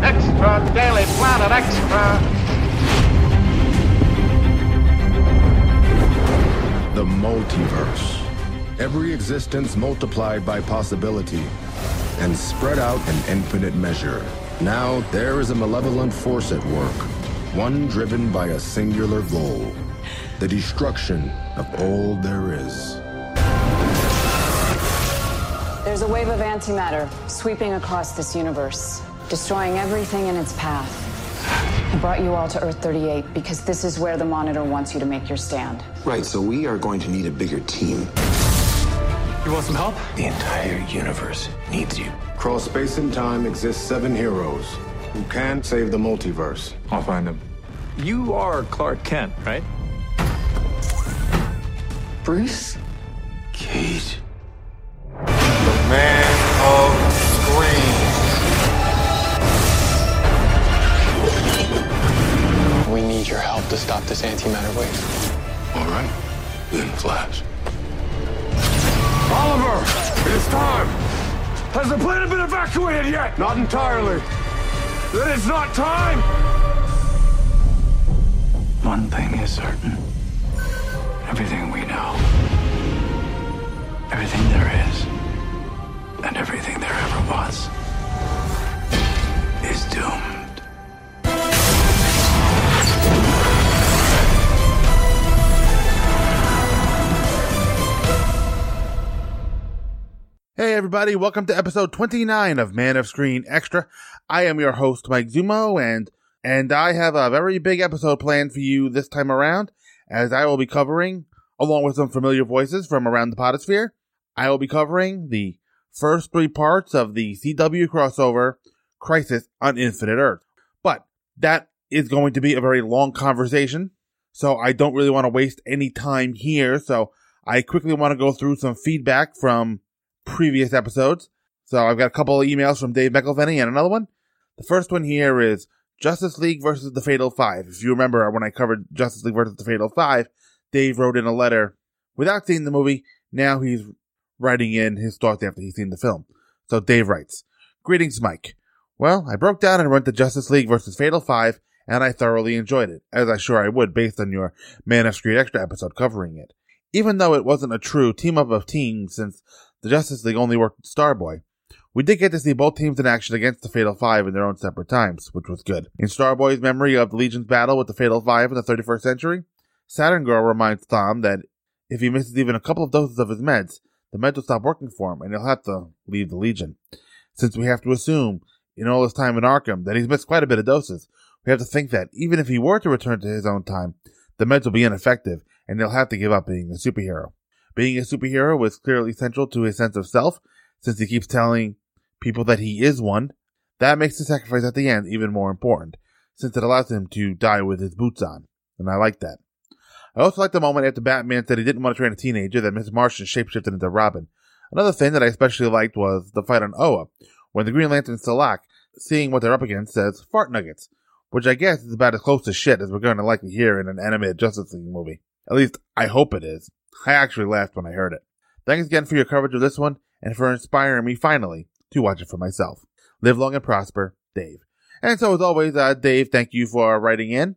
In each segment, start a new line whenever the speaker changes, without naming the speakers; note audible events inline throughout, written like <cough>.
Extra, Daily Planet Extra.
The multiverse. Every existence multiplied by possibility and spread out in infinite measure. Now there is a malevolent force at work, one driven by a singular goal the destruction of all there is.
There's a wave of antimatter sweeping across this universe, destroying everything in its path. I brought you all to Earth 38 because this is where the monitor wants you to make your stand.
Right, so we are going to need a bigger team.
You want some help?
The entire universe needs you.
Across space and time exist seven heroes who can save the multiverse.
I'll find him. You are Clark Kent, right?
Bruce? Kate.
Man of Screams.
We need your help to stop this antimatter wave.
All right, then Flash.
Oliver, it's time. Has the planet been evacuated yet? Not entirely. Then it's not time.
One thing is certain everything we know, everything there is, and everything there ever was is doomed.
Hey everybody, welcome to episode 29 of Man of Screen Extra. I am your host Mike Zumo and and I have a very big episode planned for you this time around as I will be covering along with some familiar voices from around the potosphere, I will be covering the first three parts of the CW crossover Crisis on Infinite Earth. But that is going to be a very long conversation, so I don't really want to waste any time here, so I quickly want to go through some feedback from previous episodes. So I've got a couple of emails from Dave McElvenny and another one. The first one here is Justice League versus the Fatal Five. If you remember when I covered Justice League versus the Fatal Five, Dave wrote in a letter without seeing the movie. Now he's writing in his thoughts after he's seen the film. So Dave writes, Greetings, Mike. Well, I broke down and went to Justice League versus Fatal Five, and I thoroughly enjoyed it, as I sure I would based on your Man of Screen Extra episode covering it. Even though it wasn't a true team up of teams since the Justice League only worked with Starboy. We did get to see both teams in action against the Fatal Five in their own separate times, which was good. In Starboy's memory of the Legion's battle with the Fatal Five in the 31st century, Saturn Girl reminds Tom that if he misses even a couple of doses of his meds, the meds will stop working for him and he'll have to leave the Legion. Since we have to assume, in all his time in Arkham, that he's missed quite a bit of doses, we have to think that even if he were to return to his own time, the meds will be ineffective and he'll have to give up being a superhero. Being a superhero was clearly central to his sense of self, since he keeps telling people that he is one. That makes the sacrifice at the end even more important, since it allows him to die with his boots on, and I like that. I also like the moment after Batman said he didn't want to train a teenager that Miss Martian shapeshifted into Robin. Another thing that I especially liked was the fight on Oa, when the Green Lantern Salak, seeing what they're up against, says fart nuggets, which I guess is about as close to shit as we're going to likely hear in an animated Justice League movie. At least, I hope it is. I actually laughed when I heard it. Thanks again for your coverage of this one and for inspiring me finally to watch it for myself. Live long and prosper, Dave. And so, as always, uh, Dave, thank you for writing in.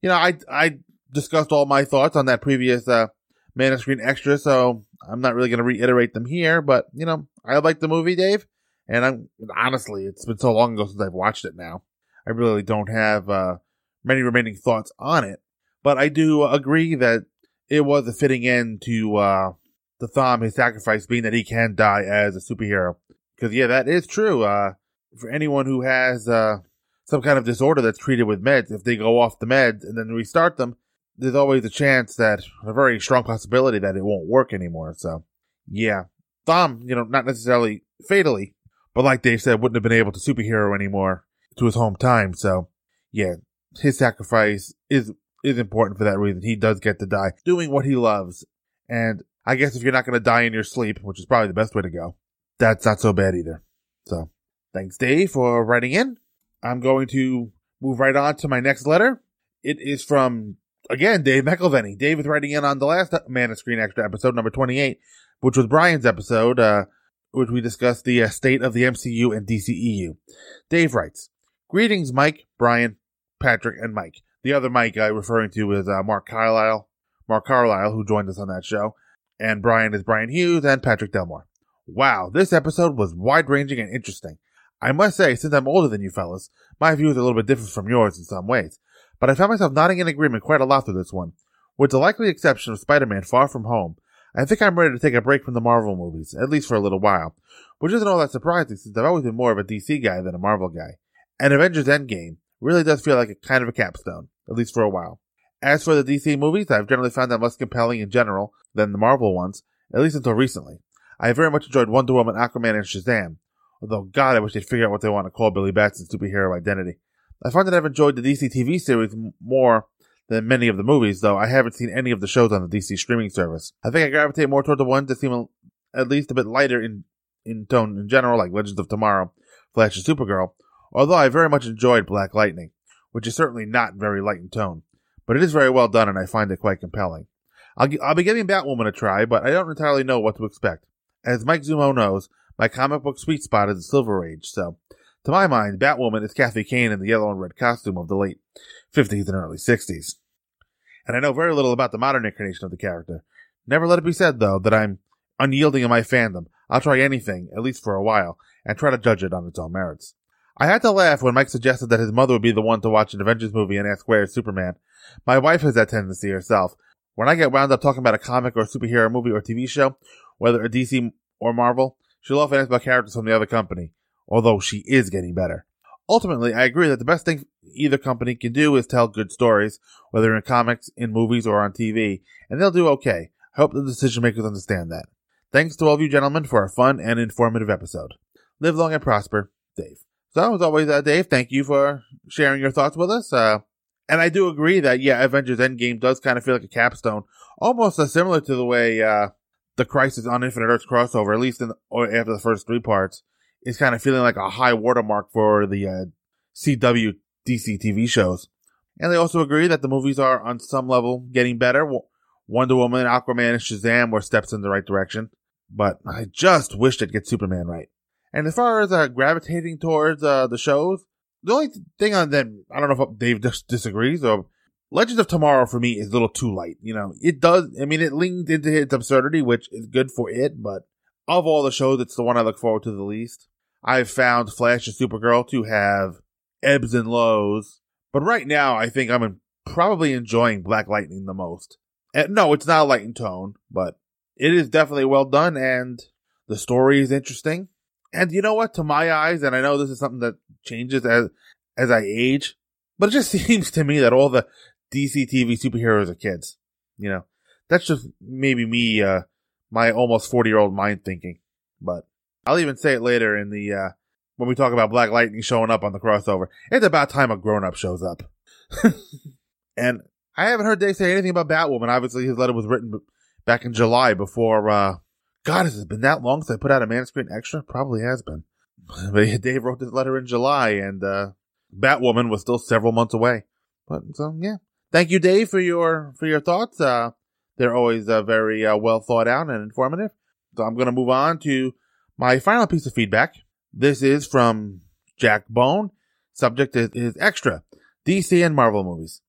You know, I I discussed all my thoughts on that previous uh, Man of Screen extra, so I'm not really going to reiterate them here. But you know, I like the movie, Dave, and I'm honestly, it's been so long ago since I've watched it now. I really don't have uh, many remaining thoughts on it, but I do agree that it was a fitting end to uh, the Thom, his sacrifice being that he can die as a superhero. Because, yeah, that is true. Uh, for anyone who has uh, some kind of disorder that's treated with meds, if they go off the meds and then restart them, there's always a chance that, a very strong possibility that it won't work anymore. So, yeah. Thom, you know, not necessarily fatally, but like Dave said, wouldn't have been able to superhero anymore to his home time. So, yeah, his sacrifice is is important for that reason. He does get to die doing what he loves. And I guess if you're not going to die in your sleep, which is probably the best way to go, that's not so bad either. So thanks, Dave, for writing in. I'm going to move right on to my next letter. It is from, again, Dave McElvenny. Dave is writing in on the last Man of Screen Extra episode, number 28, which was Brian's episode, uh, which we discussed the uh, state of the MCU and DCEU. E Dave writes, Greetings, Mike, Brian, Patrick, and Mike. The other Mike I referring to is uh, Mark Carlisle. Mark Carlisle, who joined us on that show, and Brian is Brian Hughes and Patrick Delmore. Wow, this episode was wide ranging and interesting. I must say, since I'm older than you fellas, my views are a little bit different from yours in some ways, but I found myself nodding in agreement quite a lot through this one. With the likely exception of Spider Man Far From Home, I think I'm ready to take a break from the Marvel movies, at least for a little while, which isn't all that surprising since I've always been more of a DC guy than a Marvel guy. And Avengers Endgame really does feel like a kind of a capstone, at least for a while. As for the DC movies, I've generally found them less compelling in general than the Marvel ones, at least until recently. I very much enjoyed Wonder Woman, Aquaman, and Shazam, although God, I wish they'd figure out what they want to call Billy Batson's superhero identity. I find that I've enjoyed the DC TV series m- more than many of the movies, though I haven't seen any of the shows on the DC streaming service. I think I gravitate more toward the ones that seem a- at least a bit lighter in, in tone in general, like Legends of Tomorrow, Flash, and Supergirl, although I very much enjoyed Black Lightning, which is certainly not very light in tone, but it is very well done and I find it quite compelling. I'll, g- I'll be giving Batwoman a try, but I don't entirely know what to expect. As Mike Zumo knows, my comic book sweet spot is the Silver Age, so to my mind, Batwoman is Kathy Kane in the yellow and red costume of the late 50s and early 60s. And I know very little about the modern incarnation of the character. Never let it be said, though, that I'm unyielding in my fandom. I'll try anything, at least for a while, and try to judge it on its own merits. I had to laugh when Mike suggested that his mother would be the one to watch an Avengers movie and ask where is Superman. My wife has that tendency herself. When I get wound up talking about a comic or a superhero movie or TV show, whether a DC or Marvel, she'll often ask about characters from the other company, although she is getting better. Ultimately, I agree that the best thing either company can do is tell good stories, whether in comics, in movies, or on TV, and they'll do okay. I hope the decision makers understand that. Thanks to all of you gentlemen for a fun and informative episode. Live long and prosper, Dave. So, as always, uh, Dave, thank you for sharing your thoughts with us. Uh, and I do agree that, yeah, Avengers Endgame does kind of feel like a capstone, almost uh, similar to the way uh, the Crisis on Infinite Earths crossover, at least in the, or after the first three parts, is kind of feeling like a high watermark for the uh, CW DC TV shows. And they also agree that the movies are, on some level, getting better. Wonder Woman, Aquaman, and Shazam were steps in the right direction. But I just wished I'd get Superman right. And as far as uh, gravitating towards uh, the shows, the only thing on them, I don't know if Dave dis- disagrees or Legends of Tomorrow for me is a little too light. You know, Um, it does, I mean, it leans into its absurdity, which is good for it, but of all the shows, it's the one I look forward to the least. I've found Flash and Supergirl to have ebbs and lows, but right now I think I'm in, probably enjoying Black Lightning the most. And no, it's not a light in tone, but it is definitely well done and the story is interesting. And you know what? To my eyes, and I know this is something that changes as as I age, but it just <laughs> seems to me that all the DC TV superheroes are kids. You know, that's just maybe me, uh, my almost forty year old mind thinking. But I'll even say it later in the uh, when we talk about Black Lightning showing up on the crossover. It's about time a grown up shows up. and I haven't heard Dave say anything about Batwoman. Obviously, his letter was written back in July before. Uh, God, has it been that long since I put out a man screen extra? Probably has been. <laughs> But Dave wrote this letter in July, and uh, Batwoman was still several months away. But so yeah, thank you, Dave, for your for your thoughts. Uh, they're always uh, very uh, well thought out and informative. So I'm going to move on to my final piece of feedback. This is from Jack Bone. Subject is, is extra DC and Marvel movies,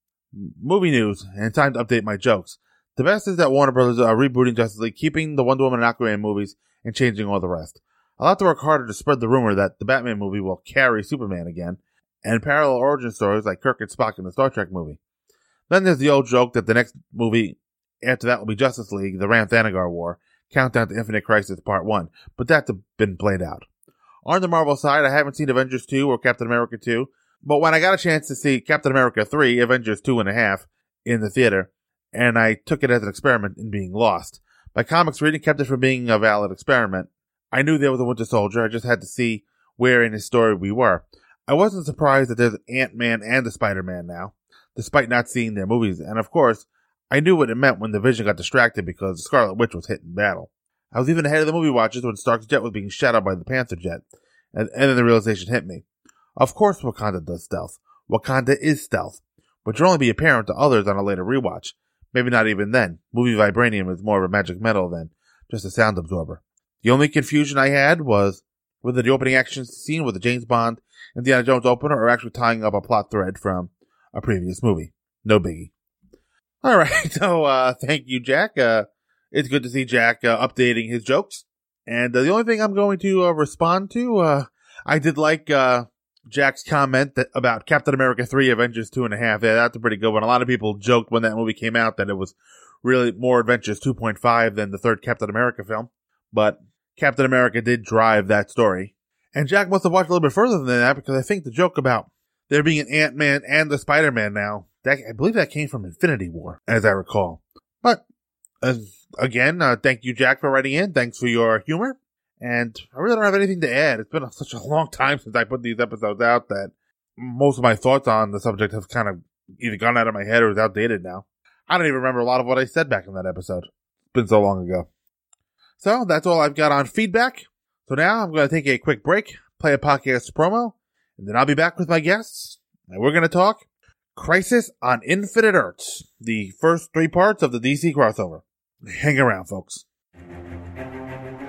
movie news, and time to update my jokes. The best is that Warner Brothers are rebooting Justice League, keeping the Wonder Woman and Aquaman movies, and changing all the rest. I'll have to work harder to spread the rumor that the Batman movie will carry Superman again, and parallel origin stories like Kirk and Spock in the Star Trek movie. Then there's the old joke that the next movie after that will be Justice League, the Ram Thanagar War, Countdown to Infinite Crisis Part 1, but that's been played out. On the Marvel side, I haven't seen Avengers 2 or Captain America 2, but when I got a chance to see Captain America 3, Avengers 2.5 in the theater, and I took it as an experiment in being lost. My comics reading kept it from being a valid experiment. I knew there was a Winter Soldier, I just had to see where in his story we were. I wasn't surprised that there's Ant Man and the Spider Man now, despite not seeing their movies, and of course, I knew what it meant when the Vision got distracted because the Scarlet Witch was hit in battle. I was even ahead of the movie watchers when Stark's jet was being shot out by the Panther jet, and, and then the realization hit me. Of course Wakanda does stealth. Wakanda is stealth, which will only be apparent to others on a later rewatch. Maybe not even then. Movie vibranium is more of a magic metal than just a sound absorber. The only confusion I had was whether the opening action scene with the James Bond Indiana Jones opener are actually tying up a plot thread from a previous movie. No biggie. All right, <laughs> so uh, thank you, Jack. Uh, it's good to see Jack uh, updating his jokes. And uh, the only thing I'm going to uh, respond to, uh, I did like uh, Jack's comment that, about Captain America 3 Avengers 2.5. Yeah, that's a pretty good one. A lot of people joked when that movie came out that it was really more Adventures 2.5 than the third Captain America film. But Captain America did drive that story. And Jack must have watched a little bit further than that because I think the joke about there being an Ant Man and the Spider Man now, that, I believe that came from Infinity War, as I recall. But as, again, uh, thank you, Jack, for writing in. Thanks for your humor. And I really don't have anything to add. It's been a, such a long time since I put these episodes out that most of my thoughts on the subject have kind of either gone out of my head or is outdated now. I don't even remember a lot of what I said back in that episode. It's been so long ago. So that's all I've got on feedback. So now I'm going to take a quick break, play a podcast promo, and then I'll be back with my guests. And we're going to talk Crisis on Infinite Earths, the first three parts of the DC crossover. Hang around, folks.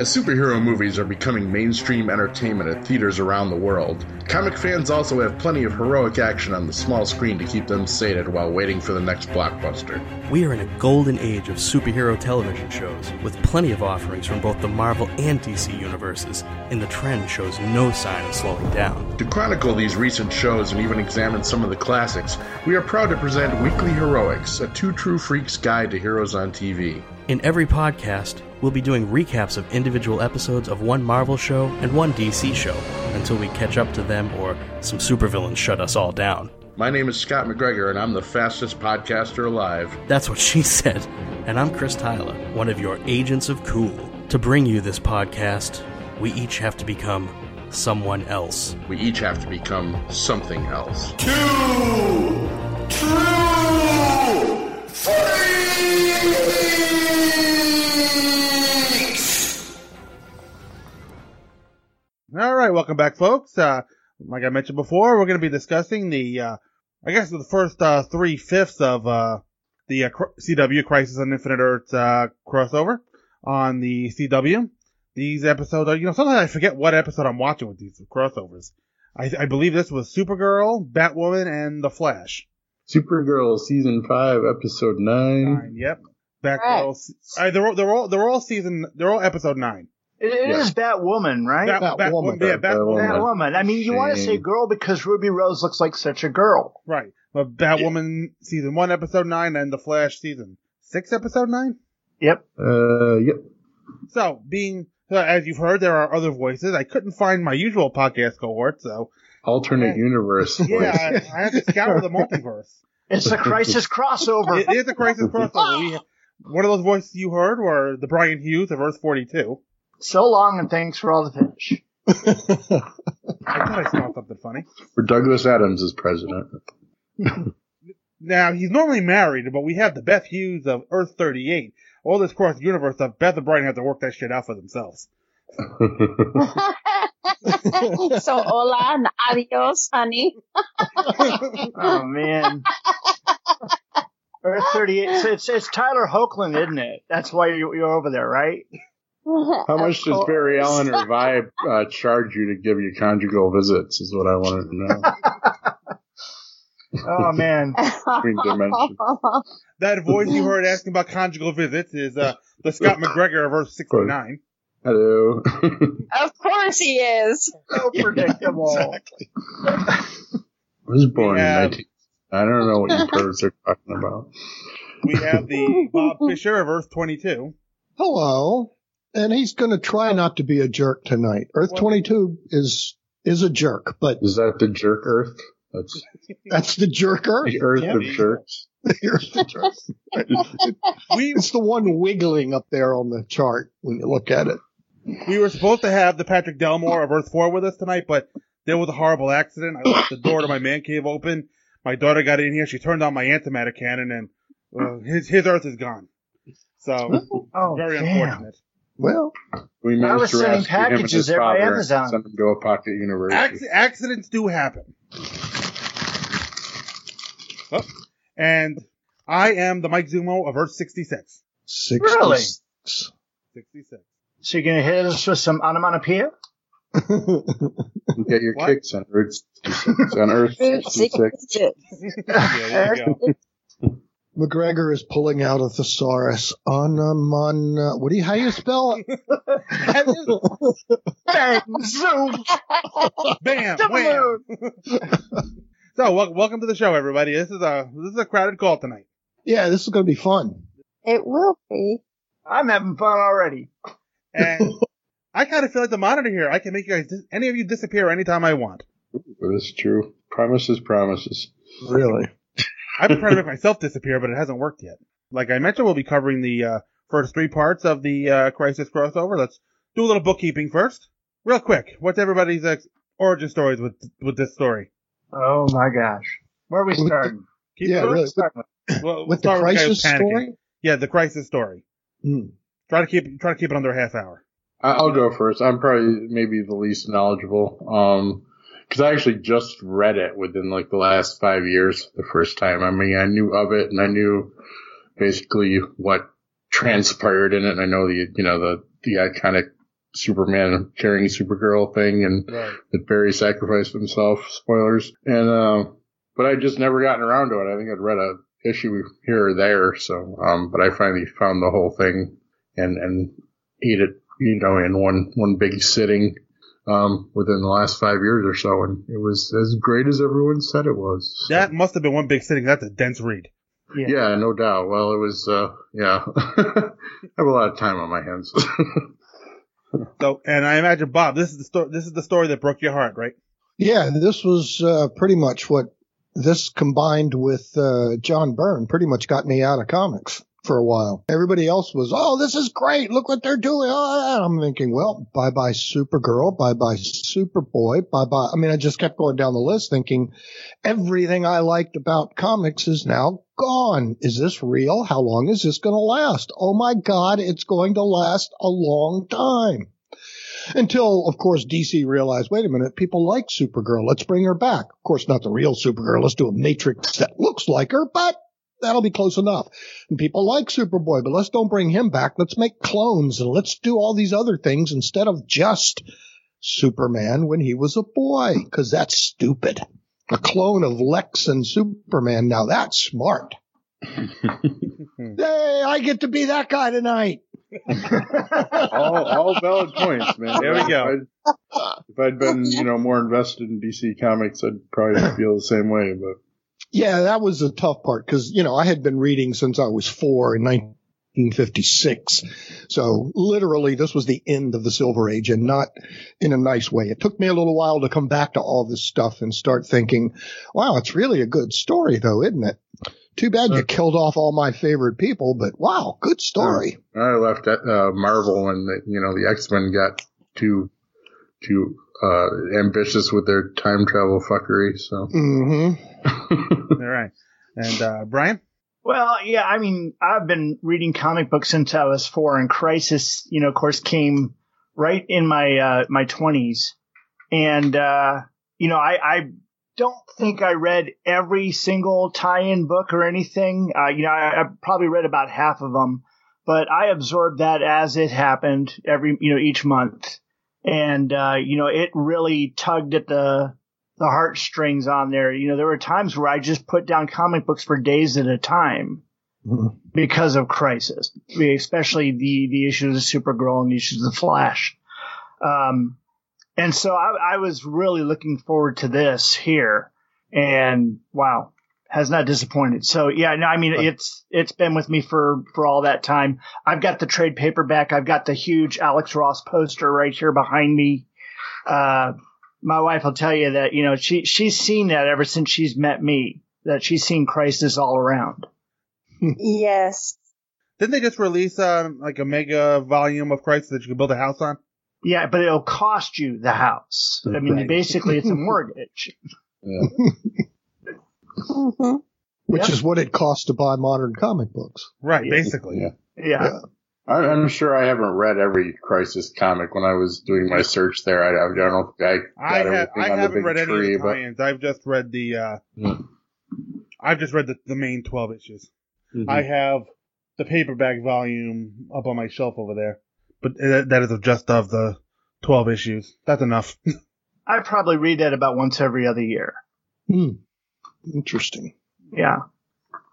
As superhero movies are becoming mainstream entertainment at theaters around the world, comic fans also have plenty of heroic action on the small screen to keep them sated while waiting for the next blockbuster.
We are in a golden age of superhero television shows, with plenty of offerings from both the Marvel and DC universes, and the trend shows no sign of slowing down.
To chronicle these recent shows and even examine some of the classics, we are proud to present Weekly Heroics, a two true freaks guide to heroes on TV.
In every podcast, we'll be doing recaps of individual episodes of one Marvel show and one DC show until we catch up to them or some supervillains shut us all down.
My name is Scott McGregor, and I'm the fastest podcaster alive.
That's what she <laughs> said. And I'm Chris Tyler, one of your agents of cool. To bring you this podcast, we each have to become someone else.
We each have to become something else.
Two, true, three.
All right, welcome back, folks. Uh, like I mentioned before, we're going to be discussing the, uh, I guess, the first uh, three fifths of uh, the cr- CW Crisis on Infinite Earths uh, crossover on the CW. These episodes are, you know, sometimes I forget what episode I'm watching with these crossovers. I, I believe this was Supergirl, Batwoman, and The Flash.
Supergirl season five, episode nine. nine
yep. Batgirl. Right. they're all, they're all they're all season they're all episode nine.
It, it yeah. is Batwoman, right?
Bat, Bat, Bat woman, yeah, Batwoman.
Batwoman. I mean, you Shame. want to say girl because Ruby Rose looks like such a girl.
Right. But Batwoman yeah. season one, episode nine, and The Flash season six, episode nine?
Yep.
Uh, yep.
So, being, uh, as you've heard, there are other voices. I couldn't find my usual podcast cohort, so.
Alternate yeah. universe.
yeah, I, I have to scour the multiverse.
<laughs> It's a crisis crossover.
it is
<laughs>
a crisis crossover. Have, one of those voices you heard were the Brian Hughes of Earth 42.
So long, and thanks for all the fish.
I thought I smelled something funny.
For Douglas Adams is president.
now he's normally married, but we have the Beth Hughes of Earth thirty eight. All this cross universe stuff. Beth and Brian have to work that shit out for themselves.
<laughs> so hola and adios,
<laughs>
honey. <laughs>
oh man. Earth 38. So it's, it's Tyler Hoechlin, isn't it? That's why you, you're over there, right?
How much does Barry Allen or Vibe uh, charge you to give you conjugal visits? Is what I wanted to
know. oh man, <laughs>
Green dimension.
That voice you heard asking about conjugal visits is uh, the Scott McGregor of Earth sixty nine.
Hello.
of course he is.
So predictable. Yeah,
exactly. I was born yeah. in 19- I don't know what you pervs are talking about.
<laughs> We have the Bob Fisher of Earth twenty two.
Hello and he's going to try not to be a jerk tonight. Earth well, 22 is is a jerk, but
is that the jerk Earth? That's
<laughs> that's the jerk Earth.
The Earth yeah. of jerks.
<laughs> The Earth of
<laughs>
jerks. it's the one wiggling up there on the chart when you look at it.
We were supposed to have the Patrick Delmore of Earth 4 with us tonight, but there was a horrible accident. I left the door to my man cave open. My daughter got in here. She turned on my antimatter cannon, and uh, his his Earth is gone. So oh, very damn. unfortunate.
Well,
we managed I was to
sending packages
him
by Amazon.
Send him to a pocket university.
Acc- accidents do happen. Oh, and I am the Mike Zumo of Earth 66.
66. Really?
66.
<laughs>
So you're going to hit us with some Um, onomatopoeia?
You get your kicks on Route 66. On Earth 66.
<laughs>
McGregor is pulling out a thesaurus on a mon. uh, What do you? How you spell
<laughs>
it?
Bang, zoom,
bam, wham. so, wel- welcome to the show, everybody. This is a this is a crowded call tonight.
Yeah, this is going to be fun.
It will be. I'm having fun already.
And I kind of feel like the monitor here. I can make you guys dis- any of you disappear anytime I want.
This is true. Promises, promises.
Really?
I've been
<laughs>
trying to make myself disappear, but it hasn't worked yet. Like I mentioned, we'll be covering the uh, first three parts of the uh, Crisis crossover. Let's do a little bookkeeping first, real quick. What's everybody's uh, origin stories with with this story?
Oh my gosh. Where are we starting?
yeah,
going.
really.
With,
Well,
with the
Uh, start guy who's
crisis
panicking.
story.
Yeah, the crisis story.
Hmm.
Try to keep try to keep it under a half hour.
I- I'll go first. I'm probably maybe the least knowledgeable. Um 'cause because I actually just read it within like the last five years, the first time. I mean, I knew of it and I knew basically what transpired in it. And I know the, you know, the, the iconic Superman carrying Supergirl thing and that Barry sacrificed himself. Spoilers. And, uh, but I just never gotten around to it. I think I'd read a issue here or there. So, um, but I finally found the whole thing and, and eat it, you know, in one, one big sitting, um, within the last five years or so. And it was as great as everyone said it was.
That must have been one big sitting. That's a
<laughs>
dense read.
Yeah. no doubt. Well, it was, uh, yeah, <laughs> I have a lot of time on my hands.
So, and I imagine Bob, this is the story. This is the story that broke your heart, right?
Yeah, this was uh, pretty much what this combined with uh, John Byrne pretty much got me out of comics for a while. Everybody else was, oh, this is great. Look what they're doing. Ah, and I'm thinking, well, bye bye Supergirl, bye bye Superboy, bye bye. I mean, I just kept going down the list thinking everything I liked about comics is now gone. Is this real? How long is this going to last? Oh my God, it's going to last a long time. Until, of course, DC realized, wait a minute, people like Supergirl. Let's bring her back. Of course, not the real Supergirl. Let's do a Matrix that looks like her, but that'll be close enough. And people like Superboy, but let's don't bring him back. Let's make clones and let's do all these other things instead of just Superman when he was a boy, because that's stupid. A clone of Lex and Superman. Now that's smart. Yay, I get to be that guy tonight.
all, all valid points, man.
There we go.
If I'd, if I'd been, you know, more invested in DC comics, I'd probably feel the same way. But
Yeah, that was the tough part because, you know, I had been reading since I was four in 1956. So literally, this was the end of the Silver Age and not in a nice way. It took me a little while to come back to all this stuff and start thinking, wow, it's really a good story, though, isn't it? Too bad you killed off all my favorite people, but wow, good story.
I left uh, Marvel when, the, you know, the X Men got too, too uh, ambitious with their time travel fuckery. So
hmm
All right. And uh, Brian,
Well, yeah, I mean, I've been reading comic books since I was four, and Crisis, you know, of course, came right in my uh, my twenties, and uh, you know, I, I don't think I read every single tie-in book or anything. Uh, you know, I, I probably read about half of them, but I absorbed that as it happened every, you know, each month, and uh, you know, it really tugged at the the heartstrings on there. You know, there were times where I just put down comic books for days at a time because of Crisis, I mean, especially the the issues of Supergirl and the issues of the Flash. Um, and so I, I was really looking forward to this here, and wow, has not disappointed. So yeah, no, I mean it's it's been with me for for all that time. I've got the trade paperback. I've got the huge Alex Ross poster right here behind me. Uh, my wife will tell you that you know she she's seen that ever since she's met me. That she's seen crisis all around.
yes.
Hmm. didn't they just release uh, like a mega volume of Crisis that you could build a house on?
Yeah, but it'll cost you the house. I mean,
Right.
basically,
<laughs>
<laughs>
it's a mortgage.
Which is what it costs to buy modern comic books.
Right, basically.
Yeah.
I, I'm sure I haven't read every Crisis comic when I was doing my search there. I, I don't know if I
I,
got
ha-
everything
I
on the
haven't
big
read any
tree,
of the
but-
tie-ins. I've just read the. Uh, I've just read the, the main twelve issues.
Mhm.
I have the paperback volume up on my shelf over there, but uh, that is of just of the 12 issues. That's enough. <laughs>
I probably read that about once every other year.
Hmm. Interesting.
Yeah.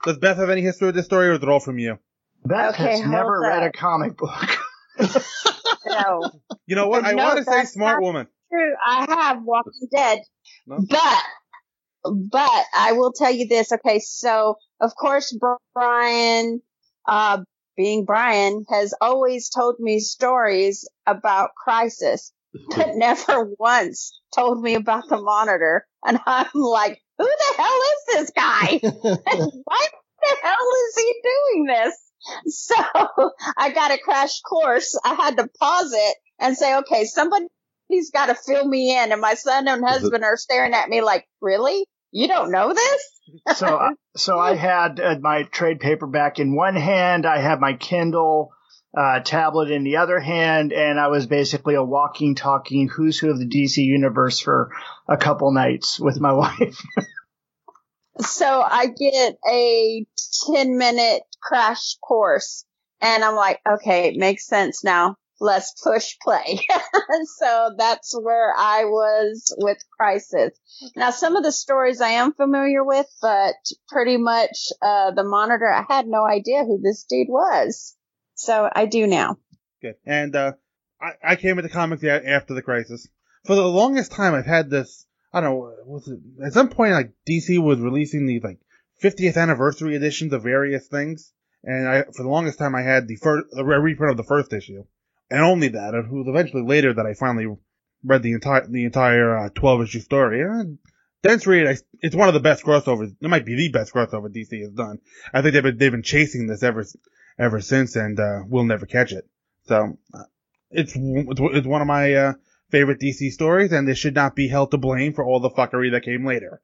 Does Beth have any history with this story, or is it all from you?
Beth
Okay,
has
hold
never
up.
read a comic book.
No.
You know what? I
<laughs> No,
want to say
that's
smart
not-
woman.
True, I have Walking Dead. But but I will tell you this. Okay, so of course Br- Brian uh being Brian has always told me stories about crisis, but never once told me about the monitor. And I'm like, who the hell is this guy? <laughs> Why the hell is he doing this? So <laughs> I got a crash course. I had to pause it and say, okay, somebody he's got to fill me in. And my son and husband are staring at me like, really? You don't know this?
so I- so I had uh, my trade paperback in one hand, I had my Kindle uh, tablet in the other hand, and I was basically a walking, talking who's who of the DC universe for a couple nights with my <laughs> wife.
So I get a 10 minute crash course and I'm like, okay, it makes sense now. Let's push play. <laughs> so that's where I was with Crisis. Now, some of the stories I am familiar with, but pretty much uh, the monitor, I had no idea who this dude was. So I do now.
Good. And uh, I, I came into comics a- after the crisis. For the longest time, I've had this. I don't know. Was it, at some point, like DC was releasing these like 50th anniversary editions of various things, and I for the longest time I had the first a re- reprint of the first issue, and only that. It was eventually later that I finally read the entire the entire uh, 12 issue story. And Dense Reed, I, it's one of the best crossovers. It might be the best crossover DC has done. I think they've been, they've been chasing this ever s- ever since, and uh, we'll never catch it. So uh, it's it's it's one of my uh, favorite DC stories, and they should not be held to blame for all the fuckery that
<laughs>
came later.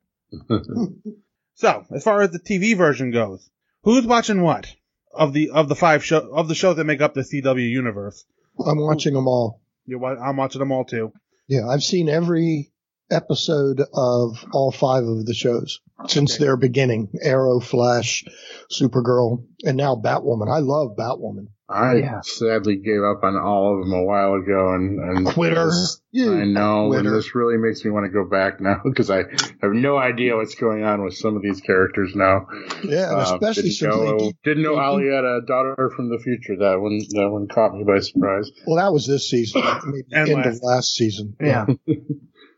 so as far as the TV version goes, who's watching what of the of the five show of the shows that make up the CW universe?
I'm watching them all.
You're, wa- I'm watching them all too.
Yeah, I've seen every episode of all five of the shows since their beginning Arrow, Flash, Supergirl, and now Batwoman. I love Batwoman.
I
Yeah.
sadly gave up on all of them a while ago, and, and
Quitter.
this-
You
I know,
quitter.
and this really makes me want to go back now <laughs> because I have no idea what's going on with some of these characters now.
Yeah, and
Uh,
especially
didn't
since
know,
they keep-
didn't know Ali had a daughter from the future. That one, that one caught me by surprise.
Well, that was this season, maybe
And
end
last.
of last season. But
<laughs>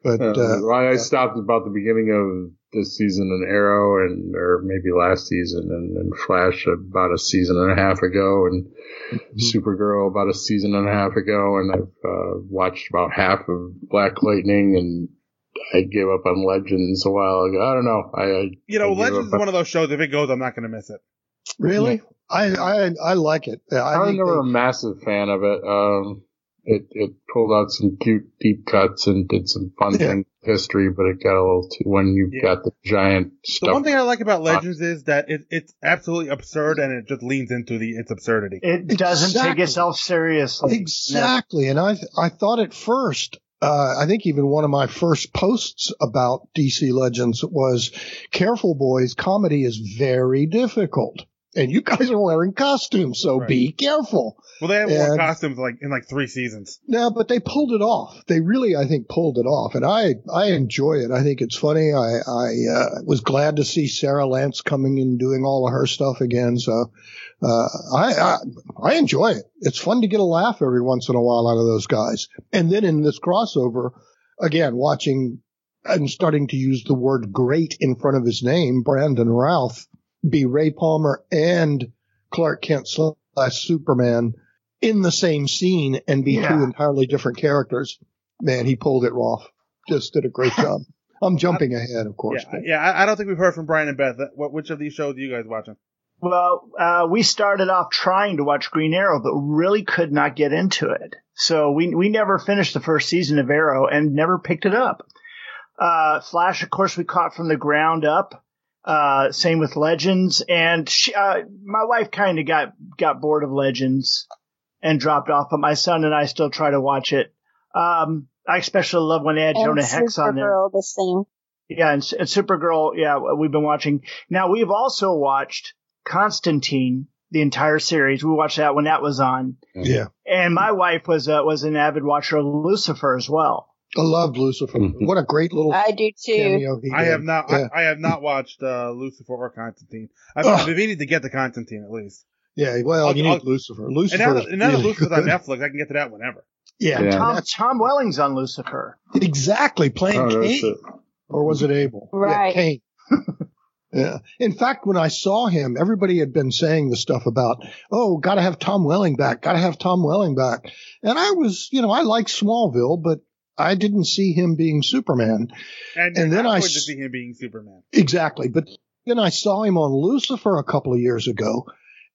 Uh,
uh,
well, I stopped about the beginning of this season in Arrow, and or maybe last season, and, and Flash about a season and a half ago, and
Mm-hmm.
Supergirl about a season and a half ago, and I've uh, watched about half of Black Lightning, and I gave up on Legends a while ago. I don't know. I, I
You know,
I gave
Legends is
up on-
one of those shows. If it goes, I'm not going to miss it.
Really? I, I I like it. I,
I was
think
never a massive fan of it. Um, it it pulled out some cute deep cuts and did some fun
Yeah.
things with history, but it got a little too when you've
Yeah.
got the giant
The
stuff.
one thing I like about Legends is that it, it's absolutely absurd, and it just leans into the its absurdity.
It doesn't take
Exactly.
itself seriously.
Exactly. And I I thought at first, uh, I think even one of my first posts about DC Legends was, "Careful, boys, comedy is very difficult, and you guys are wearing costumes, so be careful."
Well, they have more
And-
costumes like in like three seasons.
No, but they pulled it off. They really, I think, pulled it off, and I I enjoy it. I think it's funny. I I uh, was glad to see Sarah Lance coming and doing all of her stuff again. So uh, I, I I enjoy it. It's fun to get a laugh every once in a while out of those guys. And then in this crossover, again watching and starting to use the word great in front of his name, Brandon Routh, be Ray Palmer and Clark Kent slash Superman in the same scene and be two entirely different characters. Man, he pulled it off. Just did a great job. I'm jumping ahead, of course.
Yeah, yeah. I, I don't think we've heard from Brian and Beth. What, which of these shows are you guys watching?
Well, uh, we started off trying to watch Green Arrow, but really could not get into it. So we we never finished the first season of Arrow and never picked it up. Uh, Flash, of course, we caught from the ground up. Uh, same with Legends, and she, uh, my wife kind of got got bored of Legends and dropped off. But my son and I still try to watch it. Um, I especially love when they had
And
Jonah Hex on there.
Supergirl the same.
Yeah, and, and Supergirl. Yeah, we've been watching. Now we've also watched Constantine the entire series. We watched that when that was on.
Yeah.
And my wife was uh, was an avid watcher of Lucifer as well.
I love Lucifer. What a great little
I do
cameo
too.
he
I
did.
have not.
Yeah.
I, I have not watched uh, Lucifer or Constantine. I've,
Ugh.
I've been needing to get to Constantine at least.
yeah, well,
I'll-
you need
I'll-
Lucifer.
and
Lucifer.
now,
is
that, and now that
really
Lucifer's on
good.
Netflix, I can get to that whenever.
Yeah,
And
Yeah.
Tom
That's-
Tom Welling's on Lucifer.
Exactly, playing
Oh, that's
Cain.
it.
Or was it Abel?
Right.
Yeah, Cain. <laughs> yeah. In fact, when I saw him, everybody had been saying the stuff about, oh, got to have Tom Welling back, got to have Tom Welling back. And I was, you know, I like Smallville, but I didn't see him being Superman.
And,
And then
I'm
I
going to
s-
see him being Superman.
Exactly. But then I saw him on Lucifer a couple of years ago,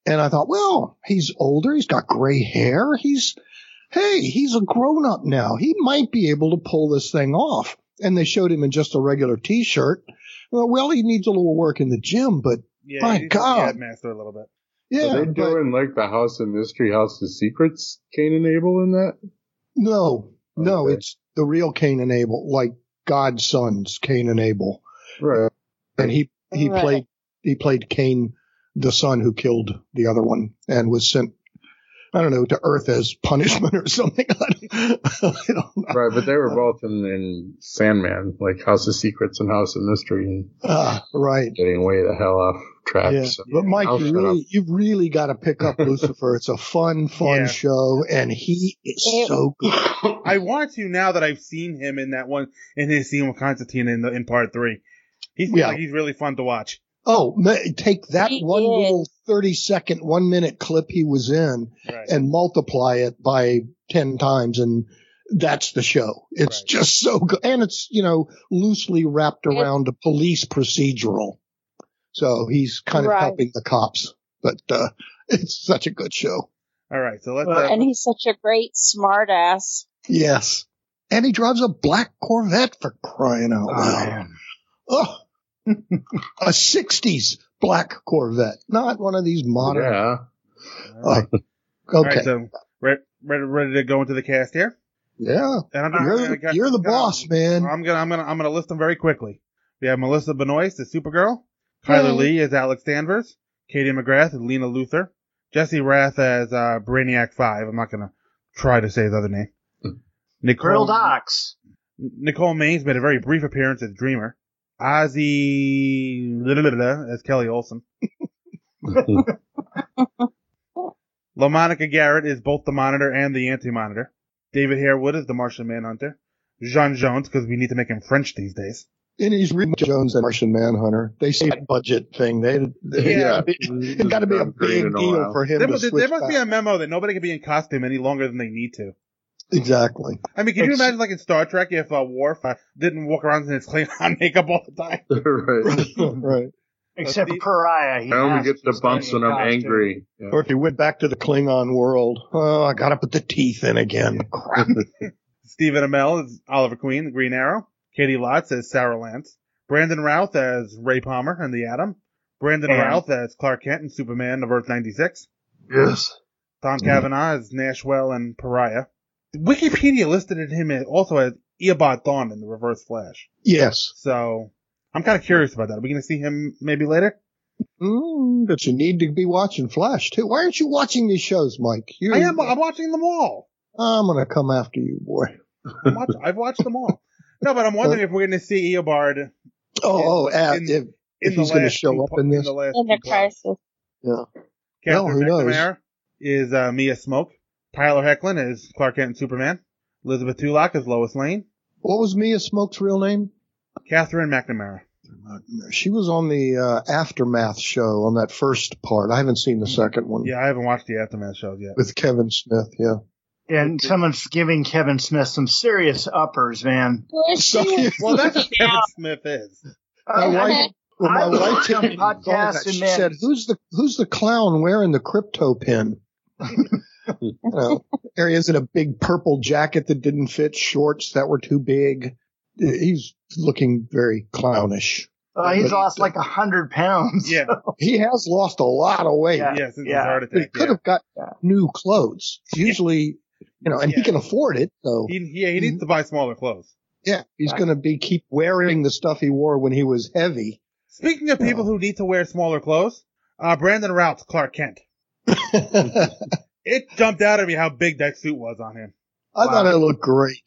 and I thought, well, he's older. He's got gray hair. He's, hey, he's a grown up now. He might be able to pull this thing off. And they showed him in just a regular t shirt. Well, well, he needs a little work in the gym, but
Yeah,
my
he's
God.
the master a little bit.
Yeah,
Are they
but-
doing like the House of Mystery, House of
<laughs>
Secrets, Cain and Abel in that?
No, no, it's the real Cain and Abel, like God's sons, Cain and Abel. Uh,
Right.
And he he
Right.
played he played Cain, the son who killed the other one, and was sent. I don't know to Earth as <laughs> punishment or something. <laughs>
Right, but they were both in, in Sandman, like House of Secrets and House of Mystery, and
ah, right.
getting way the hell off track.
Yeah.
so-
But Mike,
I'll
you
shut
really
up.
you've really got to pick
<laughs>
up Lucifer. It's a fun, fun
Yeah.
show, and he is so good.
<laughs> I want to now that I've seen him in that one in his scene with Constantine in the in part three. He seems
Yeah.
like he's really fun to watch.
Oh, ma- take that one little 30 second, one minute clip he was in
Right.
and multiply it by 10 times. And that's the show. It's just so good. And it's, you know, loosely wrapped around a police procedural. So he's kind of
Right.
helping the cops, but, uh, <laughs> it's such a good show.
All right, so let's.
uh,
and he's such a great smartass.
Yes. And he drives a black Corvette for crying out loud. Oh, <laughs> a 60s black Corvette, not one of these modern.
Yeah.
Uh,
All
okay.
right, so re- ready, ready to go into the cast here.
yeah.
And I'm not,
You're-
I got-
you're the
I got-
boss, man.
I'm gonna I'm gonna I'm gonna list them very quickly. We have Melissa Benoist as Supergirl, Kyler
Hey.
Lee as Alex Danvers, Katie McGrath as Lena Luthor, Jesse Rath as uh, Brainiac Five. I'm not gonna try to say his other name. Nicole
Colonel Dox.
Nicole Maines made a very brief appearance as Dreamer. Ozzy as
<laughs>
Kelly Olsen. LaMonica Garrett is both the monitor and the anti-monitor. David Harewood is the Martian Manhunter. Jean Jones, because we need to make him French these days.
And he's reading Jones and Martian Manhunter. They say that budget thing. They, they
Yeah.
<laughs> it's got to be a big deal for him.
There
to
must, there
switch
must be
back.
a memo that nobody can be in costume any longer than they need to.
exactly.
I mean, can you
It's-
imagine, like in Star Trek, if uh, Worf uh, didn't walk around in his <laughs> Klingon makeup all the time?
right.
Hmm.
right.
Except for Pariah. He
I only
has
get
to
the
stay
bumps
in
when I'm
costume.
angry. Yeah.
Or if he went back to the Klingon world, oh, I got to put the teeth in again. Crap.
Stephen Amell as Oliver Queen, the Green Arrow. Katie Lotz as Sarah Lance. Brandon Routh as Ray Palmer and the Atom. Brandon
And-
Routh as Clark Kent and Superman of Earth 96.
Yes.
Tom Cavanaugh as Nashwell and Pariah. Wikipedia listed him as, also as Eobot Thawne in the Reverse Flash.
<laughs> Yes.
So I'm kind of curious about that. Are we going to see him maybe later?
Mm, but you need to be watching Flash too. Why aren't you watching these shows, Mike? You,
I am. I'm watching them all.
I'm gonna come after you, boy.
I'm watch, I've watched them all. No, but
<laughs>
I'm wondering if we're going to see Eobard
Uh, Oh, oh, uh,
in-
if, <laughs> if
in the
he's gonna
last two
show up
pa-
in this,
the last
In the
two parts.
crisis.
yeah. Well,
Catherine
who knows?
McNamara is uh, Mia Smoke. Tyler Hecklin is Clark Kent and Superman. Elizabeth Tulak is Lois Lane.
What was Mia Smoke's real name?
Catherine McNamara.
She was on the uh, aftermath show on that first part. I haven't seen the second one
Yeah, I haven't watched the Aftermath shows yet.
with Kevin Smith. Yeah,
And someone's giving Kevin Smith some serious uppers, man.
Well, that's what Kevin Smith is.
my wife. Well, my
I-
wife
I-
took me on
podcast
that.
and
She
then-
said, "Who's the who's the clown wearing the crypto pin?" <laughs> you know, there he is in a big purple jacket that didn't fit, shorts that were too big. He's looking very clownish.
Uh, he's
But-
lost like a hundred pounds. <laughs>
Yeah.
He has lost a lot of weight.
Yeah,
Yeah, since his
yeah.
heart
But he
attack.
could
Yeah.
have got new clothes. Usually, you know, and he can afford it. So Mm-hmm.
He, yeah, he needs to buy smaller clothes.
yeah, he's going to be keep wearing the stuff he wore when he was heavy.
<laughs>
Speaking of people who need to wear smaller clothes, uh, Brandon Routh, Clark Kent. it jumped out at me how big that suit was on him.
I thought it looked great.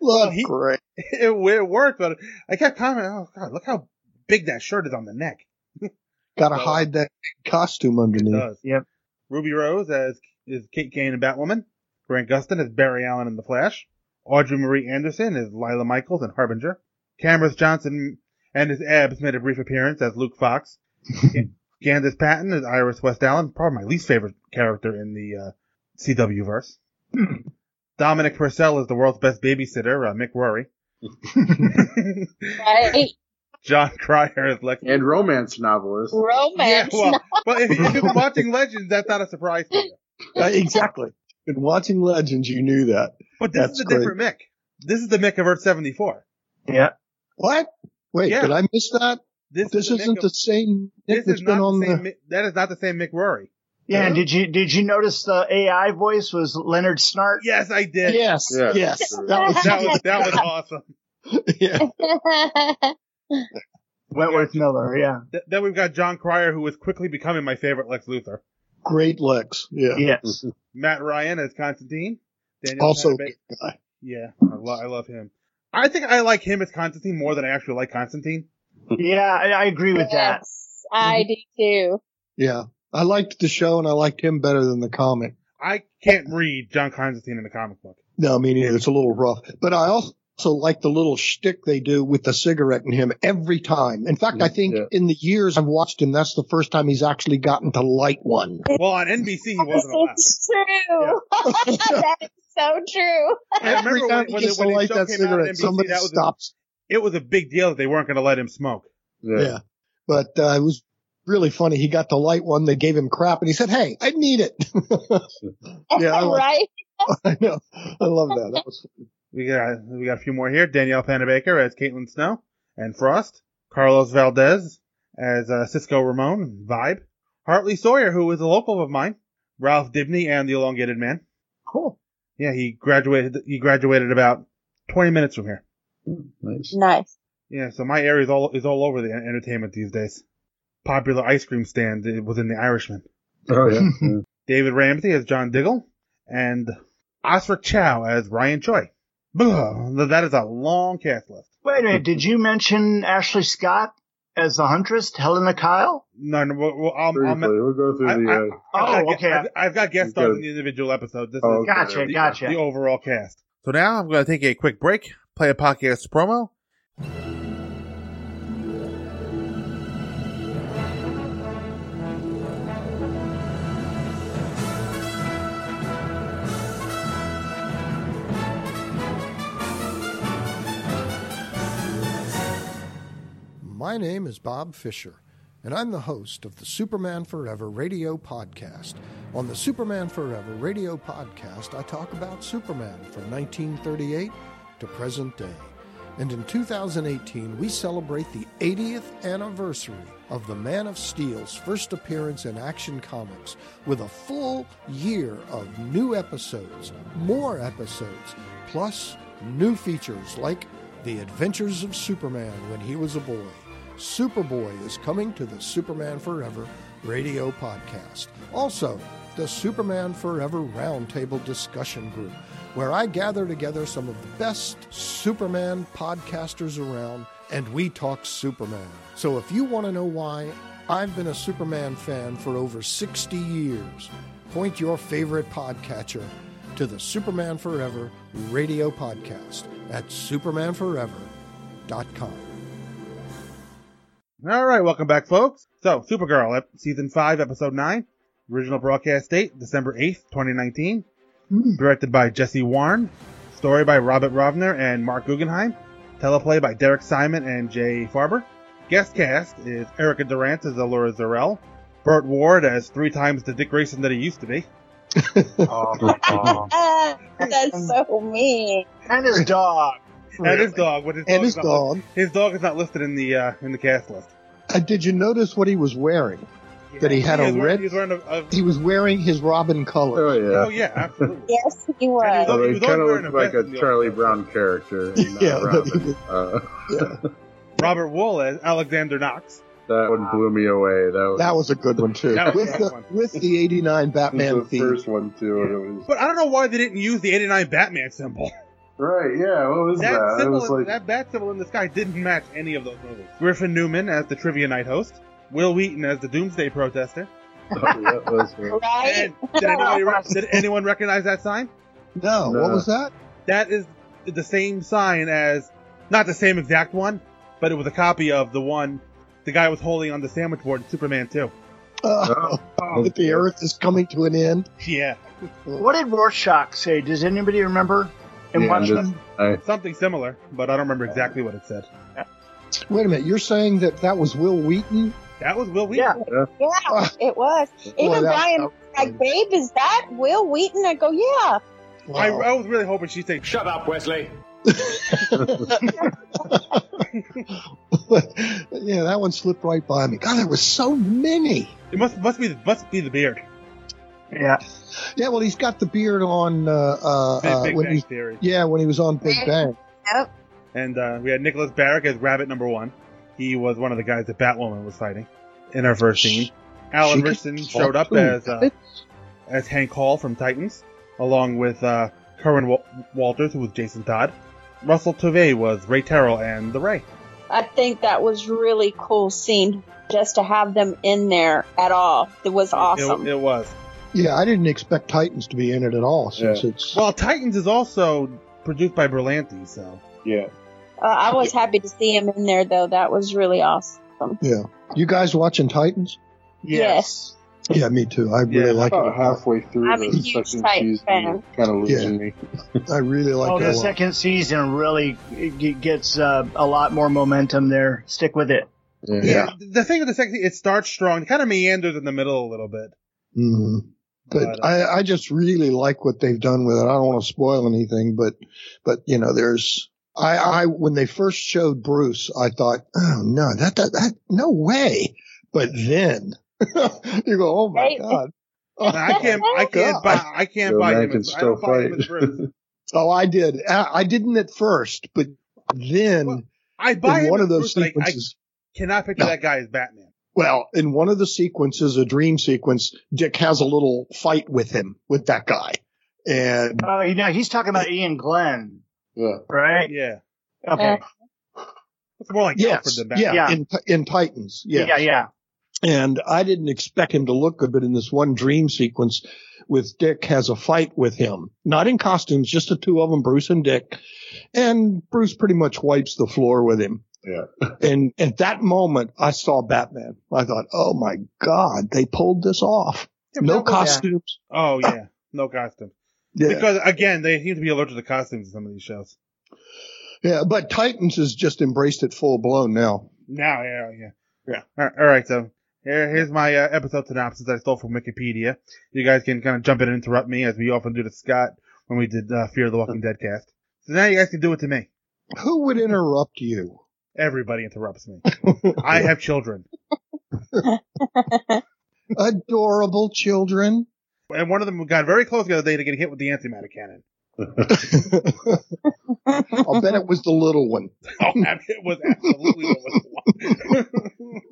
Looked
he-
great.
<laughs> It, it worked, but I kept commenting, oh god, look how big that shirt is on the neck. <laughs>
Got to hide that costume underneath.
Mm-hmm.
does. Yep. Ruby Rose as is Kate Kane and Batwoman. Grant Gustin as Barry Allen in The Flash. Audrey Marie Anderson as Lila Michaels and Harbinger. Cameras Johnson and his abs made a brief appearance as Luke
<laughs>
Fox. Candace Patton as Iris West Allen, probably my least favorite character in the uh, CW verse. Dominic Purcell is the world's best babysitter, uh, Mick
<laughs>
Rory.
Right?
John Cryer is Lex.
And romance novelist.
Romance.
Yeah, <laughs> well, well if, if you've been watching Legends, that's not a surprise to you.
Uh, exactly. In watching Legends, you knew that.
But this is a different Mick. This is the Mick of Earth 74.
Yeah.
What? Wait,
Yeah.
did I miss that?
This,
This
is the
isn't
Mick
the
of,
same Nick
this
that's
is
been
not
on
the same,
the.
Mi- that is not the same Mick Rory.
Yeah, and did you did you notice the AI voice was Leonard Snart?
Yes, I did.
Yes, yes. That was,
<laughs> that was that was
<laughs>
awesome.
Wentworth Miller, yeah.
Th- then we've got John Cryer, who is quickly becoming my favorite Lex Luthor.
Great Lex. Yeah.
Yes.
<laughs> Matt Ryan as Constantine. Daniel
Also,
Panabe-
good guy.
yeah, I, lo- I love him. I think I like him as Constantine more than I actually like Constantine.
Yeah, I, I agree with that.
Mm-hmm.
I do too.
Yeah. I liked the show and I liked him better than the comic.
I can't read John Constantine in the comic book.
No, I mean, it's a little rough. But I also like the little shtick they do with the cigarette in him every time. In fact, I think in the years I've watched him, that's the first time he's actually gotten to light one.
Well, on NBC he
<laughs>
wasn't allowed.
<laughs> It's true. <laughs> that is so true.
I
Every
remember
time
when,
he
when,
gets
the-
to
when the
light
show
that
came out on
cigarette,
NBC,
somebody
that was a-
stops.
it was a big deal that they weren't going to let him smoke.
Yeah. But uh, it was really funny. He got the light one. They gave him crap and he said, Hey, I need it. <laughs> yeah. I, like-
right?
I know. I love that. That was
We got we got a few more here. Danielle Panabaker as Caitlin Snow and Frost. Carlos Valdez as uh, Cisco Ramon Vibe. Hartley Sawyer, who is a local of mine. Ralph Dibney and the Elongated Man.
cool.
Yeah, he graduated. He graduated about 20 minutes from here.
Nice.
Nice.
Yeah, so my area is all is all over the en- entertainment these days. Popular ice cream stand it was in The Irishman. <laughs>
Oh, yeah. yeah.
David Ramsey as John Diggle, and Osric Chow as Ryan Choi. Blah, that is a long cast list.
Wait a minute, did you mention Ashley Scott as the Huntress, Helena Kyle?
No, no, well, well, I'll, I'll,
Briefly, we'll go through
I,
the. Uh,
I, have
Oh,
got,
okay.
I've, I've got guest
You've
stars
got-
in the individual episodes. This
Oh,
is
okay.
Gotcha,
the,
gotcha.
the overall cast.
So now
I'm going to take a quick break, play a podcast promo.
My name is Bob Fisher, and I'm the host of the Superman Forever radio podcast. On the Superman Forever radio podcast, I talk about Superman from 1938 to present day. And in 2018, we celebrate the 80th anniversary of the Man of Steel's first appearance in Action Comics with a full year of new episodes, more episodes, plus new features like the Adventures of Superman when he was a boy. Superboy is coming to the Superman Forever radio podcast. Also, the Superman Forever Roundtable Discussion Group, where I gather together some of the best Superman podcasters around and we talk Superman. So if you want to know why I've been a Superman fan for over 60 years, point your favorite podcatcher to the Superman Forever radio podcast at supermanforever.com.
All right, welcome back, folks. So, Supergirl, ep- season five, episode nine, original broadcast date December eighth, twenty nineteen. Directed by Jesse Warren, story by Robert Rovner and Mark Guggenheim, teleplay by Derek Simon and Jay Farber. Guest cast is Erica Durant as Allura Zarell, Burt Ward as three times the Dick Grayson that he used to be,
<laughs> Ah, that's so mean.
And his dog.
and his dog. But his
And
dog
his
is not,
dog.
his dog is not listed in the uh, in the cast list.
Uh, did you notice what he was wearing? That he had
He
a
is wearing-
red.
he is wearing a- a-
He was wearing his Robin color.
Oh, yeah.
oh yeah, absolutely.
Yes, he was.
Although
he
he
was
kind of
always wearing
looked
a
like
vest
a
in the
Charlie Brown
<laughs>
character. and not
Yeah, but he
Robin. Uh,
Robert Wool as Alexander Knox.
That one blew me away. That was,
That was a good one too.
That was
with
a
the
good one.
with the '89 Batman
<laughs> the
theme.
first one too. and it was-
But I don't know why they didn't use the 89 Batman symbol.
right? Yeah. What was that?
That
It
symbol,
was like
that bat symbol in the sky didn't match any of those movies. Griffin Newman as the Trivia Night host, Will Wheaton as the Doomsday
<laughs>
protester.
<laughs>
And did,
<laughs>
anybody, re- did anyone recognize that sign?
No, what was that?
That is the same sign as, not the same exact one, but it was a copy of the one the guy was holding on the sandwich board in Superman 2.
Oh, <laughs> that the Earth is coming to an end.
<laughs> Yeah.
What did Rorschach say? Does anybody remember in
Yeah, I'm just-
Watchmen?
I-
Something similar, but I don't remember exactly what it said.
Wait a minute, you're saying that that was Will Wheaton?
That was Will
Wheaton.
Yeah.
Yeah, it was. Even
that-
Brian was like, babe, is that Will Wheaton? I go, yeah.
I, I was really hoping she'd say, Shut up, Wesley.
<laughs> Yeah, that one slipped right by me. God, there was so many.
It must must be the, must be the beard.
Yeah.
Yeah, well, he's got the beard on uh, uh,
Big-
uh,
Big
when
Bang
he,
Theory.
Yeah, when he was on Big Bang.
Yep.
And uh, we had Nicholas Barrick as Rabbit number one. He was one of the guys that Batwoman was fighting in our first scene. Alan
she could
Richardson
talk
showed up
to
as uh, as Hank Hall from Titans, along with uh, Kerwin Wa- Walters, who was Jason Todd. Russell Tovey was Ray Terrell and the Ray.
I think that was really cool scene just to have them in there at all. It was awesome.
It, it was.
Yeah, I didn't expect Titans to be in it at all since it's.
Well, Titans is also produced by Berlanti, so
yeah.
Uh, I was happy to see him in there though. That was really awesome.
Yeah. You guys watching Titans?
Yes.
Yeah, me too. I really like it.
about halfway through
I'm a
the
huge
second
Titan
season,
fan.
kind of <laughs> losing me.
I really like
oh, the second season really it g- gets uh, a lot more momentum there. Stick with it.
Yeah.
The thing with the sexy, it starts strong, it kind of meanders in the middle a little bit.
Mhm. But I, I just really like what they've done with it. I don't want to spoil anything, but but you know, there's I, I when they first showed Bruce, I thought, oh no, that that, that no way. But then <laughs> you go, oh my
Right.
god,
And I can't, I can't buy, I can't
Yo,
buy
man
him.
can
As, I
still
don't buy him
fight.
as <laughs>
<laughs>
Bruce.
oh I did. I, I didn't at first, but then
I buy
in
him
one
as
of those
Bruce, but I- I
sequences.
cannot picture that guy as Batman.
Well, in one of the sequences, a dream sequence, Dick has a little fight with him with that guy, and
Oh, you know, he's talking about Ian Glenn,
yeah.
right?
Yeah.
Okay.
It's more like
yes, yeah, in in Titans, yes.
Yeah, yeah.
And I didn't expect him to look good, but in this one dream sequence with Dick has a fight with him, not in costumes, just the two of them, Bruce and Dick. And Bruce pretty much wipes the floor with him.
Yeah.
<laughs> And at that moment, I saw Batman. I thought, oh my God, they pulled this off. no costume.
Oh yeah, no costume.
Yeah.
Because again, they seem to be allergic to costumes in some of these shows.
Yeah. But Titans has just embraced it full blown now.
Now, yeah, yeah, yeah. All right, all right so here, here's my uh, episode synopsis that I stole from Wikipedia. You guys can kind of jump in and interrupt me as we often do to Scott when we did uh, Fear of the Walking Dead cast. So now you guys can do it to me.
Who would interrupt you?
Everybody
<laughs>
interrupts me. I have children.
Adorable children.
And one of them got very close the other day to getting hit with the antimatter cannon.
I'll bet it was the little one.
<laughs> Oh, it was absolutely the little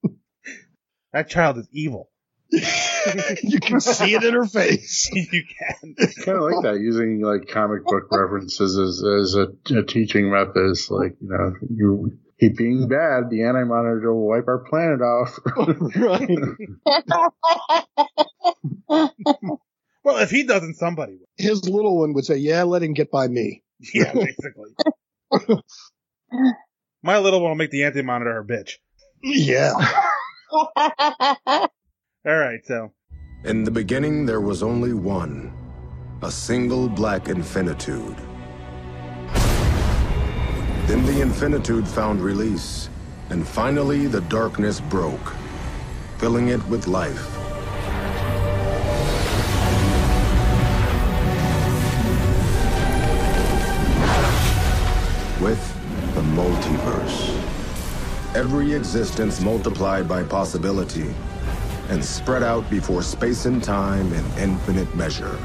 one. <laughs> that child is evil. <laughs>
you can see it in her face.
you can.
kind of like that using like
<laughs>
comic book references as, as a, a teaching method is like you know you keep being bad the anti monitor will wipe our
<laughs>
planet off
Well, if he doesn't, somebody will.
His little one would say, "Yeah, let him get by me."
Yeah, basically. My little one will make the anti monitor her bitch.
Yeah.
<laughs> All right, so
In the beginning, there was only one a single black infinitude. Then the infinitude found release, and finally, the darkness broke, filling it with life. With the multiverse. Every existence multiplied by possibility and spread out before space and time in infinite measure.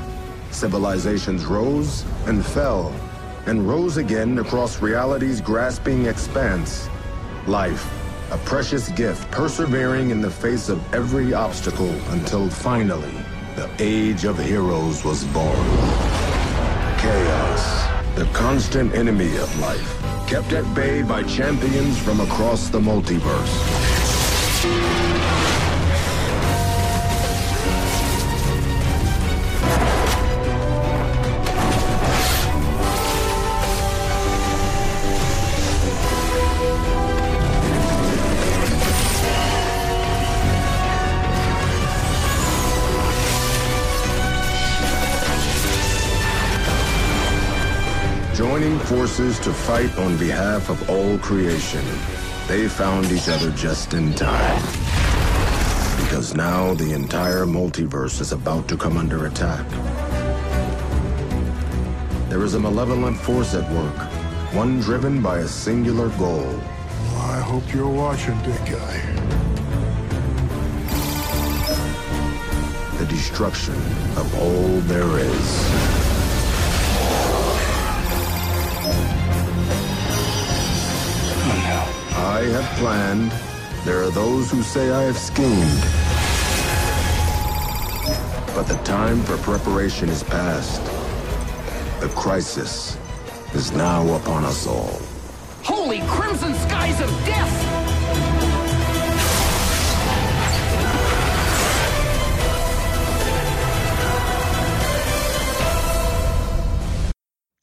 Civilizations rose and fell, and rose again across reality's grasping expanse. Life a precious gift persevering in the face of every obstacle until finally the Age of Heroes was born. Chaos, the constant enemy of life, kept at bay by champions from across the multiverse. Joining forces to fight on behalf of all creation, they found each other just in time. Because now the entire multiverse is about to come under attack. There is a malevolent force at work, one driven by a singular goal.
I hope you're watching, big guy.
the destruction of all there is. I have planned. There are those who say I have schemed. But the time for preparation is past. The crisis is now upon us all.
Holy crimson skies of death!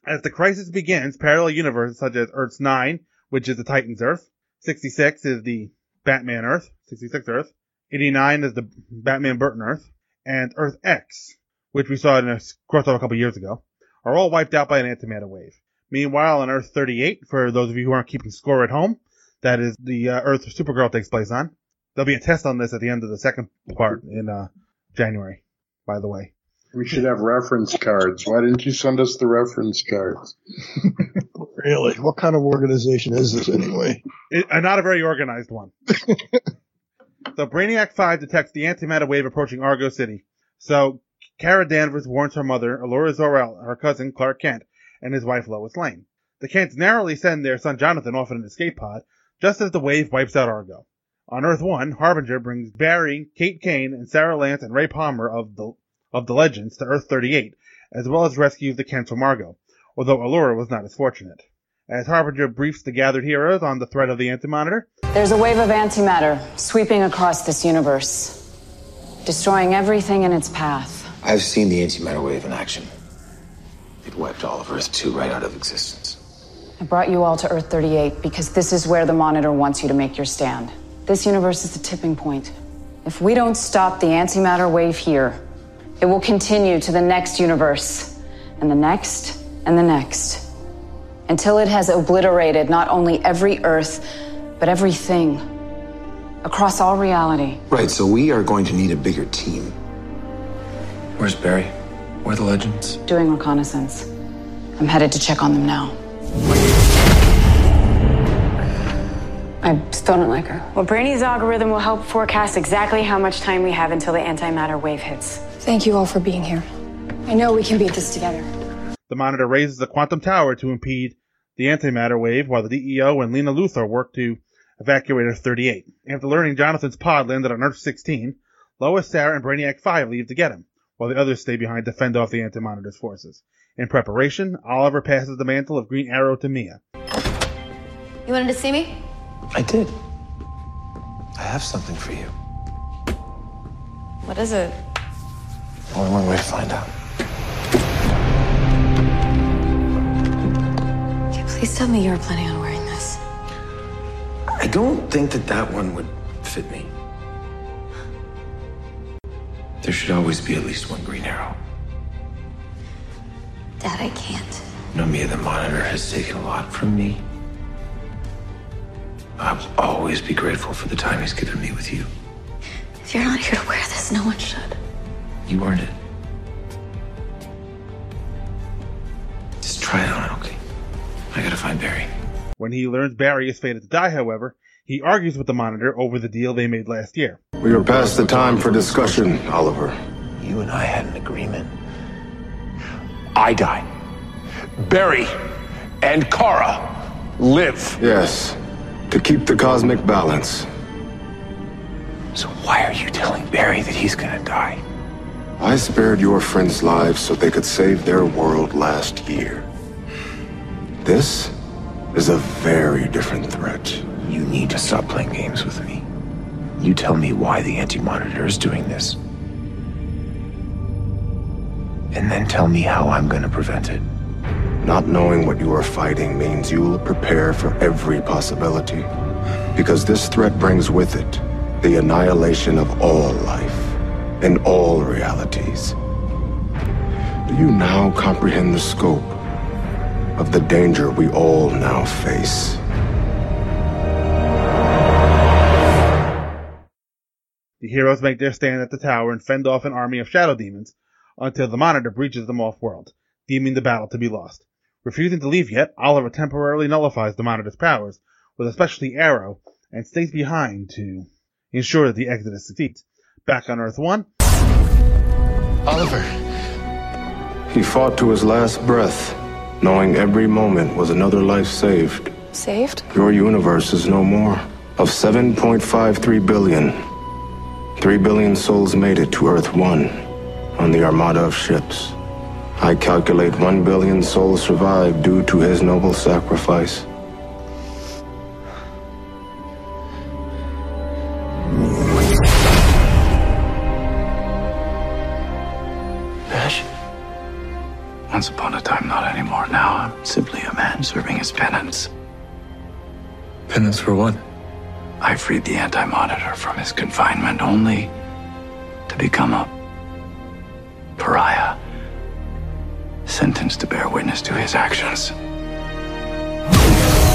As the crisis begins, parallel universes such as Earth's 9, which is the Titan's Earth, 66 is the Batman Earth, 66 Earth, 89 is the Batman Burton Earth, and Earth X, which we saw in a crossover a couple years ago, are all wiped out by an antimatter wave. Meanwhile, on Earth 38, for those of you who aren't keeping score at home, that is the uh, Earth Supergirl takes place on. There'll be a test on this at the end of the second part in uh, January, by the way.
We should have reference cards. Why didn't you send us the reference cards?
<laughs> Really? What kind of organization is this anyway?
It, uh, not a very organized one. so Brainiac 5 detects the antimatter wave approaching Argo City. So Kara Danvers warns her mother, Alora Zor-El, her cousin Clark Kent, and his wife Lois Lane. The Kents narrowly send their son Jonathan off in an escape pod, just as the wave wipes out Argo. On Earth 1, Harbinger brings Barry, Kate Kane, and Sarah Lance and Ray Palmer of the, of the Legends to Earth 38, as well as rescues the Kents from Argo, although Alora was not as fortunate as Harbinger briefs the gathered heroes on the threat of the Antimonitor.
There's a wave of antimatter sweeping across this universe, destroying everything in its path.
I've seen the antimatter wave in action. It wiped all of Earth 2 right out of existence.
I brought you all to Earth 38 because this is where the Monitor wants you to make your stand. This universe is the tipping point. If we don't stop the antimatter wave here, it will continue to the next universe, and the next, and the next until it has obliterated not only every Earth, but everything across all reality.
Right, so we are going to need a bigger team. Where's Barry? Where are the legends?
Doing reconnaissance. I'm headed to check on them now. I still don't like her.
Well, Brady's algorithm will help forecast exactly how much time we have until the antimatter wave hits.
Thank you all for being here. I know we can beat this together.
The monitor raises the quantum tower to impede the antimatter wave while the DEO and Lena Luthor work to evacuate Earth 38. After learning Jonathan's pod landed on Earth 16, Lois, Sarah, and Brainiac 5 leave to get him, while the others stay behind to fend off the antimonitor's forces. In preparation, Oliver passes the mantle of Green Arrow to Mia.
You wanted to see me?
I did. I have something for you.
What is it?
Only one way to find out.
Please tell me you were planning on wearing this.
I don't think that that one would fit me. There should always be at least one green arrow.
Dad, I can't.
No, Mia, the monitor has taken a lot from me. I will always be grateful for the time he's given me with you.
If you're not here to wear this, no one should.
You earned it. Just try it on, okay? I gotta find Barry.
When he learns Barry is fated to die, however, he argues with the monitor over the deal they made last year.
We are past the time for discussion, Oliver.
You and I had an agreement.
I die. Barry and Kara live.
Yes. to keep the cosmic balance.
So why are you telling Barry that he's gonna die?
I spared your friends' lives so they could save their world last year. This is a very different threat.
You need to stop playing games with me. You tell me why the anti monitor is doing this. And then tell me how I'm gonna prevent it.
Not knowing what you are fighting means you will prepare for every possibility. Because this threat brings with it the annihilation of all life and all realities. Do you now comprehend the scope of the danger we all now face?
The heroes make their stand at the tower and fend off an army of shadow demons until the monitor breaches them off world, deeming the battle to be lost. Refusing to leave yet, Oliver temporarily nullifies the monitor's powers with a specialty arrow and stays behind to ensure that the Exodus succeeds. Back on Earth 1.
Oliver!
He fought to his last breath, knowing every moment was another life saved.
Saved?
Your universe is no more. Of 7.53 billion, 3 billion souls made it to Earth 1 on the armada of ships. I calculate 1 billion souls survived due to his noble sacrifice.
Ash? Once upon a time, not anymore. Now I'm simply a man serving his penance.
Penance for what?
I freed the anti monitor from his confinement only to become a pariah, sentenced to bear witness to his actions. <laughs>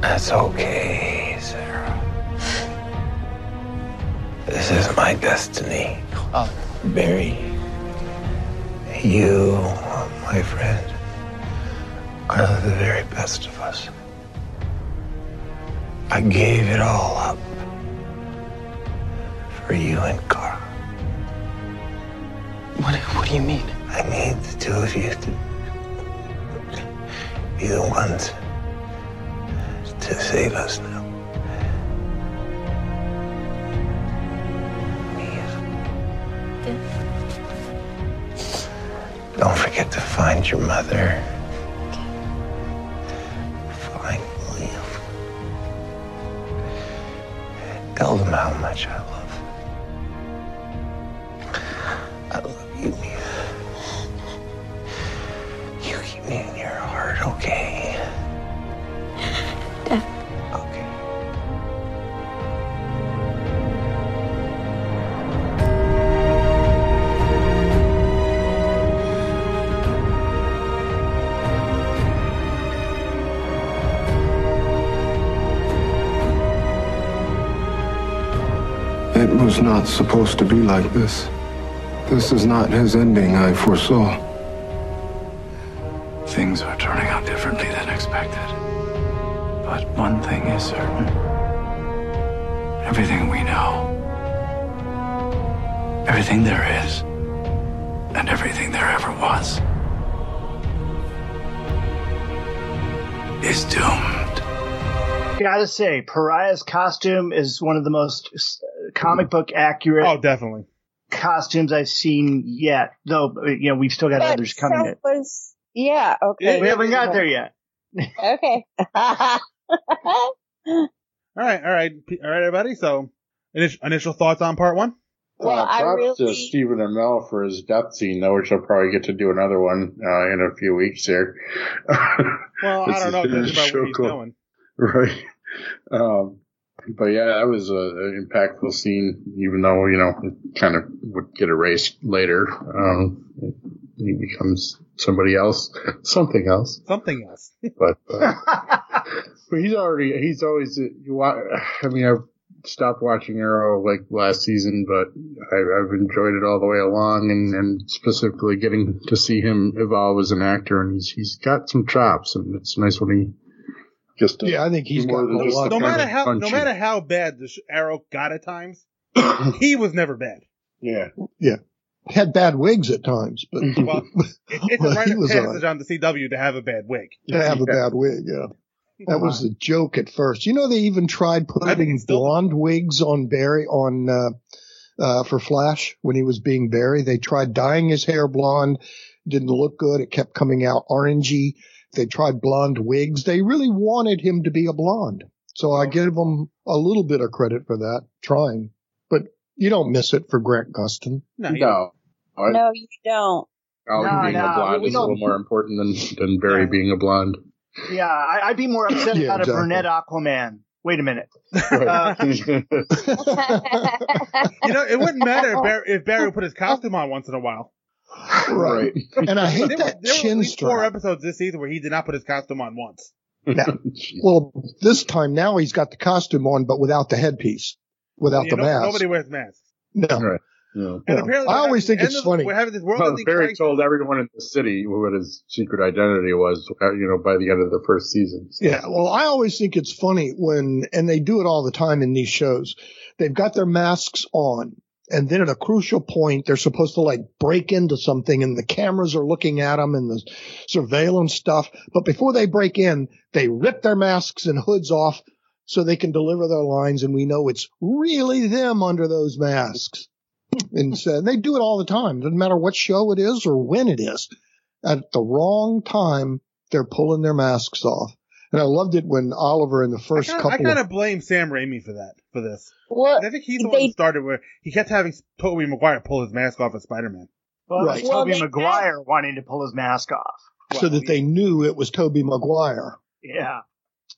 That's okay, Sarah. This is my destiny.
Oh.
Barry, you, my friend, are the very best of us. I gave it all up for you and Carl.
What, what do you mean?
I need the two of you to be the ones to save us now. Don't forget to find your mother. Find Liam. Tell them how much I love. them. I love you, Mia. You keep me in your heart, okay?
It was not supposed to be like this. This is not his ending I foresaw.
Things are turning out differently than expected. But one thing is certain everything we know, everything there is, and everything there ever was is doomed.
Gotta say, Pariah's costume is one of the most s- comic book accurate.
Oh, definitely.
Costumes I've seen yet, though you know we've still got
But
others coming.
so was- yeah, okay.
we haven't got there yet.
<laughs> Okay.
All right, all right, p- all right, everybody. So, initial, initial thoughts on part one?
Well, I
props
really-
to Stephen Amell for his death scene, though, which I'll probably get to do another one uh, in a few weeks here. <laughs>
Well,
This
I don't
is-
know.
this
That's
is
about
so
where he's
cool.
going.
<laughs> Right. Um, but yeah, that was a, an impactful scene, even though, you know, it kind of would get erased later. Um, he becomes somebody else, <laughs> something else.
Something else.
But, uh, but he's already, he's always, you wa- I mean, I've stopped watching Arrow like last season, but I, I've enjoyed it all the way along and, and specifically getting to see him evolve as an actor. And he's, he's got some chops and it's nice when he, just
yeah, I think he's
more
got
than
a
just
lot.
the
No matter
Kinda
how, no
punchy.
<coughs>
matter how bad the sh- arrow got at times, he was never bad.
Yeah.
Yeah. had bad wigs at times, but
Well, it-
<laughs>
it's
Well,
a rite
he
of
was
passage on the CW to have a bad wig.
to have a bad wig. Yeah, that was the joke at first. You know, they even tried putting blonde wigs on Barry on uh, uh, for Flash when he was being Barry. They tried dyeing his hair blonde, didn't look good. It kept coming out orangey. They tried blonde wigs. They really wanted him to be a blonde, so I give them a little bit of credit for that trying. But you don't miss it for Grant Gustin.
No,
No. I-
No, you don't.
Alan
No,
being
no,
a blonde
we
is a little
don't-
more important than, than Barry being a blonde.
Yeah, I, I'd be more upset
Yeah,
about
exactly.
a brunette Aquaman. Wait a minute.
<laughs>
You know, it wouldn't matter
<laughs>
if Barry, if Barry put his costume on once in a while.
Right. And I hate
there were,
that
there were at
chin
least
strap.
four episodes this season where he did not put his costume on once. <laughs>
Now, well, this time now he's got the costume on, but without the headpiece, without
You
the
know,
mask.
Nobody wears masks.
no.
And
No.
apparently,
I
we're
always
having-
think it's
and
funny.
We're having this world
Well,
ending
Barry
crisis.
told everyone in the city what his secret identity was, uh, you know, by the end of the first season. So-
Yeah, well, I always think it's funny when, and they do it all the time in these shows. They've got their masks on, and then at a crucial point, they're supposed to like break into something, and the cameras are looking at them and the surveillance stuff. But before they break in, they rip their masks and hoods off so they can deliver their lines, and we know it's really them under those masks. and so they do it all the time. Doesn't matter what show it is or when it is. At the wrong time, they're pulling their masks off. And I loved it when Oliver in the first
I kinda- I
couple
kind
of
of blame Sam Raimi for that, for this.
Well,
I think he's the one that started where he kept having Tobey Maguire pull his mask off as Spider-Man.
<laughs> Well,
Right. Well,
Toby
they-
Maguire wanting to pull his mask off.
so that they knew it was Toby Maguire.
Yeah.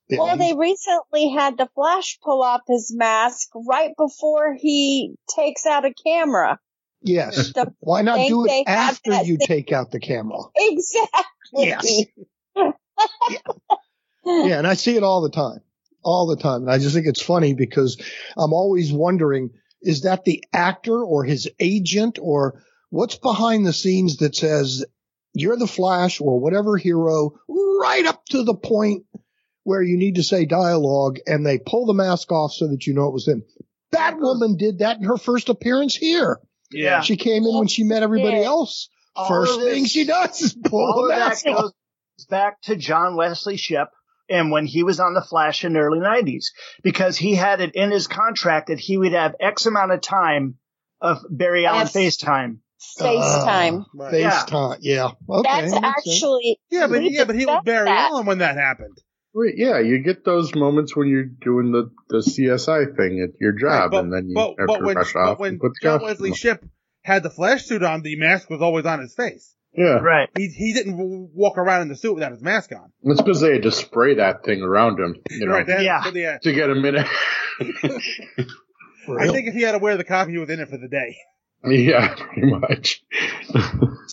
Yeah,
Well, they recently had the Flash pull off his mask right before he takes out a camera. <laughs>
Yes.
The-
Why not
think
do
they
it
have
after
that
you
thing-
take out the camera?
Exactly.
Yes. yeah, and I see it all the time, all the time. And I just think it's funny because I'm always wondering, is that the actor or his agent or what's behind the scenes that says you're the Flash or whatever hero right up to the point where you need to say dialogue and they pull the mask off so that you know it was him. That woman did that in her first appearance here.
Yeah.
She came in when she met everybody
Yeah.
else.
All
First
of this-
thing she does is pull
All
the
of that
mask off.
goes back to John Wesley Ship and when he was on The Flash in the early 90s, because he had it in his contract that he would have X amount of time of Barry Allen
Yes.
FaceTime.
FaceTime.
Uh,
Yeah.
FaceTime, yeah. Okay,
That's
makes sense.
actually
Yeah, but
we
yeah, but he was
discussed
Barry
that.
Allen when that happened.
Right, yeah, you get those moments when you're doing the, the CSI thing at your job,
But-
and then you
but,
have
but
to
when,
rush
but
off
when
and put the
John
costume
Wesley
on.
Ship had the flash suit on, the mask was always on his face.
Yeah,
Right.
He he didn't w- walk around in the suit without his mask on.
It's because they had to spray that thing around him, you know,
Right. That,
Yeah.
so the, uh,
<laughs> to get him
<laughs>
in. it.
I think if he had to wear the costume, he was in it for the day.
<laughs>
<laughs>
yeah, pretty much.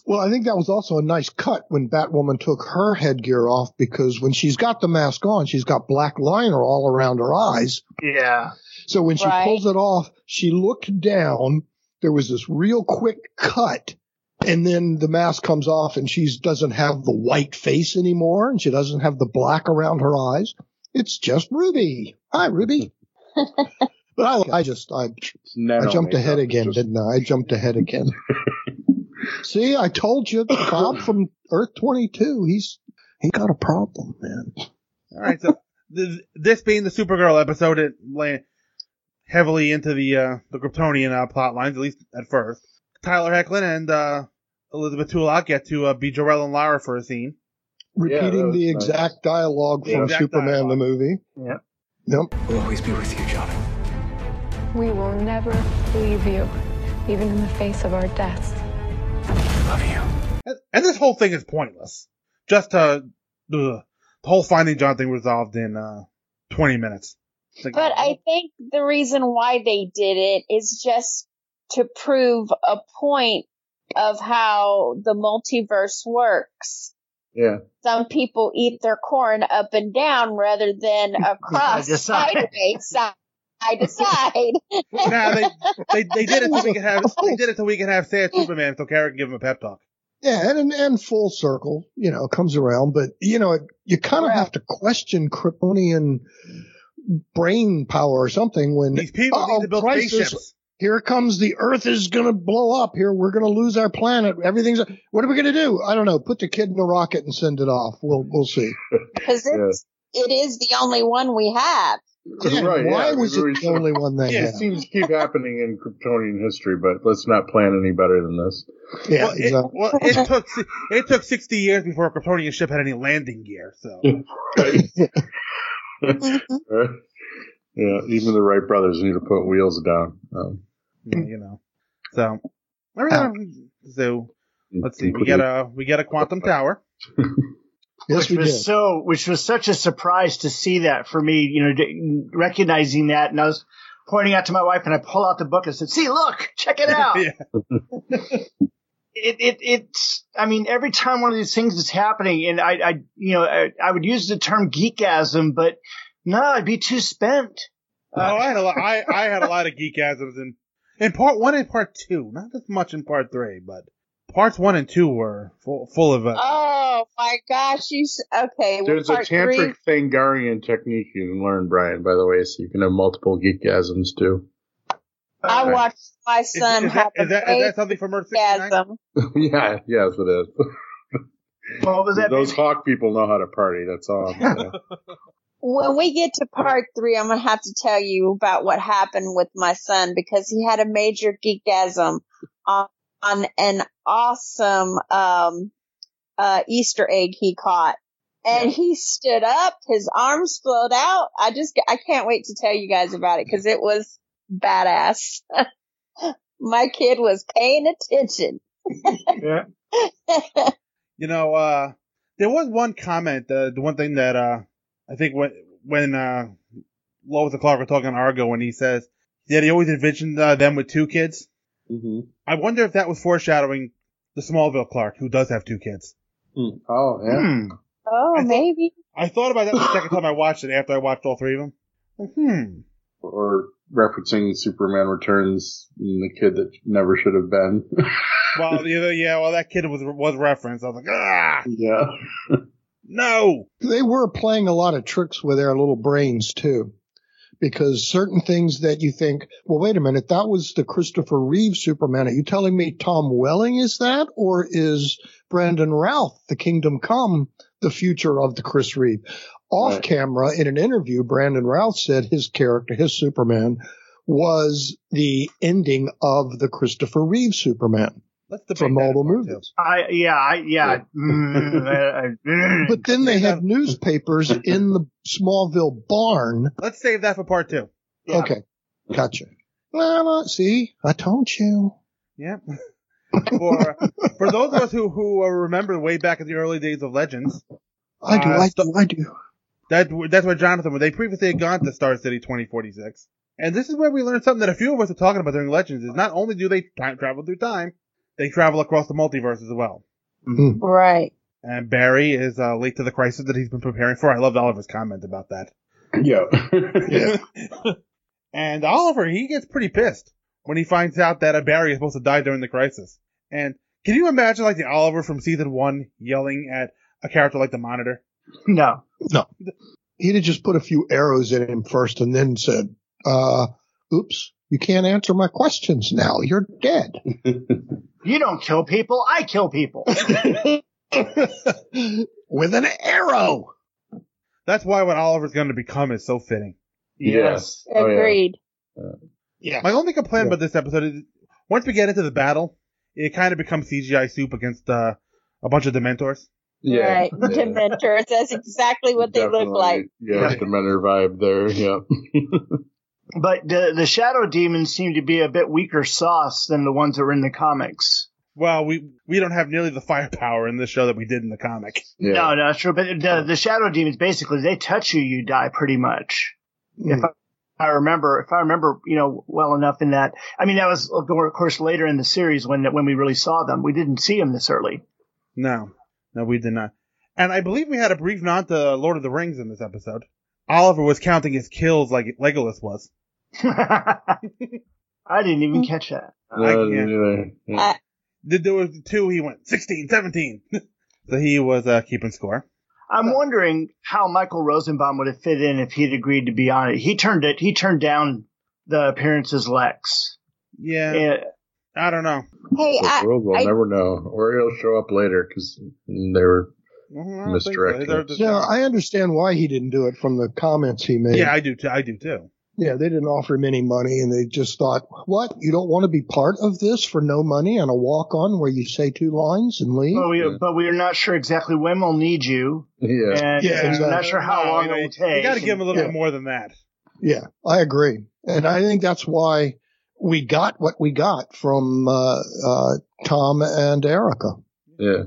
Well, I think that was also a nice cut when Batwoman took her headgear off because when she's got the mask on, she's got black liner all around her eyes.
Yeah.
So when she
Right.
pulls it off, she looked down. There was this real quick cut, and then the mask comes off, and she doesn't have the white face anymore, and she doesn't have the black around her eyes. It's just Ruby. Hi, Ruby. but I, I just, I, I
nano
jumped ahead
makeup,
again, didn't I? I jumped ahead again. See, I told you, Bob from Earth Twenty Two. He's he got a problem, man.
All right, so th- this being the Supergirl episode, it lay heavily into the uh, the Kryptonian uh, plot lines, at least at first. Tyler Hecklin and uh, Elizabeth Tulak get to uh, be Jorel and Lara for a scene.
Repeating
was
the
nice.
exact dialogue
The
from
exact
Superman the movie.
Yeah.
Nope.
We'll always be with you, John.
We will never leave you, even in the face of our deaths.
And this whole thing is pointless. Just to ugh, the whole finding John thing resolved in uh, 20 minutes. It's like,
But I think the reason why they did it is just to prove a point of how the multiverse works.
Yeah.
Some people eat their corn up and down rather
<laughs>
than across,
Side to side.
sideways, side
<laughs>
to side.
nah, they, <laughs> they they did it so we
<laughs>
could have they did it so we could have sad Superman so Kara can give him a pep talk.
Yeah, and, and and full circle, you know, comes around. But you know, it, you kind of have to question Kryptonian brain power or something when
These people
uh-oh,
need to build
crisis,
spaceships.
Here comes the Earth is gonna blow up. Here we're gonna lose our planet. Everything's. What are we gonna do? I don't know. Put the kid in a rocket and send it off. We'll we'll see.
Because it's it is the only one we have.
Yeah,
right,
why
yeah,
was
we
it
were
the
sure.
only one they
Yeah,
had?
it seems to keep happening in Kryptonian history, but let's not plan any better than this.
<laughs>
Yeah,
well, it, well, it took it took sixty years before a Kryptonian ship had any landing gear. So
<laughs>
Right? yeah, even the Wright brothers need to put wheels down. Um,
yeah, you know, so all right, so let's see. We got a we got a quantum tower.
which was so which was such a surprise to see that for me you know d- recognizing that and i was pointing out to my wife and i pull out the book and said see look check
<laughs>
it out
Yeah.
<laughs> it, it it's i mean every time one of these things is happening and i i you know i, I would use the term geekasm but no i'd be too spent
Oh, I had a lot. I, I had a lot of geekasms in in part one and part two. Not as much in part three, but parts one and two were full, full of. Uh,
Oh my gosh, you s- okay? well,
There's a
part three-
tantric Thangarian technique you can learn, Brian, by the way, so you can have multiple geekgasms too. <laughs>
I
Alright.
watched my son
is that-
have
is that- is that something from Earth 69?
yeah, yes, <laughs> it is.
What was that?
Those hawk people know how to party. That's all. I'm saying.
When we get to part three, I'm gonna have to tell you about what happened with my son because he had a major geekgasm on, on an awesome um, uh, Easter egg he caught, and he stood up, his arms flowed out. I just I can't wait to tell you guys about it because it was badass. <laughs> my kid was paying attention.
yeah. <laughs> You know, uh, there was one comment. Uh, the one thing that uh, I think when when uh, Lois and Clark were talking to Argo, when he says that he always envisioned uh, them with two kids.
Mm-hmm.
I wonder if that was foreshadowing the Smallville Clark, who does have two kids. Hmm.
Oh, yeah.
Oh, maybe.
I thought about that the second time I watched it after I watched all three of them. Hmm.
<laughs> Or referencing Superman Returns and the kid that never should have been. <laughs>
Well, the other, yeah, well, that kid was was referenced. I was like, ah,
yeah.
no.
They were playing a lot of tricks with our little brains too. Because certain things that you think, well, wait a minute, that was the Christopher Reeve Superman. Are you telling me Tom Welling is that, or is Brandon Routh, the Kingdom Come, the future of the Chris Reeve? Off camera, in an interview, Brandon Routh said his character, his Superman, was the ending of the Christopher Reeve Superman from all the movies.
i yeah i yeah, Mm, I- I- mm.
But then they had newspapers in the Smallville barn.
Let's save that for part two.
Okay, gotcha. Well, uh, see, I told you.
Yeah. <laughs> for for those of us who who uh, remember way back in the early days of Legends,
I do,
Uh,
I do, I do.
that that's where Jonathan. They previously had gone to Star City 2046, and this is where we learned something that a few of us are talking about during Legends. Is not only do they time travel through time, they travel across the multiverse as well.
Mm-hmm.
Right.
And Barry is uh, late to the crisis that he's been preparing for. I loved Oliver's comment about that.
Yeah.
<laughs> and Oliver, he gets pretty pissed when he finds out that a Barry is supposed to die during the crisis. And can you imagine, like, the Oliver from season one yelling at a character like the Monitor?
<laughs> No.
No. He'd have just put a few arrows in him first and then said, uh, oops, you can't answer my questions now. You're dead.
<laughs> you don't kill people i
<laughs>
kill people
With an arrow!
That's why what Oliver's going to become is so fitting.
Yes.
Oh, yeah.
Agreed.
Yeah.
My only complaint about this episode is once we get into the battle, it kind of becomes CGI soup against uh, a bunch of Dementors.
Right. <laughs> Dementors. That's exactly what they look like.
<laughs> Yeah, the Mentor vibe there. <laughs> Yeah.
But the the shadow demons seem to be a bit weaker sauce than the ones that were in the comics.
Well, we we don't have nearly the firepower in this show that we did in the comic.
No, no, it's true. But the the shadow demons basically they touch you, you die pretty much. If
Mm.
I, I remember, if I remember, you know, well enough in that. I mean, that was of course later in the series when when we really saw them. We didn't see them this early.
No, no, we did not. And I believe we had a brief nod to Lord of the Rings in this episode. Oliver was counting his kills like Legolas
<laughs>
was.
I didn't even
Mm.
catch that.
I
Yeah,
can't.
yeah, yeah.
Th- There was two. He went 16, 17. so <laughs> he was uh, keeping score.
I'm wondering how Michael Rosenbaum would have fit in if he'd agreed to be on it. He turned it. He turned down the appearance as Lex.
Yeah. I don't know.
Hey,
The
I,
world will
I-
never know, or he'll show up later because they were
Mm-hmm,
misdirected.
No, I understand why he didn't do it from the comments he made.
Yeah, I do too. I do too.
Yeah, they didn't offer him any money, and they just thought, "What? You don't want to be part of this for no money on a walk-on where you say two lines and leave?"
But we, but we are not sure exactly when we'll need you.
Yeah,
And,
Yeah,
and we're not
exactly.
sure how
No,
long
you
it
know,
will
you
take.
gotta give him a little bit
Yeah.
more than that.
Yeah, I agree, and I think that's why we got what we got from uh, uh, Tom and Erica.
Yeah.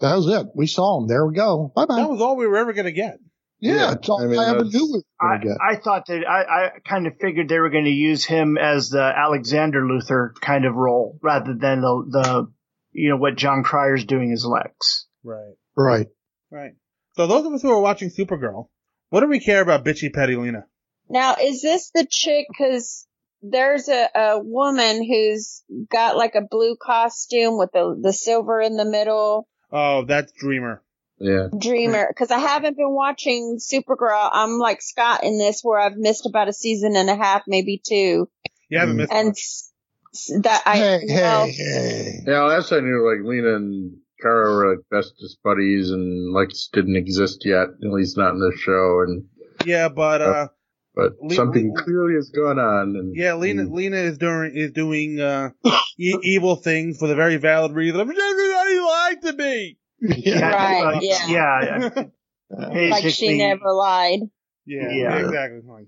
That was it. We saw him. There we go. Bye bye.
That was all we were ever gonna get.
Yeah, it's all I, ever knew we were going to get.
I thought that I, I kind of figured they were going to use him as the Alexander Luther kind of role rather than the, the you know, what John Cryer's doing as Lex.
Right.
Right.
Right. So those of us who are watching Supergirl, what do we care about bitchy petty Lena?
Now, is this the chick? Because there's a, a woman who's got like a blue costume with the, the silver in the middle.
Oh, that's Dreamer.
Yeah.
Dreamer. Because I haven't been watching Supergirl. I'm like Scott in this, where I've missed about a season and a half, maybe two.
You haven't missed
And s- s- that I well,
Yeah, last I knew, like Lena and Kara were like bestest buddies, and Lex didn't exist yet, at least not in this show. And
Yeah, but uh,
but
Le-
something
Le-
clearly is going on. And
yeah, Lena Lena is doing is doing
<coughs>
uh, e- evil things for the very valid reason of everybody lied to me.
Right,
Uh,
yeah.
yeah.
like she never lied.
Yeah,
Yeah.
exactly. Like,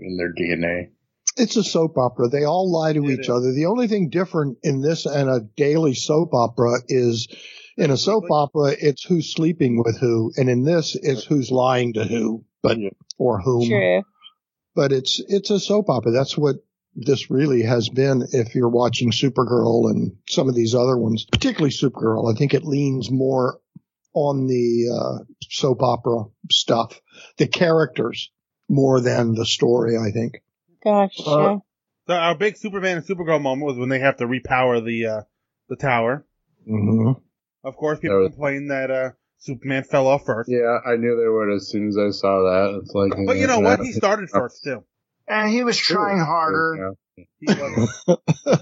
in their DNA.
It's a soap opera. They all lie to each other. The only thing different in this and a daily soap opera is in a soap opera, it's who's sleeping with who. And in this, it's who's lying to who, but or whom.
Sure.
But it's, it's a soap opera. That's what this really has been. If you're watching Supergirl and some of these other ones, particularly Supergirl, I think it leans more on the uh, soap opera stuff, the characters more than the story, I think.
Gotcha.
Uh, so our big Superman and Supergirl moment was when they have to repower the uh, the tower.
Mm-hmm.
Of course, people complain that uh, Superman fell off first.
Yeah, I knew they would as soon as I saw that. It's like, eh,
But you know what? He started first too.
And he was trying harder.
<laughs>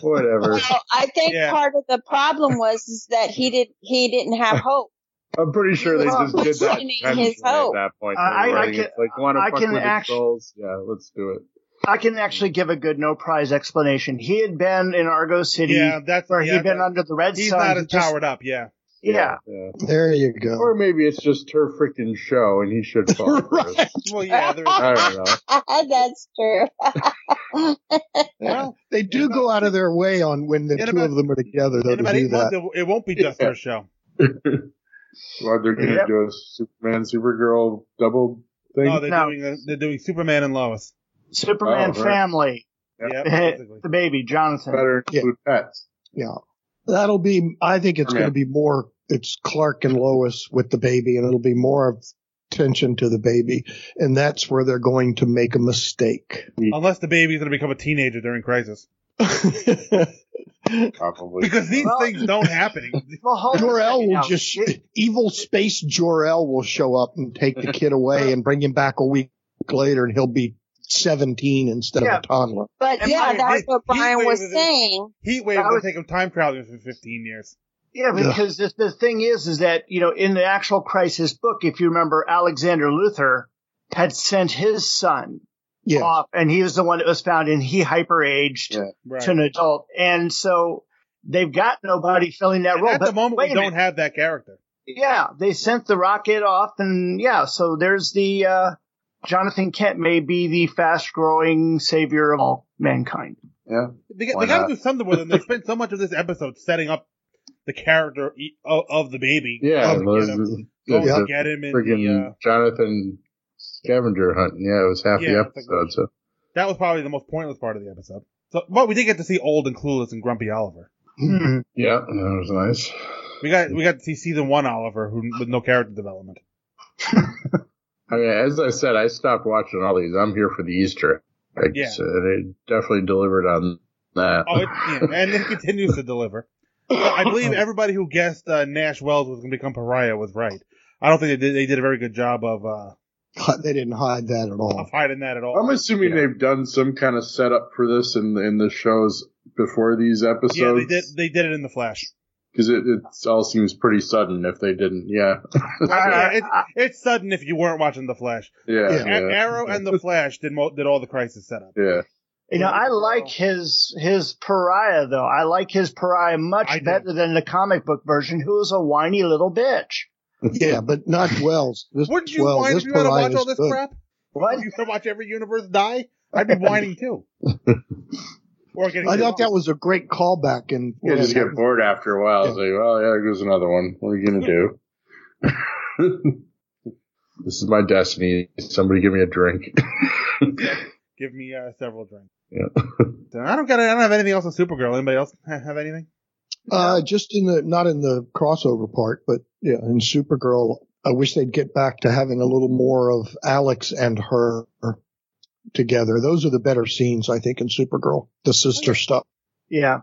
Whatever. <laughs>
Well, I think part of the problem was is that he did he didn't have hope.
I'm pretty sure they just did that
Questioning his
intentionally at
hope.
that point.
I- I- I
They were writing,
can-
it's like, want
I
to fuck
can
with
act-
the souls? Yeah, let's do it.
I can actually give a good no prize explanation. He had been in Argo City
Yeah, that's-
where
yeah,
he'd been
that-
under the red
He's
sun.
not
He
as
just-
powered up. Yeah.
Yeah.
There you go.
Or maybe it's just her freaking show and he should fall. first.
<laughs> Well, yeah. There
<laughs>
is
I don't know.
That's true.
Well,
they do go out of their way on when the two of them are together, though,
in
to
about
do
eight months,
that.
it, it won't be just her show.
Well, they're gonna
Yep.
do a Superman Supergirl double thing.
No, they're doing a, they're doing Superman and Lois.
Superman
Oh, right.
family.
Yep,
<laughs> the baby, Jonathan.
Better include pets.
Yeah. That'll be, I think it's
Okay.
going to be more, it's Clark and Lois with the baby, and it'll be more of tension to the baby. And that's where they're going to make a mistake.
Unless the baby's going to become a teenager during
<laughs>
Crisis,
probably
because these
Well-
things don't happen.
Well,
Oh,
hold on a
Jor-El
second
will
now.
just, evil space Jor-El will show up and take the kid away and bring him back a week later, and he'll be 17 instead
Yeah.
of a toddler.
But
And
yeah,
Brian
that's
did.
what
He
Brian was
waited-
saying.
Heat Wave will take him time traveling for 15 years.
Yeah,
Yeah.
because the, the thing is, is that, you know, in the actual Crisis book, if you remember, Alexander Luther had sent his son
Yeah.
off, and he was the one that was found, and he hyperaged
Right.
to an adult. And so they've got nobody filling that
And
role.
at the
But
moment, we
wait a
don't
minute.
have that character.
Yeah, they sent the rocket off, and yeah, so there's the uh, Jonathan Kent may be the fast growing savior of all mankind.
Yeah.
They, got-
Why
they got
not?
to do something with him.
<laughs>
They spent so much of this episode setting up the character e- of, of the baby.
Yeah,
Going to get him, going to get him in the. Uh,
friggin' Jonathan scavenger hunt. Yeah, it was half
Yeah,
the
it's like-
episode. So
that was probably the most pointless part of the episode. So, but we did get to see old and clueless and grumpy
<laughs>
Oliver.
yeah, that was nice.
We got we got to see season one Oliver who with no character development.
I mean, as I said, I stopped watching all these. I'm here for the Easter. Like,
Yeah.
so they definitely delivered on that.
Oh, it, yeah, and it continues to deliver. I believe everybody who guessed uh, Nash Wells was going to become Pariah was right. I don't think they did. They did a very good job of uh,
God, they didn't hide that at all.
of hiding that at all.
I'm assuming
Yeah.
they've done some kind of setup for this in in the show's before these episodes?
Yeah, they did. They did it in the
<laughs>
Flash.
Because it, it all seems pretty sudden if they didn't. <laughs> Yeah.
Uh, it, it's sudden if you weren't watching the Flash.
Yeah,
A-
yeah.
Arrow and the Flash did mo- did all the crisis setup.
Yeah.
You know, I like his his pariah though. I like his pariah much better than the comic book version, who is a whiny little bitch.
<laughs> Yeah, but not <laughs> Wells. This,
Wouldn't you
Wells,
whine
this
if you had to
pariah
watch all
is
this
good.
crap? Would you still watch every universe die? I'd be whining too. or getting
I thought that was a great callback. And
You just get bored after a while. It's like, well, yeah, there goes another one. What are you gonna do? <laughs> this is my destiny. Somebody give me a drink. <laughs>
Give me uh, several drinks.
Yeah.
I don't got. I don't have anything else on Supergirl. Anybody else ha- have anything?
Uh, just in the not in the crossover part, but yeah, in Supergirl, I wish they'd get back to having a little more of Alex and her together. Those are the better scenes, I think, in Supergirl, the sister stuff.
Yeah,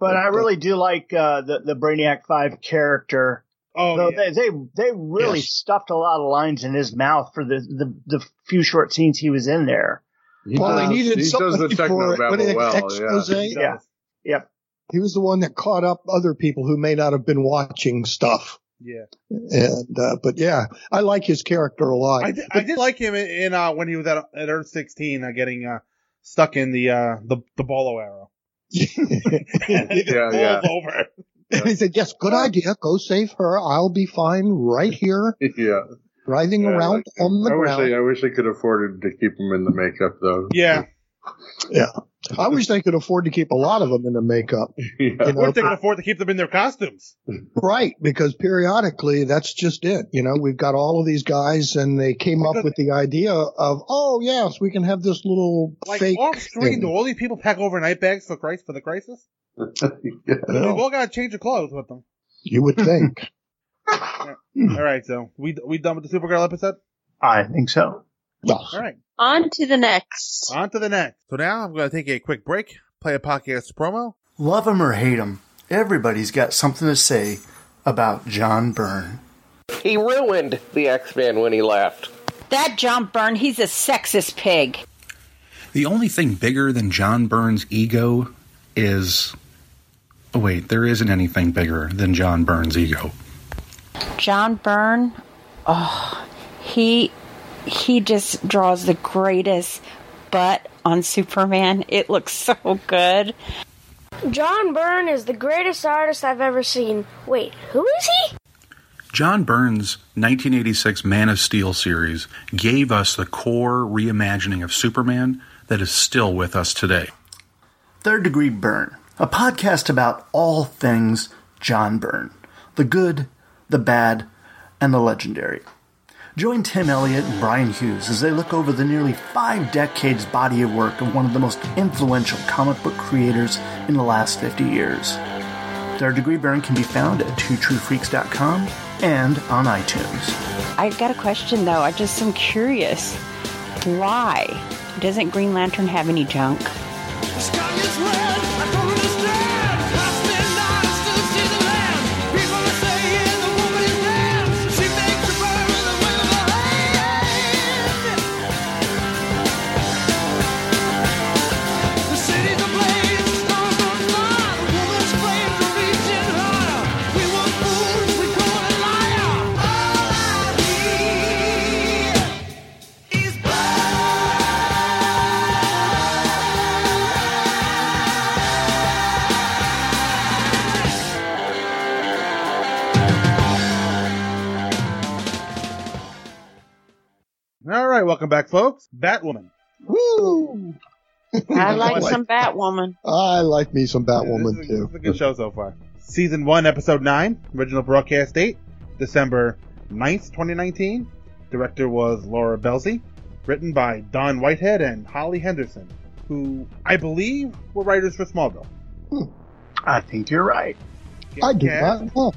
but I really do like uh, the the Brainiac Five character.
Oh,
they, they they really stuffed a lot of lines in his mouth for the the, the few short scenes he was in there.
well, they needed somebody <laughs> for
technobabble
what is it,
well, yeah.
expose.
He
Yeah, yeah.
He was the one that caught up other people who may not have been watching stuff.
Yeah.
And uh, but yeah, I like his character a lot.
I did, I did like him in, in uh, when he was at, at Earth 16, uh, getting uh, stuck in the uh, the the Bolo arrow.
<laughs> yeah, yeah.
over.
And he said, "Yes, good idea. Go save her. I'll be fine right
<laughs>
here,
yeah.
writhing
Yeah, I
around
like
on the
I wish
ground."
they, I wish they could afford to keep him in the makeup though.
Yeah.
yeah, I wish they could afford to keep a lot of them in the makeup, You
Or
know,
if they could afford to keep them in their costumes.
right? Because periodically, that's just it. You know, we've got all of these guys, and they came up with the idea of, "Oh yes, we can have this little
Like
fake
off screen, do
thing."
all these people pack overnight bags for Christ for the crisis?
I know.
They've all got to change of clothes with them.
You would think.
all right, so we we done with the Supergirl episode.
Hmm. I think so.
All
right.
On to the next.
On to the next. So now I'm going to take a quick break, play a podcast promo.
Love him or hate him, everybody's got something to say about John Byrne.
He ruined the X Men when he left.
That John Byrne, he's a sexist pig.
The only thing bigger than John Byrne's ego is. Oh, wait, there isn't anything bigger than John Byrne's ego.
John Byrne, oh, he he just draws the greatest butt on Superman. It looks so good.
John Byrne is the greatest artist I've ever seen. Wait, who is he?
John Byrne's 1986 Man of Steel series gave us the core reimagining of Superman that is still with us today.
Third Degree Burn, a podcast about all things John Byrne the good, the bad, and the legendary. Join Tim Elliott and Brian Hughes as they look over the nearly five decades body of work of one of the most influential comic book creators in the last 50 years. Third Degree Burn can be found at twotruefreaks.com and on iTunes.
I've got a question though. I just am curious. Why doesn't Green Lantern have any junk?
All right, welcome back, folks. Batwoman.
Woo!
I like some Batwoman.
I like me some Batwoman
This is
too.
a- This is a good show so far. Season 1, Episode 9, original broadcast date, December 9th, 2019. Director was Laura Belsey. Written by Don Whitehead and Holly Henderson, who I believe were writers for Smallville.
I think you're right.
Hmm. I do
cast,
not. know.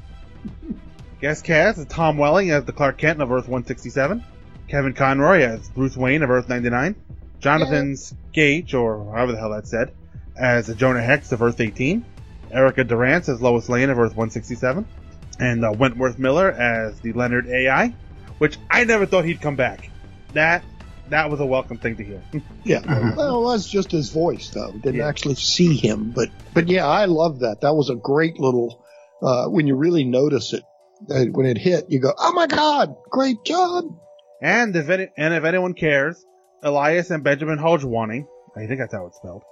Guest cast is Tom Welling as the Clark Kent of Earth 167, Kevin Conroy as Bruce Wayne of Earth 99, Jonathan Gage, or however the hell that's said, as Jonah Hex of Earth 18, Erica Durance as Lois Lane of Earth 167, and uh, Wentworth Miller as the Leonard AI, which I never thought he'd come back. That that was a welcome thing to hear. <laughs>
Yeah. Well, that's just his voice, though. Didn't actually see him, but but yeah, I love that. That was a great little. Uh, when you really notice it, uh, when it hit, you go, "Oh my God, great job!"
And if any, and if anyone cares, Elias and Benjamin Hodgewaning, I think that's how it's
<laughs>
spelled.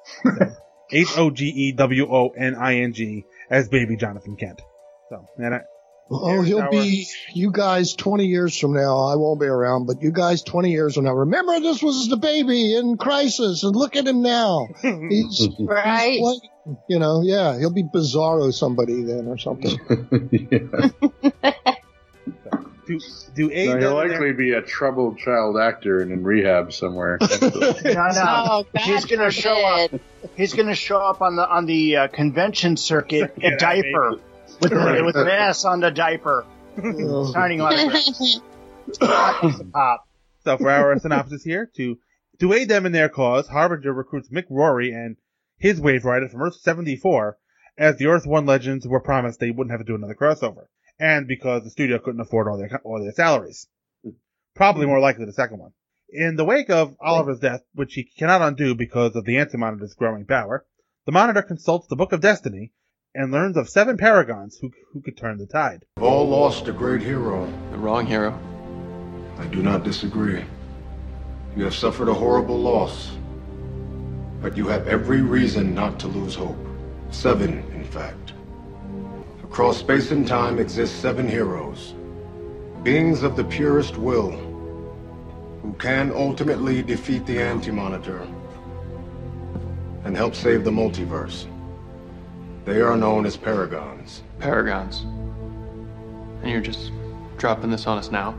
H O G E W O N I N G as baby Jonathan Kent. So and I,
Oh, he'll
Howard.
be you guys twenty years from now. I won't be around, but you guys twenty years from now. Remember, this was the baby in crisis, and look at him now. He's
right.
you know, yeah, he'll be Bizarro somebody then or something.
do do
So he'll likely be a troubled child actor and in
<laughs>
rehab somewhere.
No, no.
Oh, God
he's gonna show up. He's gonna show up on the on the uh, convention circuit in
I
diaper with
Right.
with an S on the diaper, signing autographs. Pop.
So for our synopsis here, to to aid them in their cause, Harbinger recruits Mick Rory and his Wave Rider from Earth 74, as the Earth One legends were promised they wouldn't have to do another crossover, and because the studio couldn't afford all their all their salaries. Probably more likely the second one. In the wake of Oliver's death, which he cannot undo because of the Antimonitor's growing power, the Monitor consults the Book of Destiny and learns of seven paragons who who could turn the tide.
All lost a great hero.
The wrong hero.
I do not disagree. You have suffered a horrible loss. But you have every reason not to lose hope. Seven, in fact. Across space and time exist seven heroes. Beings of the purest will, who can ultimately defeat the Anti Monitor and help save the multiverse. They are known as Paragons.
Paragons. And you're just dropping this on us now?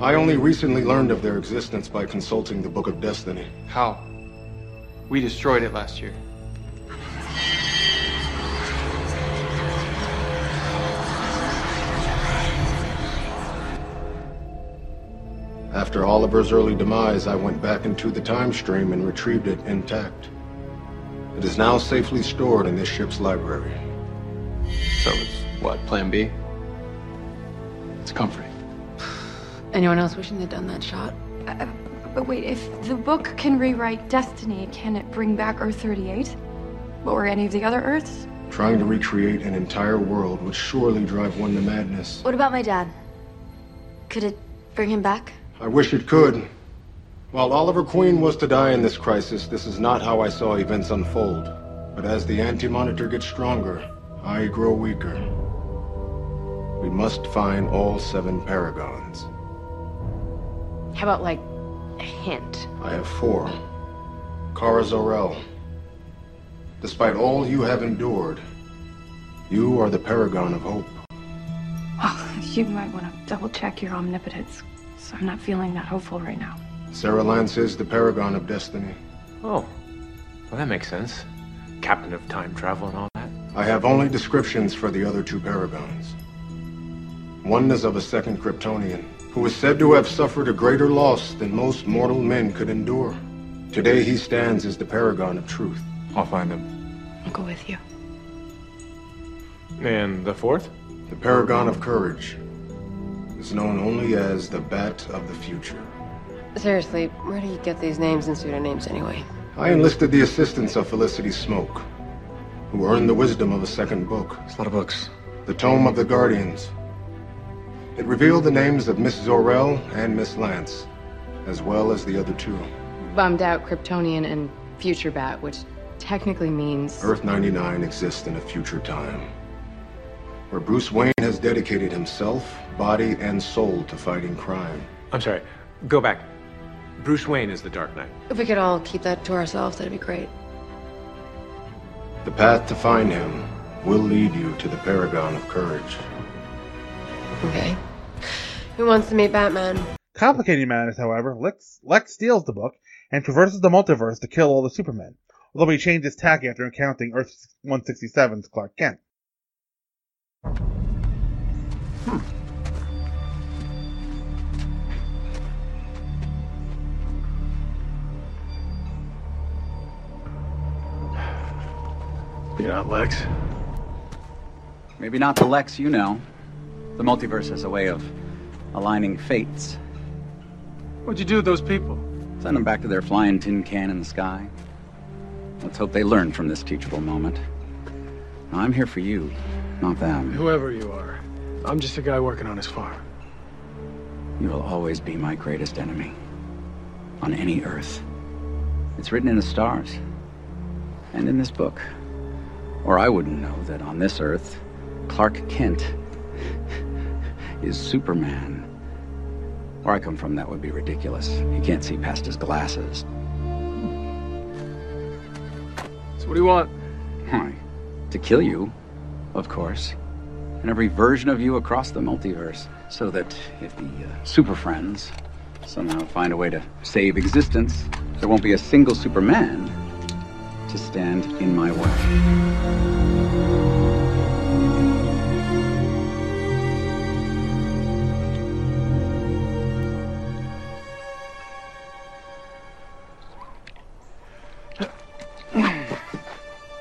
I only recently learned of their existence by consulting the Book of Destiny.
How? We destroyed it last year.
After Oliver's early demise, I went back into the time stream and retrieved it intact. It is now safely stored in this ship's library.
So it's what, Plan B? It's comforting.
Anyone else wishing they'd done that shot?
But wait, if the book can rewrite destiny, can it bring back Earth 38? What were any of the other Earths?
Trying to recreate an entire world would surely drive one to madness.
What about my dad? Could it bring him back?
I wish it could. While Oliver Queen was to die in this crisis, this is not how I saw events unfold. But as the anti monitor gets stronger, I grow weaker. We must find all seven paragons.
How about, like, a hint?
I have four. Kara Zor-El. Despite all you have endured, you are the paragon of hope.
Oh, <laughs> you might want to double check your omnipotence. So I'm not feeling that hopeful right now.
Sarah Lance is the paragon of destiny.
Oh. Well, that makes sense. Captain of time travel and all that.
I have only descriptions for the other two paragons. One is of a second Kryptonian, who is said to have suffered a greater loss than most mortal men could endure. Today he stands as the paragon of truth.
I'll find him.
I'll go with you.
And the fourth? The paragon of courage is known only as the Bat of the Future.
Seriously, where do you get these names and pseudonyms anyway?
I enlisted the assistance of Felicity Smoke, who earned the wisdom of a second book. It's a lot of books. The Tome of the Guardians. It revealed the names of Miss Zorel and Miss Lance, as well as the other two,
Bummed out Kryptonian and Future Bat, which technically means.
Earth 99 exists in a future time where Bruce Wayne has dedicated himself, body, and soul to fighting crime.
I'm sorry. Go back. Bruce Wayne is the Dark Knight.
If we could all keep that to ourselves, that'd be great.
The path to find him will lead you to the paragon of courage.
Okay. Who wants to meet Batman?
Complicating matters, however, Lex, Lex steals the book and traverses the multiverse to kill all the Supermen, although he changed his tack after encountering Earth 167's Clark Kent.
You're not Lex? Maybe not the Lex you know. The multiverse has a way of aligning fates. What'd you do with those people? Send them back to their flying tin can in the sky. Let's hope they learn from this teachable moment. I'm here for you, not them.
Whoever you are, I'm just a guy working on his farm.
You will always be my greatest enemy. On any earth. It's written in the stars. And in this book. Or I wouldn't know that on this earth, Clark Kent is Superman. Where I come from, that would be ridiculous. He can't see past his glasses.
So what do you want?
Why? To kill you, of course. And every version of you across the multiverse. So that if the uh, Super Friends somehow find a way to save existence, there won't be a single Superman to stand in my way.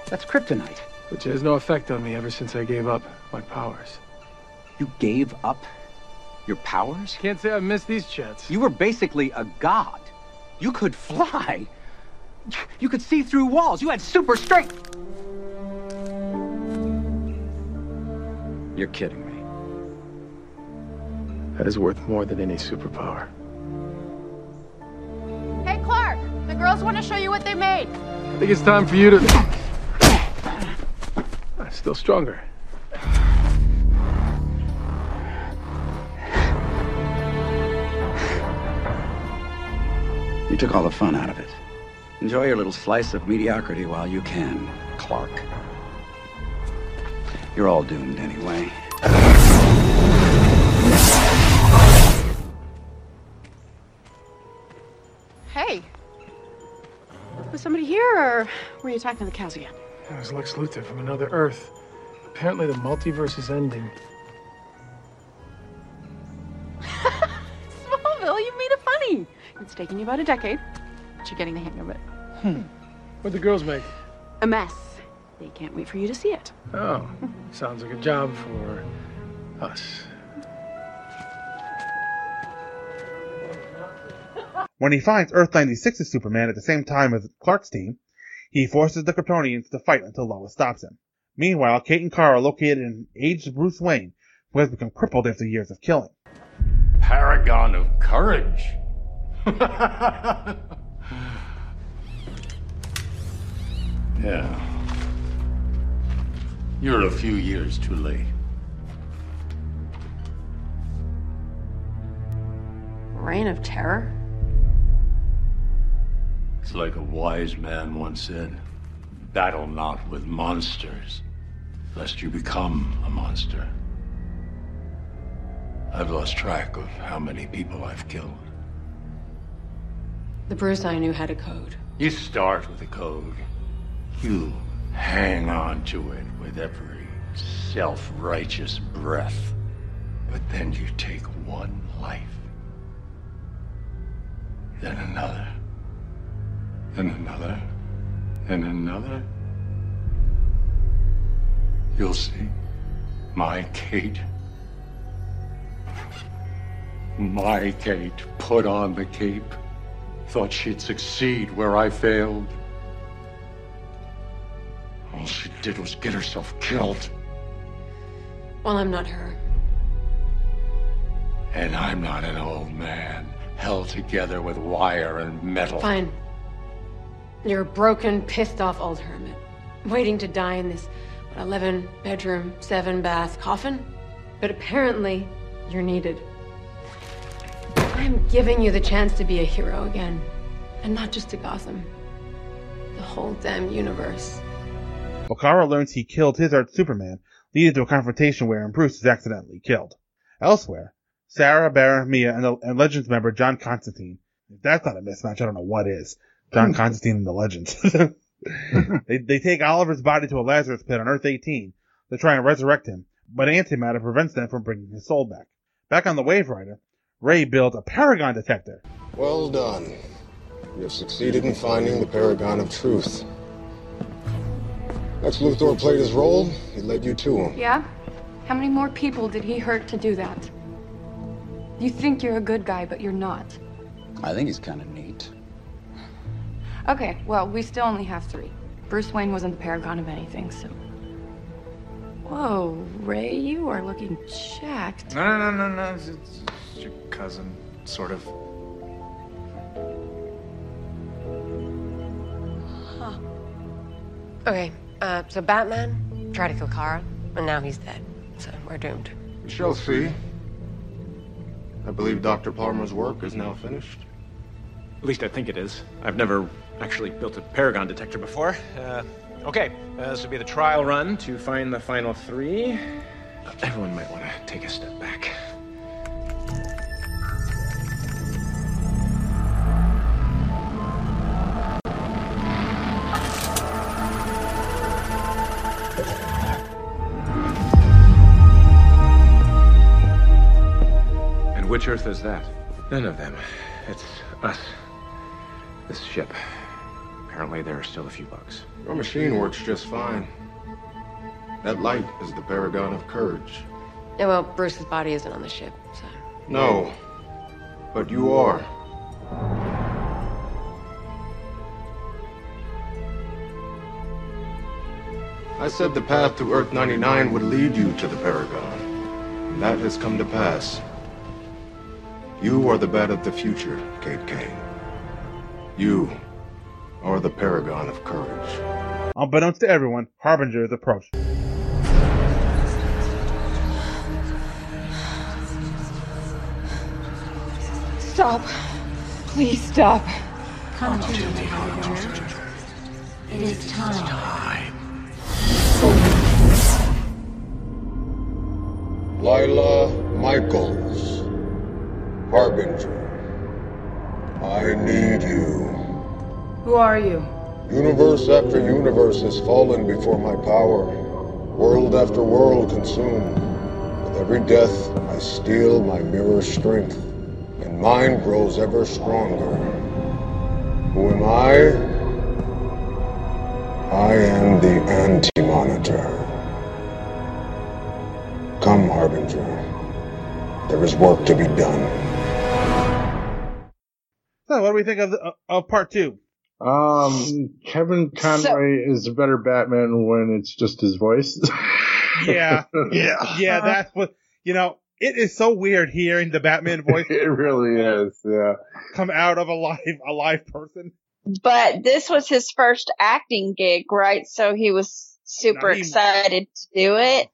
That's kryptonite.
Which has no effect on me ever since I gave up my powers.
You gave up your powers?
Can't say I've missed these chats.
You were basically a god. You could fly. You could see through walls. You had super strength. You're kidding me.
That is worth more than any superpower.
Hey, Clark! The girls want to show you what they made.
I think it's time for you to. I'm still stronger.
You took all the fun out of it. Enjoy your little slice of mediocrity while you can, Clark. You're all doomed anyway.
Hey, was somebody here, or were you attacking the cows again?
It was Lex Luthor from another Earth. Apparently, the multiverse is ending.
Smallville, you made it funny. It's taken you about a decade, but you're getting the hang of it.
Hmm. What'd the girls make?
A mess. They can't wait for you to see it.
Oh, sounds like a job for us.
When he finds Earth 96's Superman at the same time as Clark's team, he forces the Kryptonians to fight until Lois stops him. Meanwhile, Kate and Kara are located in aged Bruce Wayne, who has become crippled after years of killing.
Paragon of courage. <laughs> yeah. You're a few years too late.
Reign of Terror?
It's like a wise man once said battle not with monsters, lest you become a monster. I've lost track of how many people I've killed.
The Bruce I knew had a code.
You start with a code, you hang on to it with every self righteous breath, but then you take one life, then another and another, and another. You'll see. My Kate. My Kate put on the cape. Thought she'd succeed where I failed. All she did was get herself killed.
Well, I'm not her.
And I'm not an old man, held together with wire and metal.
Fine. You're a broken, pissed off old hermit, waiting to die in this what, 11 bedroom, 7 bath coffin. But apparently, you're needed. I'm giving you the chance to be a hero again, and not just to Gotham, the whole damn universe.
Okara learns he killed his Earth Superman, leading to a confrontation where Bruce is accidentally killed. Elsewhere, Sarah, Barra, Mia, and, the, and Legends member John Constantine. If that's not a mismatch, I don't know what is. John Constantine and the Legends. <laughs> they, they take Oliver's body to a Lazarus pit on Earth 18 to try and resurrect him, but antimatter prevents them from bringing his soul back. Back on the Wave Rider, Ray builds a Paragon detector.
Well done. You have succeeded in finding the Paragon of Truth. Lex Luthor played his role. He led you to him.
Yeah? How many more people did he hurt to do that? You think you're a good guy, but you're not.
I think he's kind of neat.
Okay, well, we still only have three. Bruce Wayne wasn't the paragon of anything, so. Whoa, Ray, you are looking jacked.
No, no, no, no, no. It's, it's it's your cousin, sort of.
Okay, uh, so Batman tried to kill Kara, and now he's dead. So we're doomed.
We shall see. I believe Dr. Palmer's work is now finished.
At least I think it is. I've never actually built a Paragon detector before. Uh, okay, uh, this will be the trial run to find the final three. Everyone might want to take a step back. And which Earth is that?
None of them.
It's us. This ship. Apparently, there are still a few bugs.
Your machine works just fine. That light is the paragon of courage.
Yeah, well, Bruce's body isn't on the ship, so.
No, but you are. I said the path to Earth 99 would lead you to the Paragon. And that has come to pass. You are the bat of the future, Kate Kane. You are the paragon of courage.
Unbeknownst to everyone, Harbinger is approached.
Stop. Please stop.
Come to me, Harbinger. It is
<laughs>
time.
Lila Michaels, Harbinger. I need you.
Who are you?
Universe after universe has fallen before my power. World after world consumed. With every death, I steal my mirror's strength, and mine grows ever stronger. Who am I? I am the Anti Monitor. Come, Harbinger. There is work to be done.
So, what do we think of the, uh, of Oh, part two?
Um, Kevin Conroy is a better Batman when it's just his voice. <laughs>
<laughs>
Yeah, yeah. That's what you know. It is so weird hearing the
<laughs>
Batman voice.
it really is. Yeah.
Come out of a live a live person.
But this was his first acting gig, right? So he was super
I mean-
excited to do it.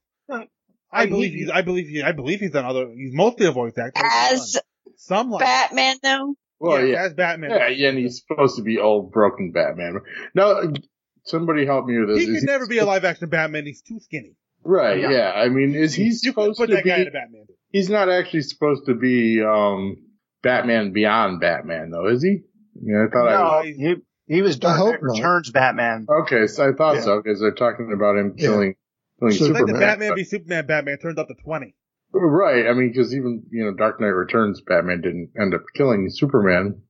I believe he's. I believe he. I believe he's done other. He's mostly a voice actor.
As
Some like
Batman, though.
Well, yeah,
As Batman.
Yeah, yeah, and he's supposed to be old, broken Batman. No, somebody help me with this.
He
Is
could never be a live action Batman. He's too skinny.
Right? Yeah. I mean, is he
You could
supposed
put
to
that
be?
guy into Batman.
He's not actually supposed to be um, Batman Beyond Batman, though, is he? Yeah, I thought
No,
I.
he, he was Dark Knight Returns Batman.
Okay, so I thought
Yeah.
so because they're talking about him
Yeah.
killing, killing
So like
Superman.
the Batman
but-
be Superman. Batman turned up to twenty.
Right. I mean, because even you know, Dark Knight Returns, Batman didn't end up killing Superman.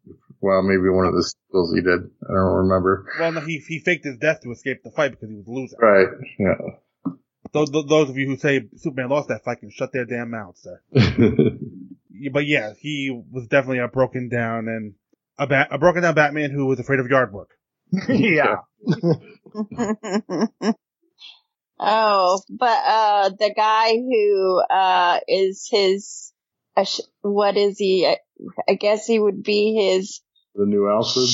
Well, maybe one of the sequels he did. I don't remember.
Well, no, he he faked his death to escape the fight because he was losing.
Right. Yeah.
Those, those- those of you who say Superman lost that fight can shut their damn mouths, sir. Yeah, but yeah, he was definitely a broken down and a, ba- a broken down Batman who was afraid of yard work.
yeah.
Oh, but uh, the guy who uh is his, uh, sh- what is he? I, I guess he would be his.
The new Alfred.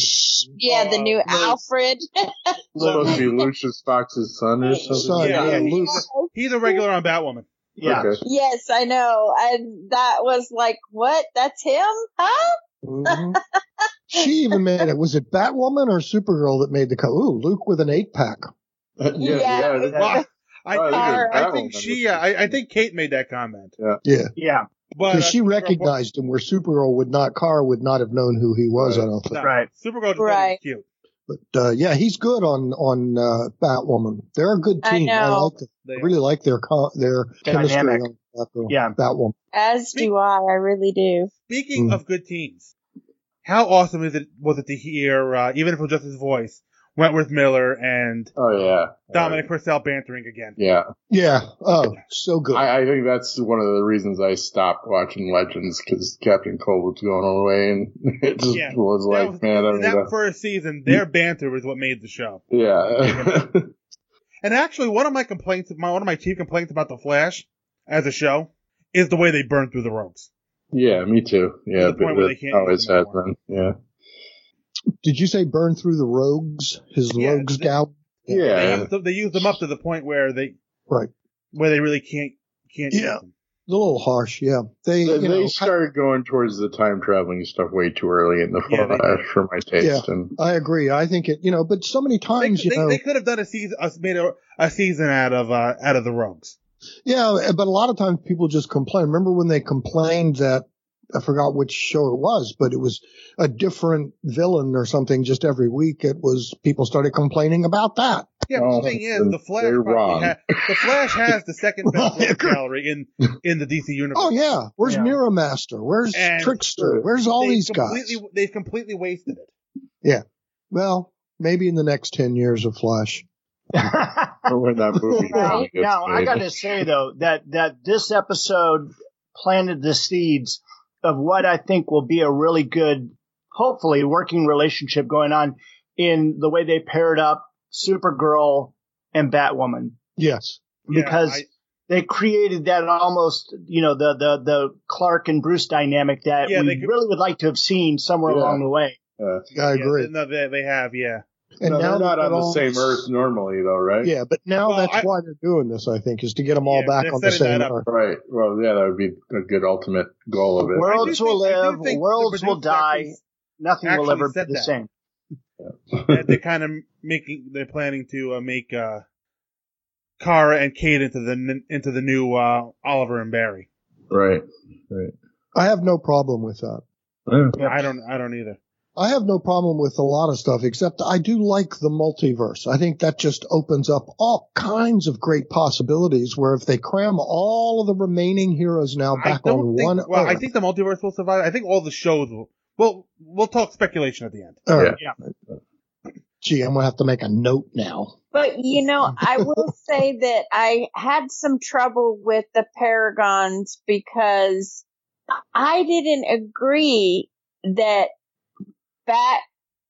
Yeah, the new Alfred. <laughs>
supposed to be Lucius Fox's son or something.
yeah, yeah, he's, he's a regular on Batwoman.
Yeah. Okay.
Yes, I know, and that was like, what? That's him, huh?
Mhm. she even made it. Was it Batwoman or Supergirl that made the cut? Ooh, Luke with an eight pack.
Uh,
yeah, yeah, yeah.
Well, I,
Oh, I think it was
I think
Batwoman.
she, uh, I, I think Kate made that comment.
Yeah.
Yeah.
Yeah.
But uh,
she recognized him where Supergirl would not, Kara would not have known who he was, I don't think.
Right.
Supergirl just
Right.
cute.
But, uh, yeah, he's good on, on, uh, Batwoman. They're a good
I
team. I,
know.
like them. I really like their, co- their
Dynamic.
chemistry on Batgirl-
Yeah.
Batwoman.
As do I. I really do.
Mm.
Speaking of good teams, how awesome is it was it to hear, uh, even if it was just his voice, Wentworth Miller and
oh yeah,
Dominic Purcell bantering again.
Yeah.
Yeah. Oh, so good.
I, I think that's one of the reasons I stopped watching Legends because Captain Cold was going away, and <laughs> <laughs> it just
Yeah.
was like, man, I mean,
that
that- Mm.
first season, their banter was what made the show.
yeah, <laughs>
And actually, one of my complaints, my one of my chief complaints about the Flash as a show is the way they burn through the rogues.
yeah, me too. Yeah,
the
but
point where they
that
can't
always has been. Yeah,
Did you say burn through the rogues? His rogues gal?
they, used them- they use them up to the point where they
Right.
where they really can't can't. use
Yeah.
them.
It's a little harsh. Yeah. They,
they,
you know,
they started going towards the time traveling stuff way too early in the
Yeah, they
Flash <laughs> for my taste,
Yeah.
and
I agree. I think it, you know, but so many times,
They,
you know,
they could have done a season, uh, made a, a season out of uh, out of the rogues.
yeah, eh, but a lot of times people just complain. Remember when they complained that I forgot which show it was, but it was a different villain or something just every week. It was people started complaining about that.
Yeah, but the thing is, the Flash
they're
probably
wrong.
ha- the Flash has the second best rogue gallery in in the DC universe.
Oh yeah, where's Mirror Master? Where's
And
Trickster? Where's all
they've
these guys?
completely- They've completely wasted it.
Yeah. Well, maybe in the next 10 years of
<laughs>
Flash.
when that
<laughs>
movie
Now,
finally gets
now I
made.
got to say though that that this episode planted the seeds of what I think will be a really good, hopefully, working relationship going on in the way they paired up Supergirl and Batwoman
Yes.
because they created that almost, you know, the the the Clark and Bruce dynamic that
Yeah,
we
they could-
really would like to have seen somewhere
Yeah.
along the way.
I
agree. no, they, they have, yeah.
no,
now
they're not
that
on the
all-
same Earth normally, though, right?
Yeah, but now
Well,
that's
I-
why they're doing this, I think, is to get them all back on the same Earth.
Right. Well, yeah, that would be a good ultimate goal of it.
Worlds will live,
think the
worlds will
producers
die,
actually-
nothing will
actually
ever be
said
the
that.
same.
that they're kind of making, they're planning to uh, make uh, Kara and Kate into the n- into the new uh, Oliver and Barry.
Right. Right.
I have no problem with that.
I don't, I don't either.
I have no problem with a lot of stuff, except I do like the multiverse. I think that just opens up all kinds of great possibilities where if they cram all of the remaining heroes now
I
back
don't
on
think.
one
well,
Earth.
I think the multiverse will survive. I think all the shows will. Well, we'll talk speculation at the end.
All right. Gee, I'm going to have to make a note now.
But you know, I will say that I had some trouble with the paragons because I didn't agree that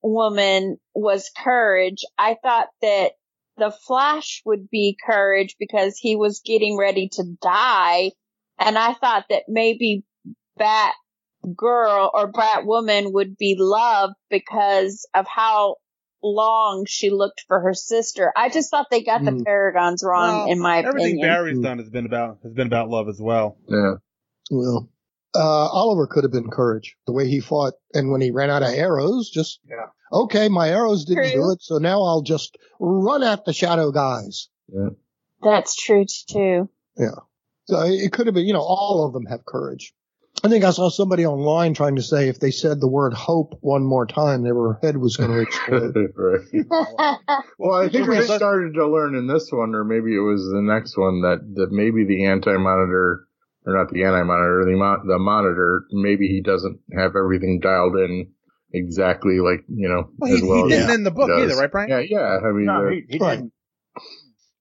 Batwoman was courage. I thought that the Flash would be courage because he was getting ready to die. And I thought that maybe Batgirl or Batwoman would be love because of how long she looked for her sister. I just thought they got the paragons wrong,
Well,
in my
everything
opinion.
Barry's done has been about has been about love as well.
Yeah.
Well, uh, Oliver could have been courage the way he fought, and when he ran out of arrows, just
Yeah.
okay, my arrows didn't
True.
do it, so now I'll just run at the shadow guys.
Yeah.
That's true too.
Yeah, so it could have been. You know, all of them have courage. I think I saw somebody online trying to say if they said the word hope one more time, their head was going to
<laughs>
explode.
<laughs>
Well, I think we
Because-
started to learn in this one, or maybe it was the next one, that, that maybe the anti monitor, or not the anti monitor, the, mon- the monitor, maybe he doesn't have everything dialed in exactly like, you know,
Well, he-
as
he
well
didn't
as
in the book
does.
either, right, Brian?
Yeah, yeah. I mean,
No,
uh,
he- he
right.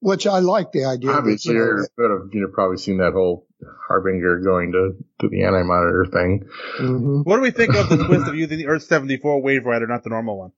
Which I like the idea. that,
obviously,
you know,
you would have you know, probably seen that whole Harbinger going to, to the anti monitor thing.
Mm-hmm.
What do we think of the twist of using the Earth seventy four Wave Rider, not the normal one?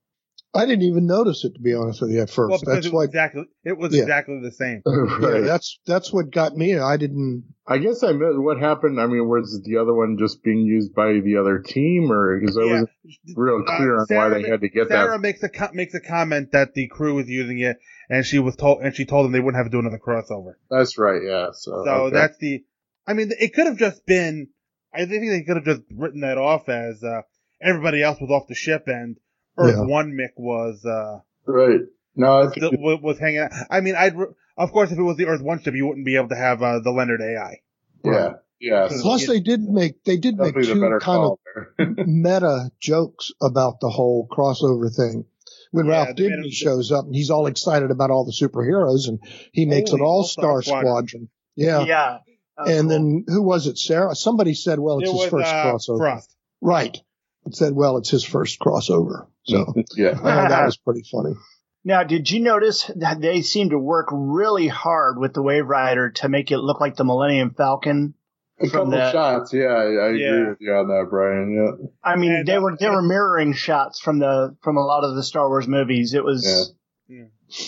I didn't even notice it to be honest with you at first.
Well, because
that's
it was
why.
exactly it was
Yeah.
exactly the
<laughs>
same.
Yeah, that's that's what got me. I didn't.
I guess I meant what happened. I mean, was the other one just being used by the other team, or because I wasn't real clear on why they had to get
Uh, Sarah
that?
makes a co- makes a comment that the crew was using it, and she was told and she told them they wouldn't have to do another crossover.
That's right. Yeah. So,
So
Oh, okay.
that's the. I mean, it could have just been. I think they could have just written that off as uh, everybody else was off the ship and Earth
Yeah.
One Mick was uh,
right. No, I
was,
think
was was hanging out. I mean, I'd re- of course if it was the Earth One ship, you wouldn't be able to have uh, the Leonard AI.
yeah, yeah.
Plus, they did make they did make
Definitely the
two
better
kind
call <laughs>
of meta jokes about the whole crossover thing. When
Yeah,
Ralph
they made
Dibny
him-
shows up and he's all excited about all the superheroes and he makes
Holy
an all star
All-Star
squadron. Yeah.
Yeah.
And then who was it? Sarah? Somebody said, "Well, it's
It
his
was,
first
uh,
crossover."
Frost.
Right. It said, "Well, it's his first crossover." So
<laughs> yeah,
<laughs>
I know that was pretty funny.
Now, did you notice that they seem to work really hard with the Wave Rider to make it look like the Millennium Falcon?
A couple
the-
shots, yeah, I, I agree
Yeah.
with you on that, Brian. Yeah.
I mean, they were they were mirroring shots from the from a lot of the Star Wars movies. It was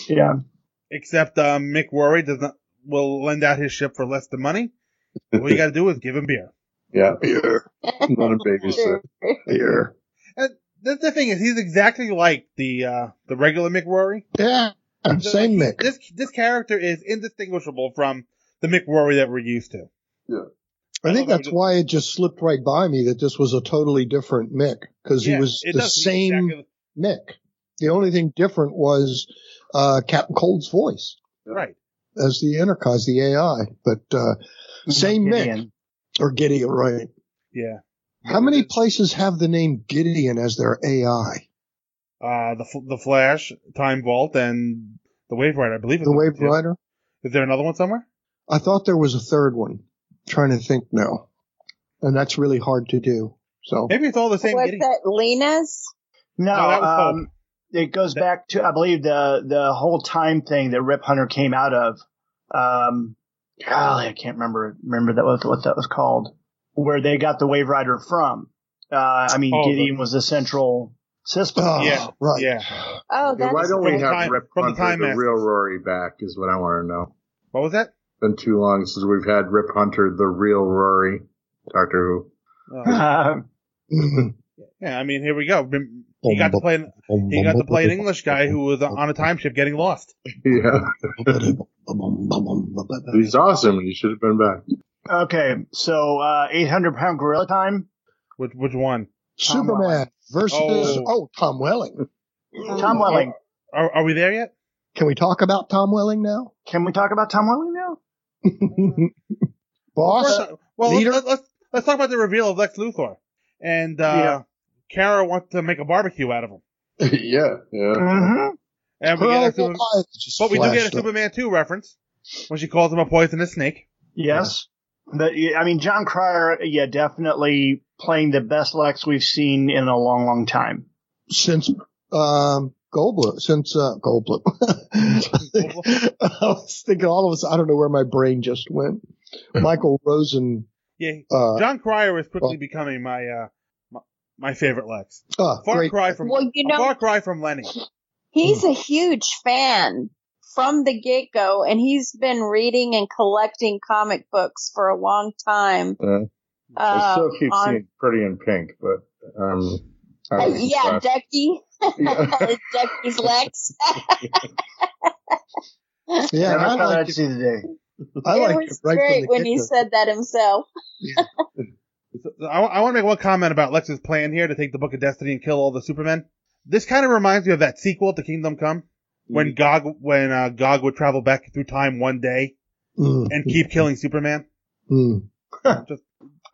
yeah.
Except um, Mick Rory does not will lend out his ship for less than money. All you got to do is give him beer.
Yeah. Not a babysitter. Yeah.
And that's the thing is he's exactly like the uh, the regular Mick Rory.
Yeah, same Mick.
This this character is indistinguishable from the Mick Rory that we're used to.
Yeah.
I
Um,
think that's why it just slipped right by me that this was a totally different Mick because he
Yeah,
was
it
the
does. He's
same Mick. The only thing different was uh, Captain Cold's voice
Right.
as the intercom, as the AI, but uh, same Mick or Gideon, right?
Yeah.
How many places have the name Gideon as their AI?
Uh, the F- the Flash, Time Vault, and the Wave Rider. I believe it's
The Wave Rider?
Is there another one
<laughs>
somewhere?
I thought there was a third one. trying to think now, and that's really hard to do. So
maybe it's all the
Was that Lena's?
No,
No, that was Hulk.
um, it goes back to I believe the the whole time thing that Rip Hunter came out of. Um, golly, I can't remember remember that was what that was called, where they got the Wave Rider from. Uh, I mean,
Oh,
Gideon was the central system.
yeah. Right. Yeah.
Oh,
Yeah, why don't we have
time-
Rip
from the
Hunter,
Time
the
Masters.
real Rory, back? Is what I want to know.
What was that?
Been too long since we've had Rip Hunter, the real Rory, Doctor
Oh.
Who.
Uh, yeah. I mean, here we go. Bim- He got to play. An, he got to play an English guy who was on a time ship getting lost.
yeah, he's awesome. He should have been back.
Okay, so uh, 800 pound gorilla time.
Which which one?
Superman versus
Oh.
oh. Tom Welling.
Tom Welling.
Are, are we there yet?
Oh, Can we talk about Tom Welling now?
Can we talk about Tom Welling now?
<laughs> Boss,
Well, well
leader?
let's, let's let's talk about the reveal of Lex Luthor, and uh, Kara wants to make a barbecue out of him.
<laughs> yeah, yeah.
Mhm.
And we
Her
get a
whole
Superman,
life just
but we do get a
flashed up.
Superman two reference when she calls him a poisonous snake.
Yes. But yeah, I mean, John Cryer, yeah, definitely playing the best Lex we've seen in a long, long time.
since um, Goldblum, since uh, Goldblum, <laughs> I was thinking all of us. I don't know where my brain just went. Michael Rosen.
Yeah,
Uh,
John Cryer is quickly
well-
becoming my uh my, my favorite Lex.
Ah,
far
great.
cry from
Well, you
a
know-
far cry
<laughs>
from Lenny. Hmm.
He's a huge fan from the get go, and he's been reading and collecting comic books for a long time.
Yeah. I
Uh,
still keep
on-
seeing Pretty in Pink, but um, I
Uh,
don't know.
yeah, Ducky. <laughs>
Yeah.
Ducky's Lex.
<laughs>
<laughs>
Yeah, and I like
see the day.
<laughs>
I
it
like
was
right from
great
the
when he
get-go.
said that himself. <laughs>
I, want to make one comment about Lex's plan here to take the Book of Destiny and kill all the Supermen. This kind of reminds me of that sequel to Kingdom Come,
Mm.
when Gog when uh, Gog would travel back through time one day and keep killing Superman.
Mm.
Just,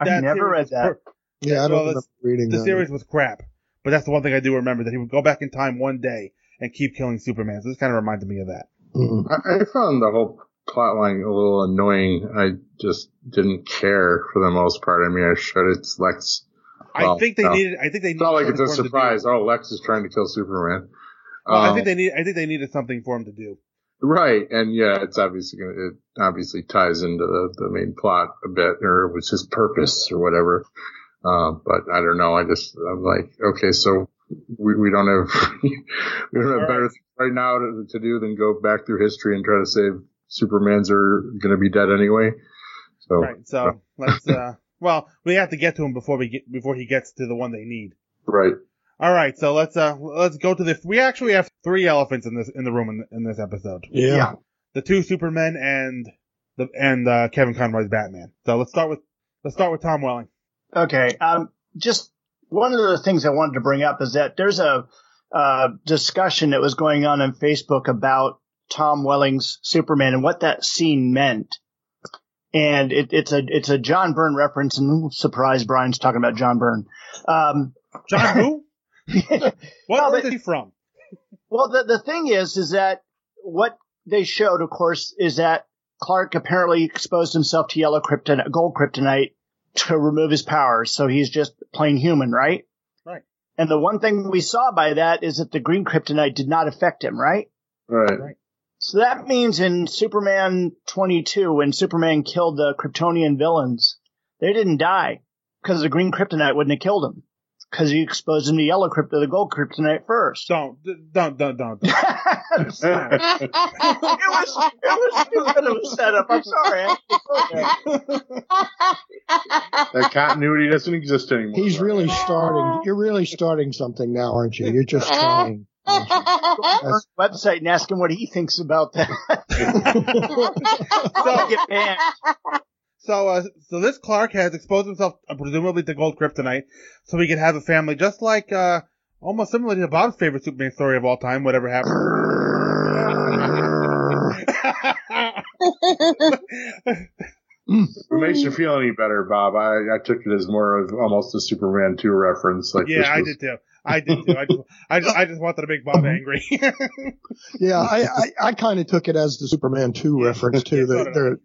that
never
series
read
was
that.
per-
Yeah, I don't
this-
remember reading
The
that.
series was crap, but that's the one thing I do remember that he would go back in time one day and keep killing Superman. So this kind of reminded me of that.
<laughs> I, I found the whole plot line a little annoying. I just didn't care for the most part. I mean, I should. It's Lex.
I think they needed. I think they.
It's not like
needed
it's a
something for him to do.
surprise. Oh, Lex is trying to kill Superman.
Well, I
Um,
think they need. I think they needed something for him to do.
Right, and yeah, it's obviously gonna, it obviously ties into the, the main plot a bit, or it was his purpose or whatever. Um, but I don't know. I just I'm like, okay, so we, we don't have <laughs> we don't have better things right now to, to do than go back through history and try to save Superman's are gonna be dead anyway. So
Right. So let's. Uh, well, we have to get to him before we get before he gets to the one they need.
right.
All right. So let's uh let's go to the. We actually have three elephants in this in the room in, in this episode.
Yeah. Yeah.
The two Supermen and the and uh, Kevin Conroy's Batman. So let's start with let's start with Tom Welling.
Okay. Um, just one of the things I wanted to bring up is that there's a uh, discussion that was going on on Facebook about Tom Welling's Superman and what that scene meant. And it, it's a it's a John Byrne reference, and surprise, Brian's talking about John Byrne. Um,
John
<laughs>
who? What
No,
earth
but-
is he from?
Well, the, the thing is, is that what they showed, of course, is that Clark apparently exposed himself to yellow kryptonite, gold kryptonite to remove his powers. So he's just plain human, right?
Right.
And the one thing we saw by that is that the green kryptonite did not affect him, right?
Right.
So that means in Superman 22, when Superman killed the Kryptonian villains, they didn't die because the green kryptonite wouldn't have killed them because he exposed them to yellow kryptonite, the gold kryptonite first.
Don't, don't, don't,
<laughs>
don't.
it was it was too good of a setup. I'm sorry. I
That continuity doesn't exist anymore.
He's really starting. You're really starting something now, aren't you? You're
<laughs>
just
Uh-huh.
trying.
Go to our website and ask him what he thinks about that.
so, so, uh, so this Clark has exposed himself uh, presumably to gold kryptonite, so he could have a family, just like uh, almost similar to Bob's favorite Superman story of all time, whatever happened.
If it makes you feel any better, Bob, I, I took it as more of almost a Superman 2 reference. Like this
yeah, I
was-
did too. I did too. I just, I just, I just wanted to
<laughs>
make Bob angry. <laughs>
Yeah, I I, I kind of took it as the Superman two reference
<laughs>
too.
so
that
did I.
there,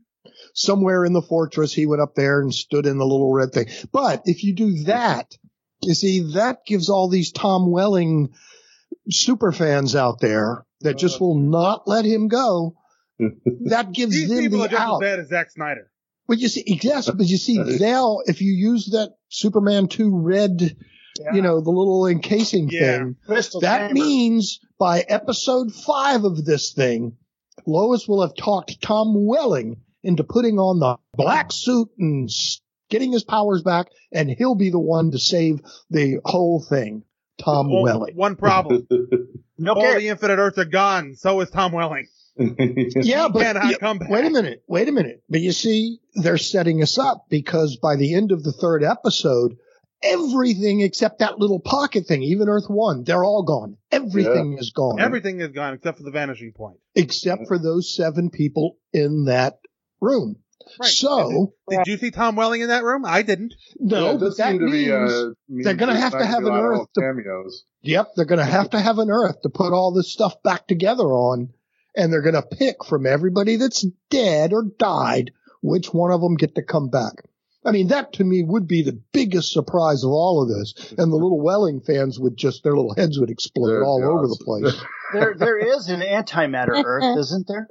somewhere in the fortress, he went up there and stood in the little red thing. But if you do that, you see that gives all these Tom Welling super fans out there that just
Uh.
will not let him
<laughs>
go. That gives
These
them
people
the
are just
out.
as bad as Zack Snyder.
But you see, yes, but you see now, if you use that Superman 2 red, you know, the little encasing
Yeah.
thing,
Crystal
that
chamber.
means by episode five of this thing, Lois will have talked Tom Welling into putting on the black suit and s- getting his powers back, and he'll be the one to save the whole thing. Tom
Well,
Welling.
One
<laughs>
problem.
no
All the Infinite Earths are gone. So is Tom
<laughs>
Welling.
yeah,
He
but
cannot
yeah,
come back.
wait a minute, wait a minute. But you see, they're setting us up because by the end of the third episode, everything except that little pocket thing, even Earth One, they're all gone. Everything is gone,
Everything is gone except for the vanishing point.
except for those seven people in that room. So
Did you see Tom Welling in that room? I didn't.
no, but that means they're going to have to have an Earth to
cameos.
Yep, they're going to have to have an Earth to put all this stuff back together on, and they're going to pick from everybody that's dead or died which one of them get to come back. I mean, that to me would be the biggest surprise of all of this, and the little Welling fans would just their little heads would explode all over the place.
there there <laughs> is an antimatter Earth, isn't there?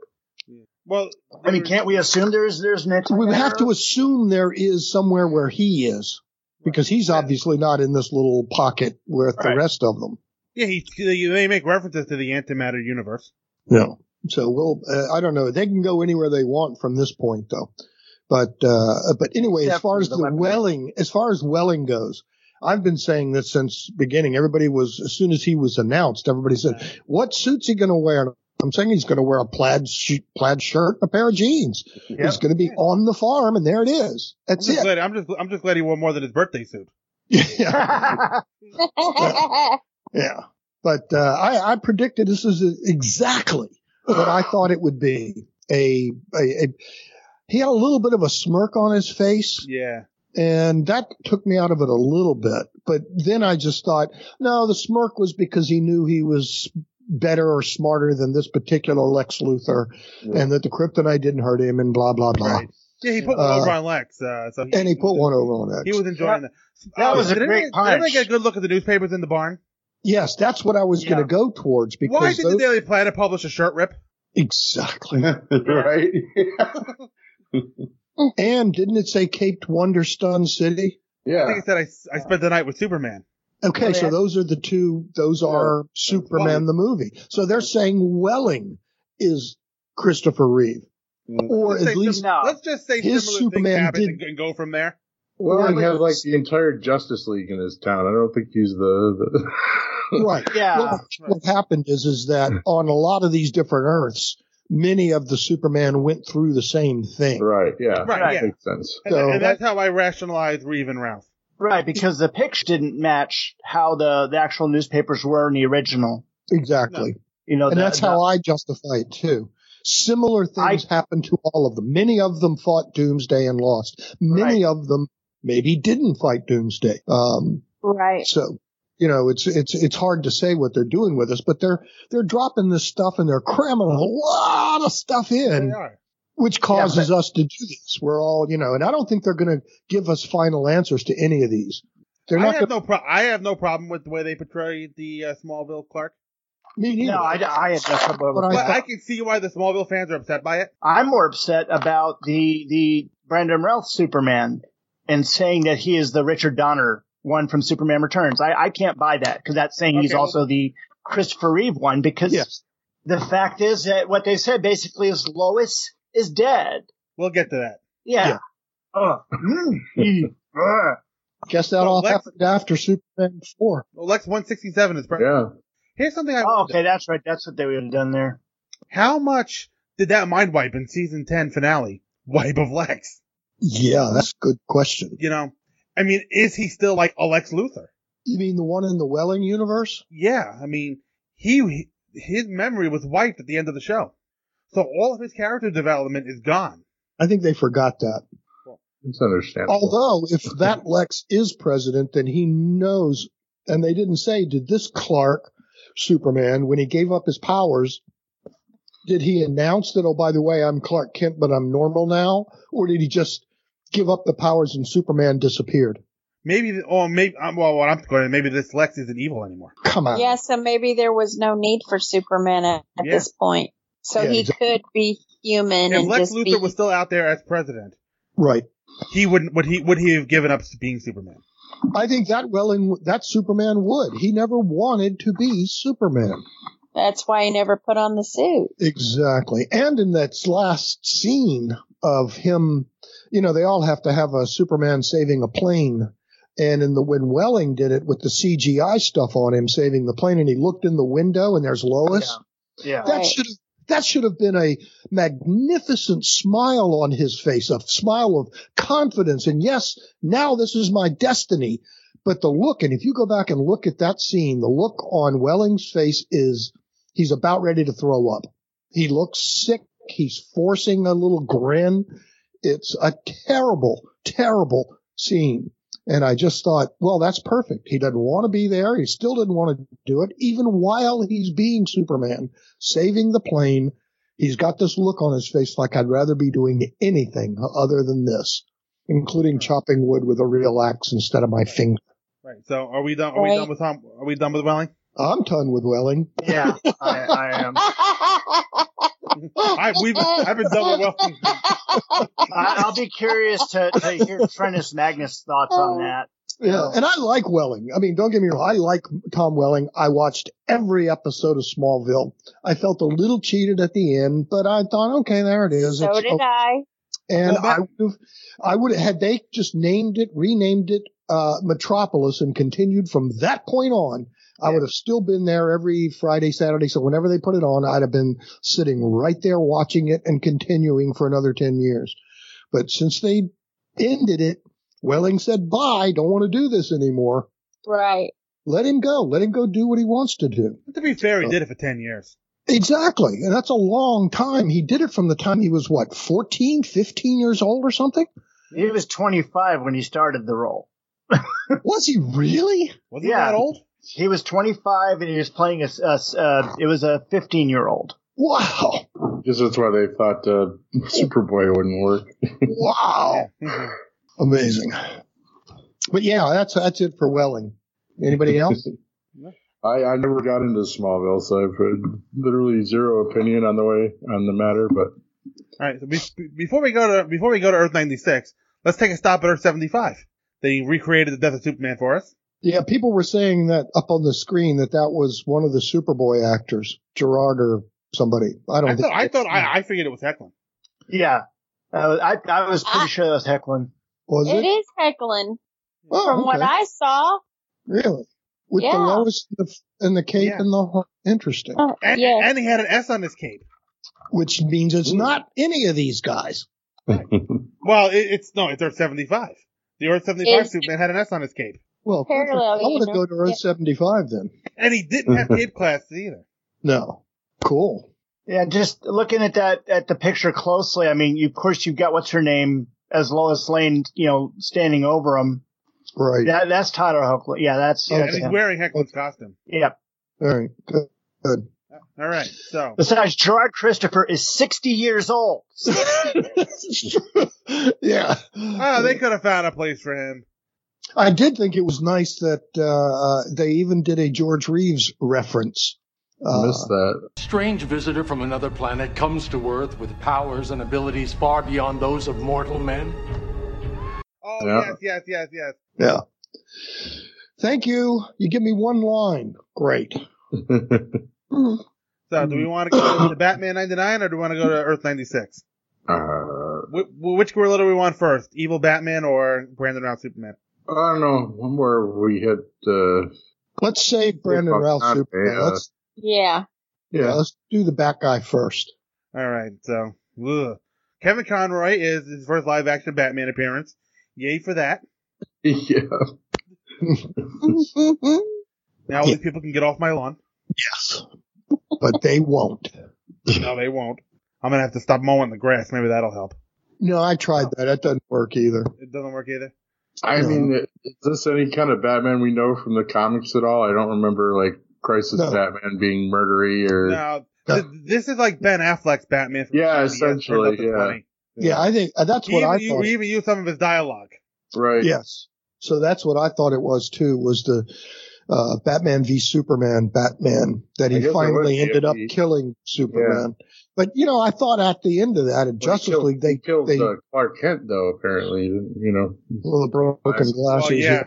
Well,
I mean, can't we assume there's there's an antimatter?
we have to assume there is somewhere where he is, because he's obviously not in this little pocket with the rest of them.
Yeah, he, they make references to the antimatter universe.
No. So we'll. Uh, I don't know. They can go anywhere they want from this point, though. But uh, but anyway, as far as the, Welling, as far as Welling goes, I've been saying this since beginning. Everybody was as soon as he was announced, everybody said, "What suit's he going to wear?" And I'm saying he's going to wear a plaid sh- plaid shirt, and a pair of jeans. He's going to be on the farm, and there it is. That's
I'm just
it.
Glad, I'm just I'm just glad he wore more than his birthday suit.
Yeah. But uh, I, I predicted this is exactly what I thought it would be. A, a, a he had a little bit of a smirk on his face,
Yeah.
and that took me out of it a little bit. But then I just thought, no, the smirk was because he knew he was better or smarter than this particular Lex Luthor, and that the kryptonite didn't hurt him, and blah blah blah.
Yeah, he put
Uh,
one over on Lex. Uh, so he,
And he put one over on that.
he was enjoying oh, that.
That was a
didn't
great
they-
punch.
Didn't they get a good look at the newspapers in the barn?
Yes, that's what I was going to go towards because
Why did
those-
the Daily Planet publish a
<laughs>
shirt rip? <laughs>
Exactly.
right?
Oh.
and didn't it say Cape Wonder Stun City?
I think it said I, s- I spent the night with Superman.
Okay, so those are the two. Those are Superman the movie. So they're saying Welling is Christopher Reeve, or
Let's
at
say
least
sim- let's just say
his
similar
Superman
things happened
did-
and, and go from there.
Well,
Or
he has like the entire Justice League in his town. I don't think he's the. <laughs>
right.
<laughs> Yeah.
What, what happened is is
Hmm.
that on a lot of these different Earths, many of the Superman went through the same thing.
Right. Yeah.
Right, yeah.
Makes sense.
And,
So
and that's how I rationalized Reeve and Ralph.
Right, because the picture didn't match how the, the actual newspapers were in the original.
Exactly.
You know,
and
the-
that's how I justify it too. Similar things happened to all of them. Many of them fought Doomsday and lost. Many of them maybe didn't fight Doomsday. Um,
right.
so you know, it's it's it's hard to say what they're doing with us, but they're they're dropping this stuff and they're cramming a lot of stuff in, which causes us to do this. We're all you know, and I don't think they're going to give us final answers to any of these. They're
I
not
have
gonna-
no pro- I have no problem with the way they portray the uh, Smallville Clark.
Me
neither. No, I, I had no trouble with
But
that.
I can see why the Smallville fans are upset by it.
I'm more upset about the the Brandon Ralph Superman and saying that he is the Richard Donner one from Superman Returns. I, I can't buy that because that's saying he's
Okay.
also the Christopher Reeve one because the fact is that what they said basically is Lois is dead.
We'll get to that.
Yeah. Ugh. Mm. Mm. Ugh.
<laughs> Guess that all happened after Superman 4.
Well, Lex 167 is probably.
Yeah.
Here's something I.
Oh, okay, that's right. That's what they would have done there.
How much did that mind wipe in season 10 finale? Wipe of Lex.
Yeah, that's a good question.
You know, I mean, is he still like a Lex Luthor?
You mean the one in the Welling universe?
Yeah, I mean, he his memory was wiped at the end of the show, so all of his character development is gone.
I think they forgot that.
It's understandable.
Although, if that Lex is president, then he knows. And they didn't say, did this Clark Superman, when he gave up his powers, did he announce that, oh, by the way, I'm Clark Kent, but I'm normal now? Or did he just give up the powers and Superman disappeared?
Maybe, or maybe, um, well, what I'm going maybe this Lex isn't evil anymore.
Come
Yeah, so maybe there was no need for Superman at, at
Yeah.
this point. So
Yeah,
he
exactly.
could be human
If
and
Lex
just be.
Luthor was still out there as president,
right,
he wouldn't. Would he? Would he have given up being Superman?
I think that Welling, that Superman would. He never wanted to be Superman.
That's why he never put on the suit.
Exactly. And in that last scene of him, you know, they all have to have a Superman saving a plane. And in the when Welling did it with the CGI stuff on him saving the plane, and he looked in the window and there's Lois.
Yeah.
That should have that should have been a magnificent smile on his face, a smile of confidence. And yes, now this is my destiny. But the look, and if you go back and look at that scene, the look on Welling's face is he's about ready to throw up. He looks sick. He's forcing a little grin. It's a terrible, terrible scene. And I just thought, well, that's perfect. He doesn't want to be there. He still didn't want to do it, even while he's being Superman, saving the plane. He's got this look on his face like I'd rather be doing anything other than this, including chopping wood with a real axe instead of my finger.
Right. So are we done? Are we
Right.
done with Tom? Are we done with Welling?
I'm done with Welling. <laughs>
Yeah, I, I am.
I, we've, I've been done with Welling.
I, I'll be curious to, to hear Prentice Magnus' thoughts on that.
Oh. Yeah, and I like Welling. I mean, don't get me wrong. I like Tom Welling. I watched every episode of Smallville. I felt a little cheated at the end, but I thought, okay, there it is.
So
It's
did
okay.
I.
And I would have, I would have, had they just named it, renamed it, uh, Metropolis and continued from that point on, I would have still been there every Friday, Saturday. So whenever they put it on, I'd have been sitting right there watching it and continuing for another 10 years. But since they ended it, Welling said, bye, don't want to do this anymore.
Right.
Let him go. Let him go do what he wants to do.
To be fair, he
Oh.
did it for ten years.
Exactly. And that's a long time. He did it from the time he was what, 14, 15 years old or something?
He was 25 when he started the role.
<laughs> was he really?
Was he that old?
He was 25 and he was playing a, s- a s- uh, it was a 15 year old.
Wow.
Because that's why they thought uh, <laughs> Superboy wouldn't work.
Wow. Amazing. But yeah, that's that's it for Welling. Anybody else?
<laughs> I, I never got into Smallville, so I've heard literally zero opinion on the way on the matter. But
All right. So be, before we go to before we go to Earth ninety six, let's take a stop at Earth seventy five. They recreated the death of Superman for us.
yeah, people were saying that up on the screen that that was one of the Superboy actors, Gerard or somebody. I don't
I
think.
thought I thought I, I figured it was Hecklin.
Yeah. Uh, I, I was pretty sure that was Hecklin.
Was
it is heckling.
Oh,
from what
okay.
I saw.
really with
Yeah.
the lowest and the, and the cape
Yeah.
and the ho- interesting,
And, and he had an S on his cape.
which means it's not any of these guys.
Well, it, it's no, it's Earth seventy five. The Earth seventy five
Is-
Superman had an S on his cape,
Well,
Parallel
I want to go
universe.
to Earth seventy five then.
and he didn't
<laughs>
have cape classes either.
No, cool.
Yeah, just looking at that at the picture closely, I mean, you, of course, you've got what's her name as Lois Lane, you know, standing over him.
Right.
That, that's Tyler Hoechlin. Yeah, that's.
And
that's
he's
him.
wearing Hecklin's costume.
Yep.
All right. Good. Good.
All right.
<sighs>
So
Besides, Gerard Christopher is 60 years old.
<laughs>
<laughs>
yeah.
Oh, they could have found a place for him.
I did think it was nice that uh, uh, they even did a George Reeves reference
I missed that.
Strange visitor from another planet comes to Earth with powers and abilities far beyond those of mortal men.
Oh
Yeah.
yes, yes, yes, yes.
Yeah. Thank you. You give me one line. <laughs> Great. Hmm.
So, do we
Mm-hmm.
want to go to Batman 99 or do we want to go to Earth 96?
Uh,
Wh- which gorilla do we want first? Evil Batman or Brandon Routh Superman?
I don't know where we hit. Uh,
Let's say Brandon Ralph
Conte,
Superman.
uh,
Let's,
Yeah.
yeah.
Yeah.
let's do the bat guy first.
All right, so ugh. Kevin Conroy is his first live action Batman appearance. Yay
<laughs>
for that.
yeah.
Now all these people can get off my lawn.
Yes. But they won't.
No, they won't. I'm gonna have to stop mowing the grass. Maybe that'll help.
No, I tried that. That doesn't work either.
It doesn't work either.
I
Yeah.
mean, is this any kind of Batman we know from the comics at all? I don't remember like Crisis
No.
Batman being murdery or.
Now th- this is like Ben Affleck's Batman. From
Yeah,
the 70s,
essentially,
turned up to
yeah.
20.
Yeah, I think uh, that's
He
what
even,
I
u-
thought.
we even used some of his dialogue.
Right.
Yes. So that's what I thought it was too. Was the uh, Batman v Superman Batman that
I guess
he
it would
finally
be
ended
if
up
he-
killing Superman? But you know, I thought at the end of that in Justice
killed-
League they
Killed
they
uh, Clark Kent though. Apparently, you know.
well, the broken glasses.
Oh, yeah.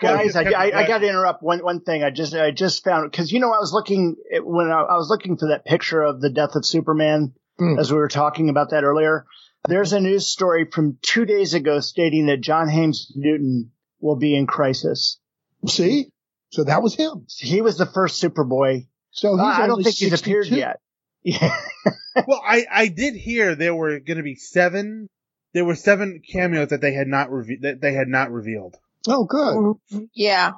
Guys, I,
Kevin
I,
Bacon.
got to interrupt one one thing. I just I just found because you know I was looking when I, I was looking for that picture of the death of Superman
Hmm.
as we were talking about that earlier. There's a news story from two days ago stating that John Hames Newton will be in Crisis.
See, so that was him.
He was the first Superboy. Uh,
So he's
I don't
only
think he's appeared
62.
yet.
well, I, I did hear there were going to be seven. There were seven cameos that they had not reve- that they had not revealed.
Oh, good.
Yeah.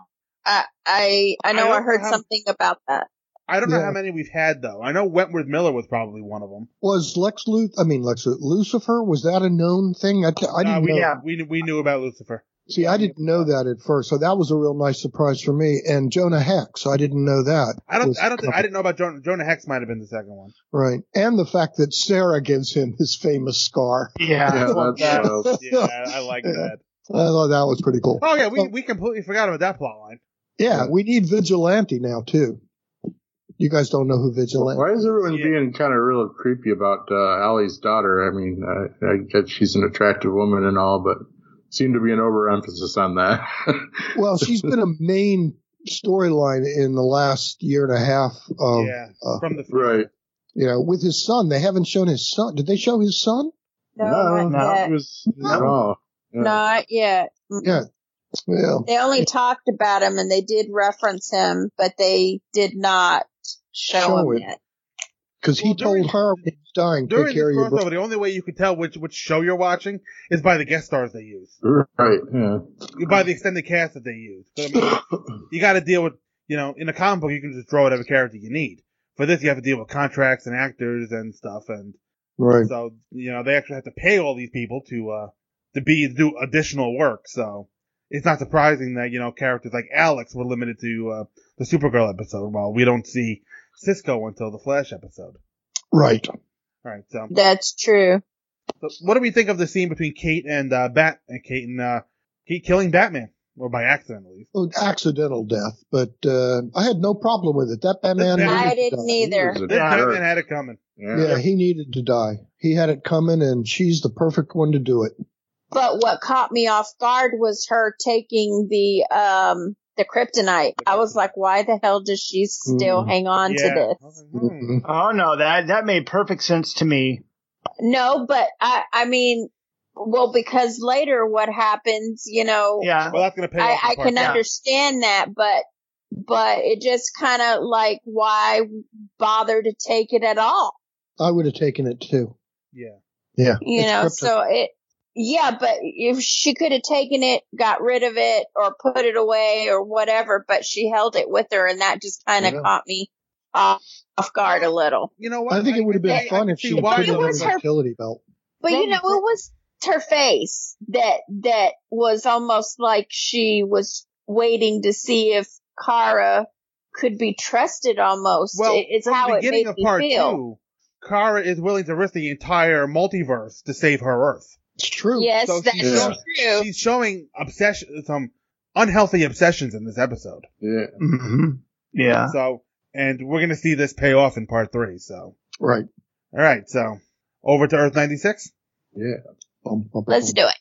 I I I know
I
I,
don't
heard
have-
something about that.
I don't know
Yeah.
how many we've had though. I know Wentworth Miller was probably one of them.
Was Lex Luth? I mean, Lex Luth- Lucifer was that a known thing? I, I didn't
Uh, we,
know.
yeah, we we knew about Lucifer.
See, I didn't know that at first, so that was a real nice surprise for me. And Jonah Hex, I didn't know that.
I don't
was
I don't think, I didn't know about Jonah, Jonah Hex might have been the second one.
Right. And the fact that Sarah gives him his famous
<laughs>
scar.
Yeah,
Fuck
that's wild.
that. <laughs> yeah, I like
Yeah.
that.
I thought that was pretty cool.
Oh yeah, we, we completely forgot about that plot line.
Yeah, we need Vigilante now, too. You guys don't know who
<laughs>
Vigilante
Why is everyone being kind of real creepy about uh, Allie's daughter? I mean, I, I guess she's an attractive woman and all, but seemed to be an overemphasis on that. <laughs>
Well, she's been a main storyline in the last year and a half of,
yeah,
uh,
from the
right.
you know, with his son. They haven't shown his son. Did they show his son?
No, not yet.
it was not at all. Yeah.
Not yet. Mm.
Yeah. Yeah.
They only talked about him and they did reference him, but they did not show,
Show
him
it.
yet.
Because he told her when he was dying,
during
take
this
care of your
crossover,
brother.
the only way you can tell which which show you're watching is by the guest stars they use,
<laughs> Right. Yeah.
by the extended cast that they use. 'Cause, I mean, you got to deal with you know in a comic book you can just throw whatever character you need. For this, you have to deal with contracts and actors and stuff, and
Right.
so you know they actually have to pay all these people to uh to be to do additional work. So it's not surprising that you know characters like Alex were limited to uh, the Supergirl episode, while we don't see Cisco until the Flash episode.
Right.
All right, so
That's true.
so what do we think of the scene between Kate and uh, Bat and Kate and uh, Kate killing Batman, or by accident at least?
Well, accidental death, but uh, I had no problem with it. That Batman.
This
needed
I
to
didn't
die.
either.
This Batman had it coming.
Yeah, he needed to die. He had it coming, and she's the perfect one to do it.
But what caught me off guard was her taking the um the kryptonite. I was like, why the hell does she still
Mm-hmm.
Mm.
hang on
Yeah.
to this?
Oh no, that that made perfect sense to me.
No, but I I mean, well, because later what happens, you know,
Yeah.
Well, that's gonna pay off. in
I, I
part
can
two.
understand that, but but it just kind of like why bother to take it at all,
I would have taken it too.
Yeah.
Yeah.
you
it's
know? So
krypton.
it, yeah, but if she could have taken it, got rid of it, or put it away, or whatever, but she held it with her, and that just kind of
Yeah.
caught me off, off guard a little.
You know what?
I think it would have been
I- I
fun
can
if
see
she
why
put it
though.
on
was
her
her-
utility belt.
But you know, it was her face that that was almost like she was waiting to see if Kara could be trusted. Almost,
Well,
It- it's
from
how
the
it
beginning
made
of
me
part
feel.
two, Kara is willing to risk the entire multiverse to save her Earth.
It's true.
Yes,
So
that's
she's, showing,
true.
she's showing obsession, some unhealthy obsessions in this episode.
Yeah.
Yeah.
So and we're gonna see this pay off in part three. So,
Right.
all right, so over to Earth ninety six.
Yeah,
Let's do it.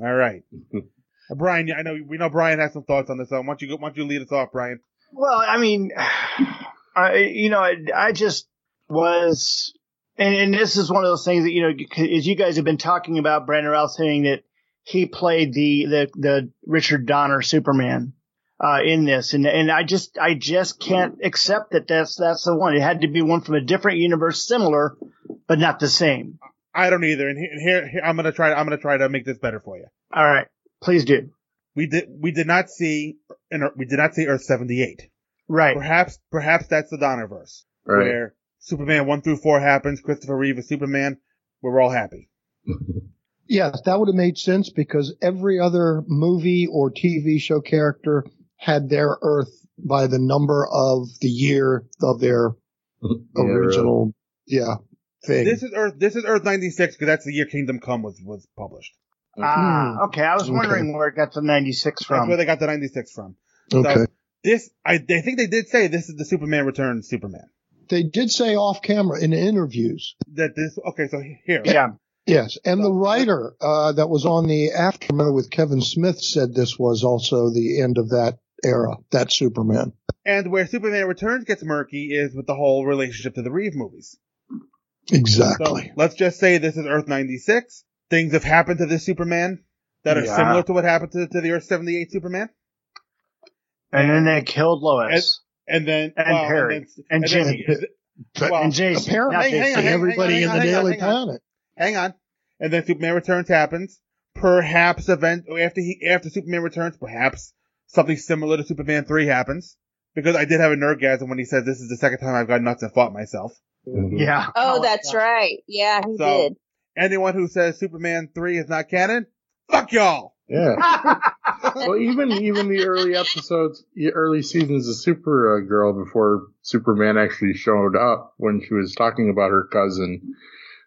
All right, Uh, Brian. I know we know Brian has some thoughts on this. So, why don't you go? Why don't you lead us off, Brian?
Well, I mean, <sighs> I, you know, I, I just was, and, and this is one of those things that you know, c- as you guys have been talking about, Brandon Routh saying that he played the the the Richard Donner Superman uh, in this, and and I just I just can't accept that that's that's the one. It had to be one from a different universe, similar but not the same.
I don't either. And he- and here, here I'm gonna try. I'm gonna try to make this better for you.
All right, please do.
We did. We did not see. an Ear- We did not see Earth seventy eight.
Right.
Perhaps. Perhaps that's the Donnerverse,
Right.
where Superman one through four happens. Christopher Reeve is Superman. We're all happy.
Yes, that would have made sense because every other movie or TV show character had their Earth by the number of the year of their original, yeah, thing.
This is Earth. This is Earth ninety six because that's the year Kingdom Come was was published.
Ah, okay. I was wondering where it got the ninety six from.
That's where they got the ninety six from.
Okay.
So this, I they think they did say this is the Superman Returns Superman.
They did say off camera in interviews.
That this okay. So here,
Yes, and the writer uh, that was on the aftermath with Kevin Smith said this was also the end of that era, that Superman.
And where Superman Returns gets murky is with the whole relationship to the Reeve movies.
Exactly.
So let's just say this is Earth 96. Things have happened to this Superman that are
Yeah.
similar to what happened to, to the Earth 78 Superman.
and then they killed Lois.
And then
and
well,
Harry
and
and,
then- and then-
Jimmy
But-
and Jason.
Apparently,
Now
hang on,
Jason.
hang on, hang on, hang on, hang on. Hang on. And then Superman Returns happens. Perhaps event after he after Superman Returns, perhaps something similar to Superman three happens. Because I did have a nerdgasm when he said this is the second time I've gone nuts and fought myself.
Yeah.
Oh, that's right. Yeah, he
So
did. <laughs>
anyone who says Superman three is not canon, fuck y'all.
yeah. <laughs> well, even even the early episodes, the early seasons of Supergirl before Superman actually showed up, when she was talking about her cousin,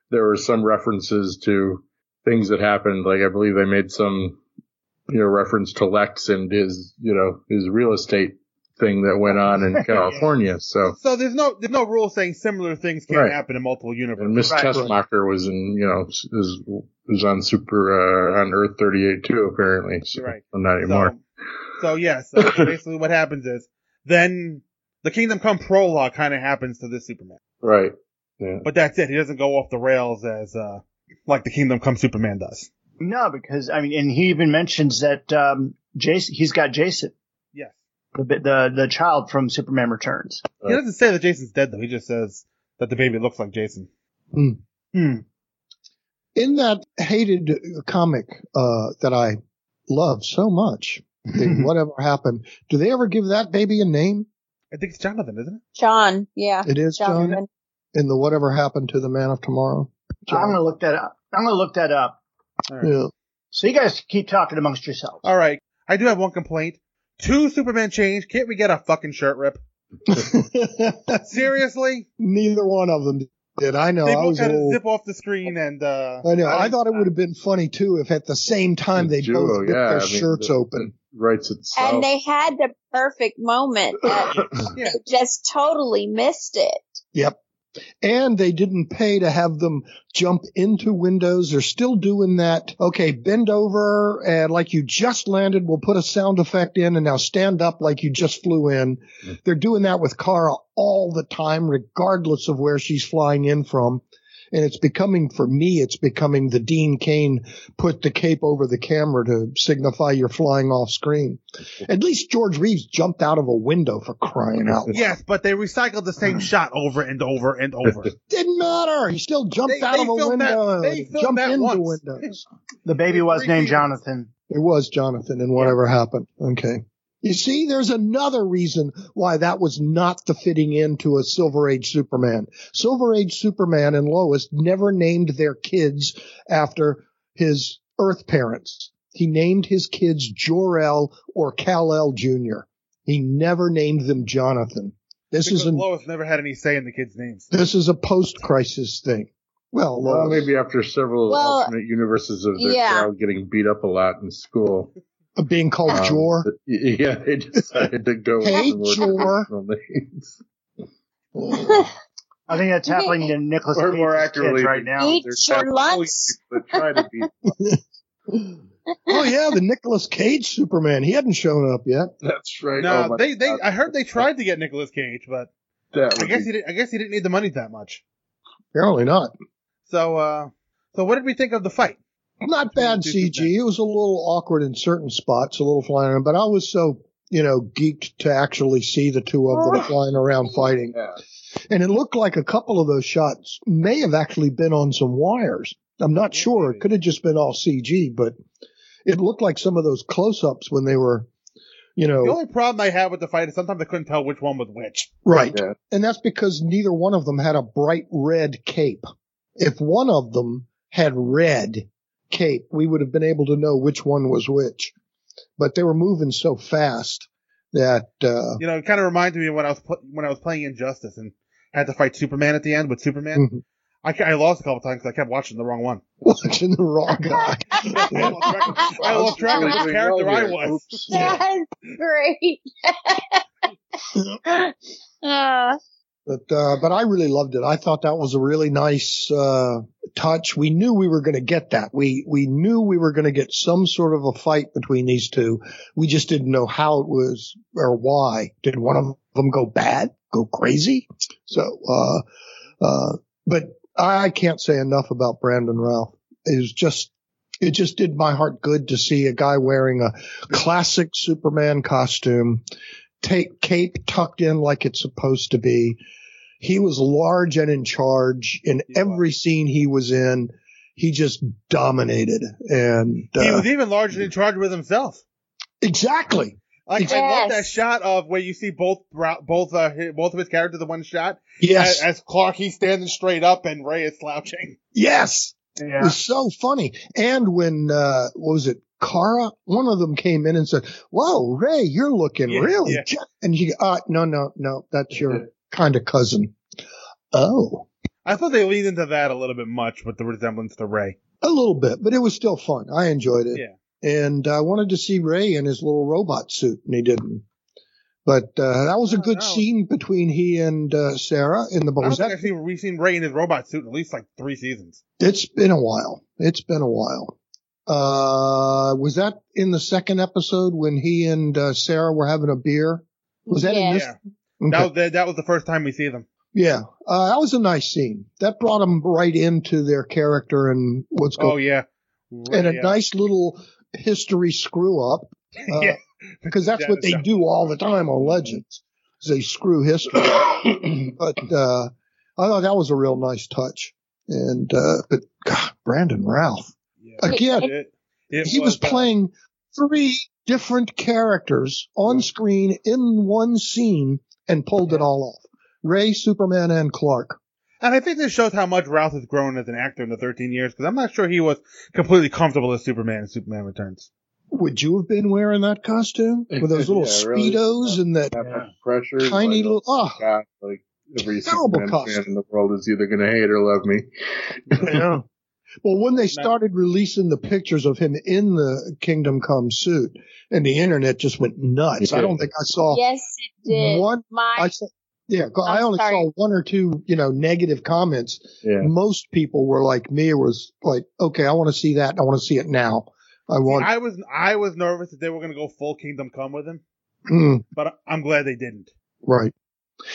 there were some references to things that happened. Like I believe they made some, you know, reference to Lex and his, you know, his real estate thing that went
<laughs>
on in California. So
So there's no there's no rule saying similar things can't
Right.
happen in multiple universes.
And Miss Tessmacher was in, you know, is was on Super uh, on Earth 38 too, apparently. So,
Right.
well, not anymore.
So yeah, so basically what happens is then the Kingdom Come prologue kind of happens to this Superman,
right. Yeah.
but that's it. He doesn't go off the rails as uh like the Kingdom Come Superman does.
No, because I mean, and he even mentions that um, Jason. He's got Jason.
Yes.
The the the child from Superman Returns.
He doesn't say that Jason's dead though. He just says that the baby looks like Jason.
hmm.
Hmm.
In that hated comic uh, that I love so much,
<laughs>
the whatever happened, do they ever give that baby a name?
I think it's Jonathan, isn't it?
John, yeah.
It is John, in the whatever happened to the Man of Tomorrow.
I'm gonna look that up. I'm gonna look that up.
Yeah.
So you guys keep talking amongst yourselves.
All right, I do have one complaint. Two Superman change. Can't we get a fucking shirt
<laughs>
rip? Seriously?
Neither one of them did. I know.
they
I
both
was a
had to
little.
zip off the screen and. uh
I know. I thought it would have been funny too if at the same time they
Duo,
both ripped
yeah, I
their
mean,
shirts
the-
open.
Writes itself.
And they had the perfect moment. and
<coughs>
They just totally missed it.
Yep. And they didn't pay to have them jump into windows. They're still doing that. Okay, bend over and like you just landed, we'll put a sound effect in and now stand up like you just flew in. They're doing that with Kara all the time, regardless of where she's flying in from. And it's becoming, for me, it's becoming the Dean Kane put the cape over the camera to signify you're flying off screen. At least George Reeves jumped out of a window for crying out loud.
Yes, but they recycled the
Hmm.
same shot over and over and
<laughs>
over.
Didn't matter. He still jumped
They-
out
they
of a
filmed that-
window.
they
and
filmed
jumped
that
into
once.
windows.
<laughs> The baby was named Jonathan.
It was Jonathan and whatever happened. Okay. You see, there's another reason why that was not the fitting into a Silver Age Superman. Silver Age Superman and Lois never named their kids after his Earth parents. He named his kids Jor-El or Kal-El Jr. He never named them Jonathan. This
because
is an,
Lois never had any say in the kids' names.
this is a post-crisis thing. Well,
Well,
Lois.
maybe after several
Well,
alternate universes of their
yeah.
child getting beat up a lot in school,
<laughs> Of being called
um,
Jor.
th- Yeah, they decided to go
Hey,
with the
Jor.
more traditional <laughs> names.
I think
<laughs>
that's happening to Nicholas
Or
Cage
more accurately,
right now.
eat your lunch.
Try to be.
oh yeah, the Nicolas Cage Superman. He hadn't shown up yet.
That's right.
No,
Oh my
they, they. I heard they tried to get Nicolas Cage, but
That
I
would
guess
be-
he didn't. I guess he didn't need the money that much.
Apparently not.
So, uh, so what did we think of the fight?
Not bad CG. It was a little awkward in certain spots, a little flying around, but I was so, you know, geeked to actually see the two of them flying around fighting. And it looked like a couple of those shots may have actually been on some wires. I'm not sure. It could have just been all CG, but it looked like some of those close ups when they were, you know,
The only problem I had with the fight is sometimes I couldn't tell which one was which.
Right. And that's because neither one of them had a bright red cape. If one of them had red cape, we would have been able to know which one was which. But they were moving so fast that, uh,
You know, it kind of reminds me of when I was pl- when I was playing Injustice and had to fight Superman at the end with Superman.
Mhm.
I, ca- I lost a couple times because I kept watching the wrong one.
watching the wrong guy.
<laughs> I lost track of which character I was. <laughs>
That's great. <laughs> Uh,
But, uh, but I really loved it. I thought that was a really nice, uh, touch. We knew we were going to get that. We, we knew we were going to get some sort of a fight between these two. We just didn't know how it was or why. Did one of them go bad, go crazy? So, uh, uh, but I can't say enough about Brandon Ralph. It was just, it just did my heart good to see a guy wearing a classic Superman costume, take cape tucked in like it's supposed to be. He was large and in charge in every scene he was in. He just dominated and
he
uh,
was even largely in charge with himself.
exactly.
Like I
Yes.
love that shot of where you see both Bra- both uh, hi- both of his characters in one shot.
Yes.
as, as Clark he's standing straight up and Ray is slouching.
Yes. It was so funny. And when, uh, what was it? Kara, one of them came in and said, Whoa, Ray, you're looking
Yeah,
really.
yeah.
ju-" And you, uh, no, no, no, that's
<laughs>
your kind of cousin. Oh,
I thought they leaned into that a little bit much with the resemblance to Ray.
a little bit, but it was still fun. I enjoyed it.
Yeah.
And I wanted to see Ray in his little robot suit and he didn't. But, uh, that was a good scene between he and, uh, Sarah in the, what
Oh, I don't
was
think
that?
I've seen, we've seen Ray in his robot suit in at least like three seasons.
It's been a while. It's been a while. Uh, was that in the second episode when he and uh, Sarah were having a beer? Was that in this?
Yeah.
Okay.
That, was the, that was the first time we see them.
Yeah. Uh, that was a nice scene. That brought them right into their character and what's going
Oh yeah,
And a
Yeah.
nice little history screw
<laughs>
up. Uh,
Yeah.
Because that's
That
what
is
they do all the time on Legends. is They screw history.
<coughs>
up. but, uh, I thought that was a real nice touch. And, uh, but God, Brandon Ralph. Again,
It- it
he was,
uh,
playing three different characters on screen in one scene and pulled it all off. Ray, Superman, and Clark.
And I think this shows how much Ralph has grown as an actor in the 13 years, because I'm not sure he was completely comfortable as Superman in Superman Returns.
Would you have been wearing that costume with
<laughs>
those little
Yeah, really.
speedos and that
pressure.
tiny
like,
little? Oh,
God, like every
Terrible
Superman
costume.
fan in the world is either going to hate or love me.
yeah. <laughs> Well, when they started releasing the pictures of him in the Kingdom Come suit, and the internet just went nuts. I don't think I saw.
yes, it did.
One,
My,
I saw, yeah, go- I only
sorry.
saw one or two, you know, negative comments. Most people were like me, was like, okay, I want to see that. and I want to see it now. I want.
I was I was nervous that they were going to go full Kingdom Come with him,
Mm,
but I'm glad they didn't.
<clears throat> right.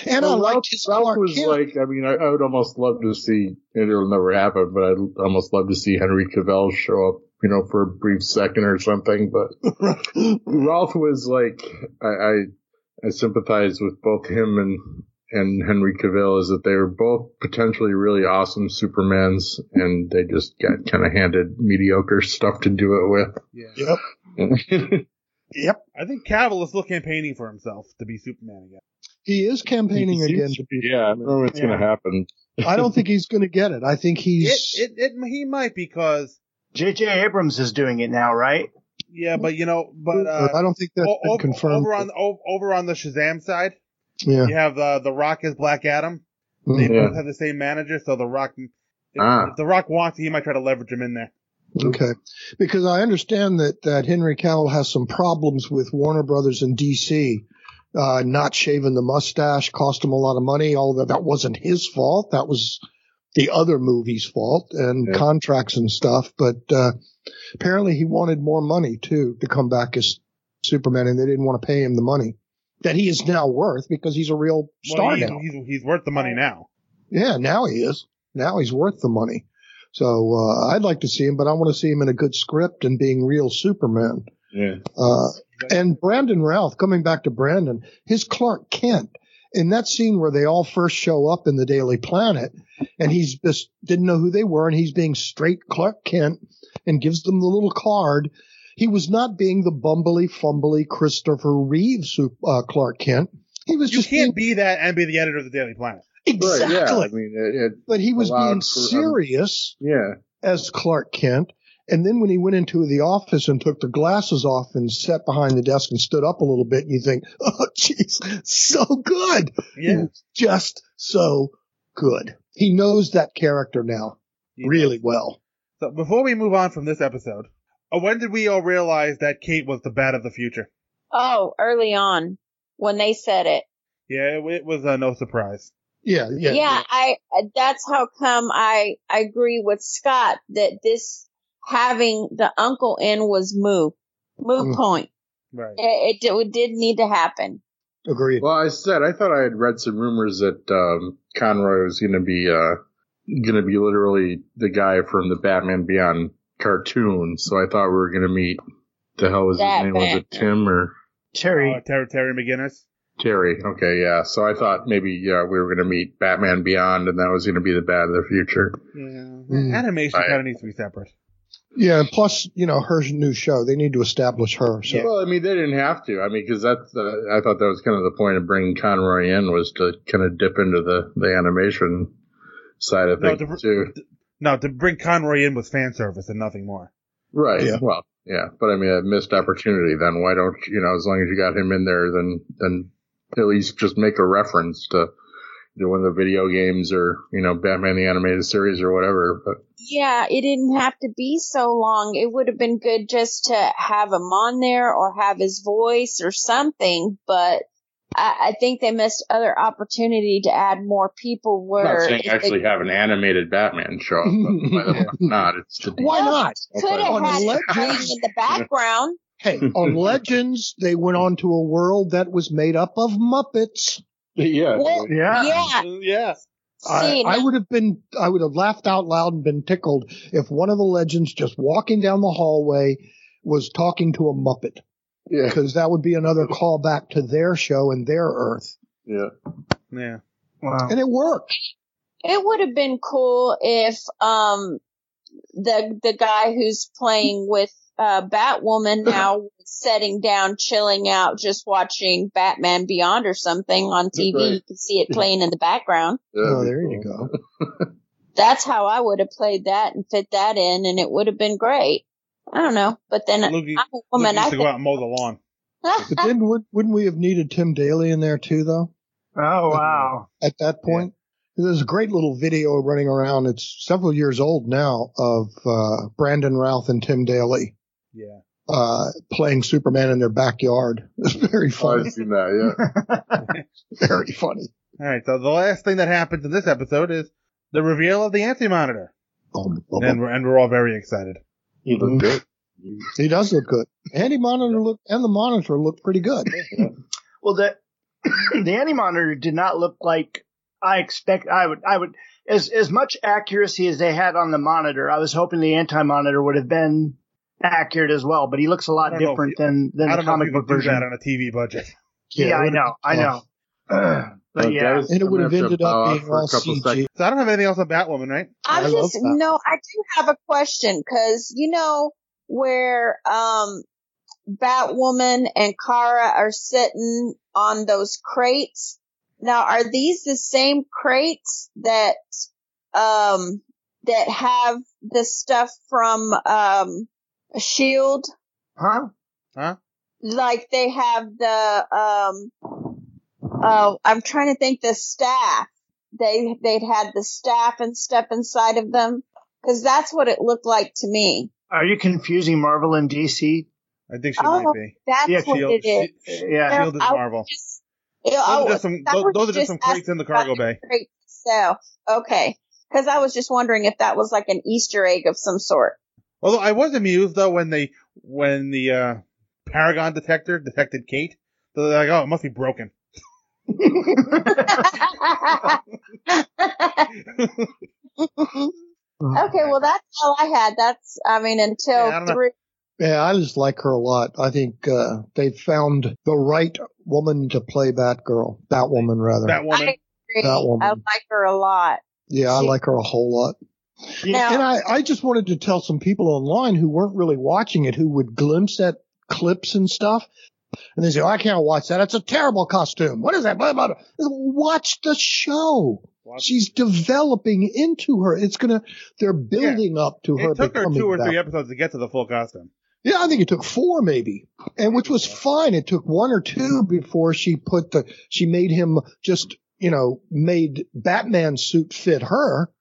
And I liked his
Ralph
Clark
was
Kent.
like, I mean, I, I would almost love to see, and it'll never happen, but I'd almost love to see Henry Cavill show up, you know, for a brief second or something. <laughs> But Ralph was like, I, I, I sympathize with both him and, and Henry Cavill is that they were both potentially really awesome Supermans and they just got kind of handed mediocre stuff to do it with.
Yep. Yep.
I think Cavill is still campaigning for himself to be Superman again.
He is campaigning
He
again.
seems to be- Yeah, I don't know what's going
Yeah.
to happen.
I
<laughs>
don't think he's going to get it. I think
It,
he's.
it, it, he might because
J.J. Abrams is doing it now, right?
yeah, but you know, but uh,
I don't think that's
o-
been
o-
confirmed.
Over on o- over on the Shazam side,
Yeah.
you have uh, the Rock as Black Adam.
Mm.
They
Yeah.
both have the same manager, so the Rock, if,
Ah.
if the Rock wants, it, he might try to leverage him in there.
Okay. Because I understand that, that Henry Cavill has some problems with Warner Brothers and DC uh, not shaving the mustache cost him a lot of money, although that wasn't his fault. That was the other movie's fault and
Yeah.
contracts and stuff. But uh, apparently he wanted more money too to come back as Superman, and they didn't want to pay him the money that he is now worth because he's a real star
he's,
now.
he's, he's worth the money now.
Yeah, now he is. Now he's worth the money. So uh, I'd like to see him, but I want to see him in a good script and being real Superman.
<laughs> Yeah.
Uh, and Brandon Routh, coming back to Brandon, his Clark Kent in that scene where they all first show up in the Daily Planet, and he's just didn't know who they were, and he's being straight Clark Kent and gives them the little card. He was not being the bumbly, fumbly Christopher Reeve Sup- uh, Clark Kent. He was
You can't be that and be the editor of the Daily Planet.
Exactly.
I mean, it, it
But he was
allowed
being
for, um,
serious
yeah.
as Clark Kent. And then when he went into the office and took the glasses off and sat behind the desk and stood up a little bit, you think, <laughs> oh, jeez, so good. He
Yeah.
was just so good. He knows that character now really well.
So before we move on from this episode, uh, when did we all realize that Kate was the bat of the future?
Oh, early on when they said it.
Yeah, it, it was uh, no surprise.
Yeah,
Yeah, I that's how come I I agree with Scott that this having the uncle in was move move
Mm.
point.
Right.
It, it, did- it did need to happen.
Agreed.
Well, I said I thought I had read some rumors that um, Conroy was going to be uh, going to be literally the guy from the Batman Beyond cartoon. So I thought we were going to meet. The hell was his
That
name? Was it
Batman.
Tim or
Terry.
Uh, Terry, Terry McGinnis.
Terry? Okay, yeah. So I thought maybe yeah we were going to meet Batman Beyond, and that was going to be the Bat of the Future.
Yeah. Animation kind of needs to be separate.
Yeah. and Plus, you know, her new show, they need to establish her. So
Well, I mean, they didn't have to. I mean, because that's the, I thought that was kind of the point of bringing Conroy in was to kind of dip into the the animation side of
No,
things too.
No, to bring Conroy in was fan service and nothing more.
Right.
Yeah.
Well, yeah, but I mean, a missed opportunity. Then why don't you know? As long as you got him in there, then then at least just make a reference to you know, one of the video games or you know Batman the animated series or whatever. But
Yeah, it didn't have to be so long. It would have been good just to have him on there or have his voice or something, but I, I think they missed other opportunity to add more people
I'm
where
not saying
if they-
actually have an animated Batman show. up, But why the fuck not?
<laughs>
It's the
why not?
could have
On
had it
Legends-
playing in the background.
Hey,
<laughs>
on Legends, they went on to a world that was made up of Muppets.
Yeah.
Well, yeah.
Yeah.
I,
See,
I
now-
would have been, I would have laughed out loud and been tickled if one of the legends just walking down the hallway was talking to a Muppet.
Yeah.
Because that would be another callback to their show and their Earth.
Yeah.
Yeah.
Wow.
<laughs>
And it worked.
It would have been cool if um the the guy who's playing with uh
<laughs>
Batwoman now was sitting down, chilling out, just watching Batman Beyond or something on TV. You could see it playing in the background.
oh, there you go.
<laughs>
That's how I would have played that and fit that in, and it would have been great. I don't know, but then
Luke,
I'm a woman.
Luke
I
used to
think
go out and mow the lawn.
But then would, wouldn't we have needed Tim Daly in there too, though?
Oh wow!
At that point, there's a great little video running around. It's several years old now of uh, Brandon Routh and Tim Daly
Yeah.
uh, playing Superman in their backyard. <laughs> It's very
Oh,
funny.
Oh, I've seen that. Yeah.
<laughs> Very funny.
All right. So the last thing that happens in this episode is the reveal of the anti monitor. And we're, and we're all very excited.
He looked good.
Mm-hmm. He does look good. Andy monitor look and the monitor looked pretty good.
<laughs> Well, the <clears throat> the anti monitor did not look like I expect. I would. I would as as much accuracy as they had on the monitor. I was hoping the anti monitor would have been accurate as well, but he looks a
I
lot
don't know if
different
you-
than than
I
the
don't know if
comic
you
book
could do
version.
that on a TV budget.
Yeah, I know. I know.
Uh,
Uh,
Oh,
But yeah. And it would have ended up being all CG.
So I don't have anything else on Batwoman, right?
I'm just no. I do have a question because you know where um Batwoman and Kara are sitting on those crates. Now, are these the same crates that um that have the stuff from um Shield?
Huh?
Huh?
Like they have the um oh, I'm trying to think the staff. They they'd had the staff and stuff inside of them because that's what it looked like to me.
Are you confusing Marvel and DC?
I think
Oh, that's what it is.
yeah,
Now, I was Ew,
Those are
oh,
just some,
that
those,
was
those are just
just
some crates in the cargo bay.
great. So, okay. Because I was just wondering if that was like an Easter egg of some sort.
Although I was amused though when they when the uh, Paragon detector detected Kate, they're like, "Oh, it must be broken."
Oh,
Okay, well, that's all I had. That's, I mean, until three.
Yeah, I just like her a lot. I think uh, they found the right woman to play Batgirl. Batwoman, rather.
I agree.
That woman.
I like her a lot.
Yeah, I like her a whole lot.
Now-
and I, I just wanted to tell some people online who weren't really watching it, who would glimpse at clips and stuff, and they say, oh, I can't watch that. It's a terrible costume. What is that? Blah, blah, blah." Watch the show. She's developing into her. It's going to, they're building up to her
It took her
becoming
two or
that.
three episodes to get to the full costume.
Yeah, I think it took four maybe, and which was fine. It took one or two before she put the she made him just you know made Batman's suit fit her,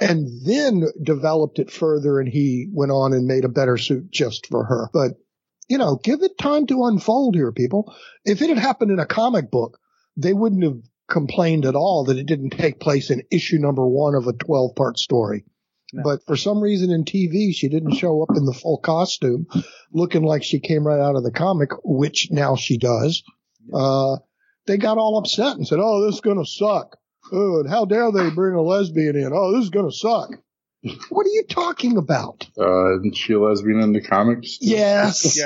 and then developed it further, and he went on and made a better suit just for her. But you know, give it time to unfold here, people. If it had happened in a comic book, they wouldn't have complained at all that it didn't take place in issue number one of a 12 part story. But for some reason in TV, she didn't show up in the full costume looking like she came right out of the comic, which now she does. Uh, they got all upset and said, Oh, this is going to suck. Oh, and how dare they bring a lesbian in? Oh, this is going to suck. What are you talking about?
<laughs> Uh, isn't she a lesbian in the comics? <laughs>
Yes.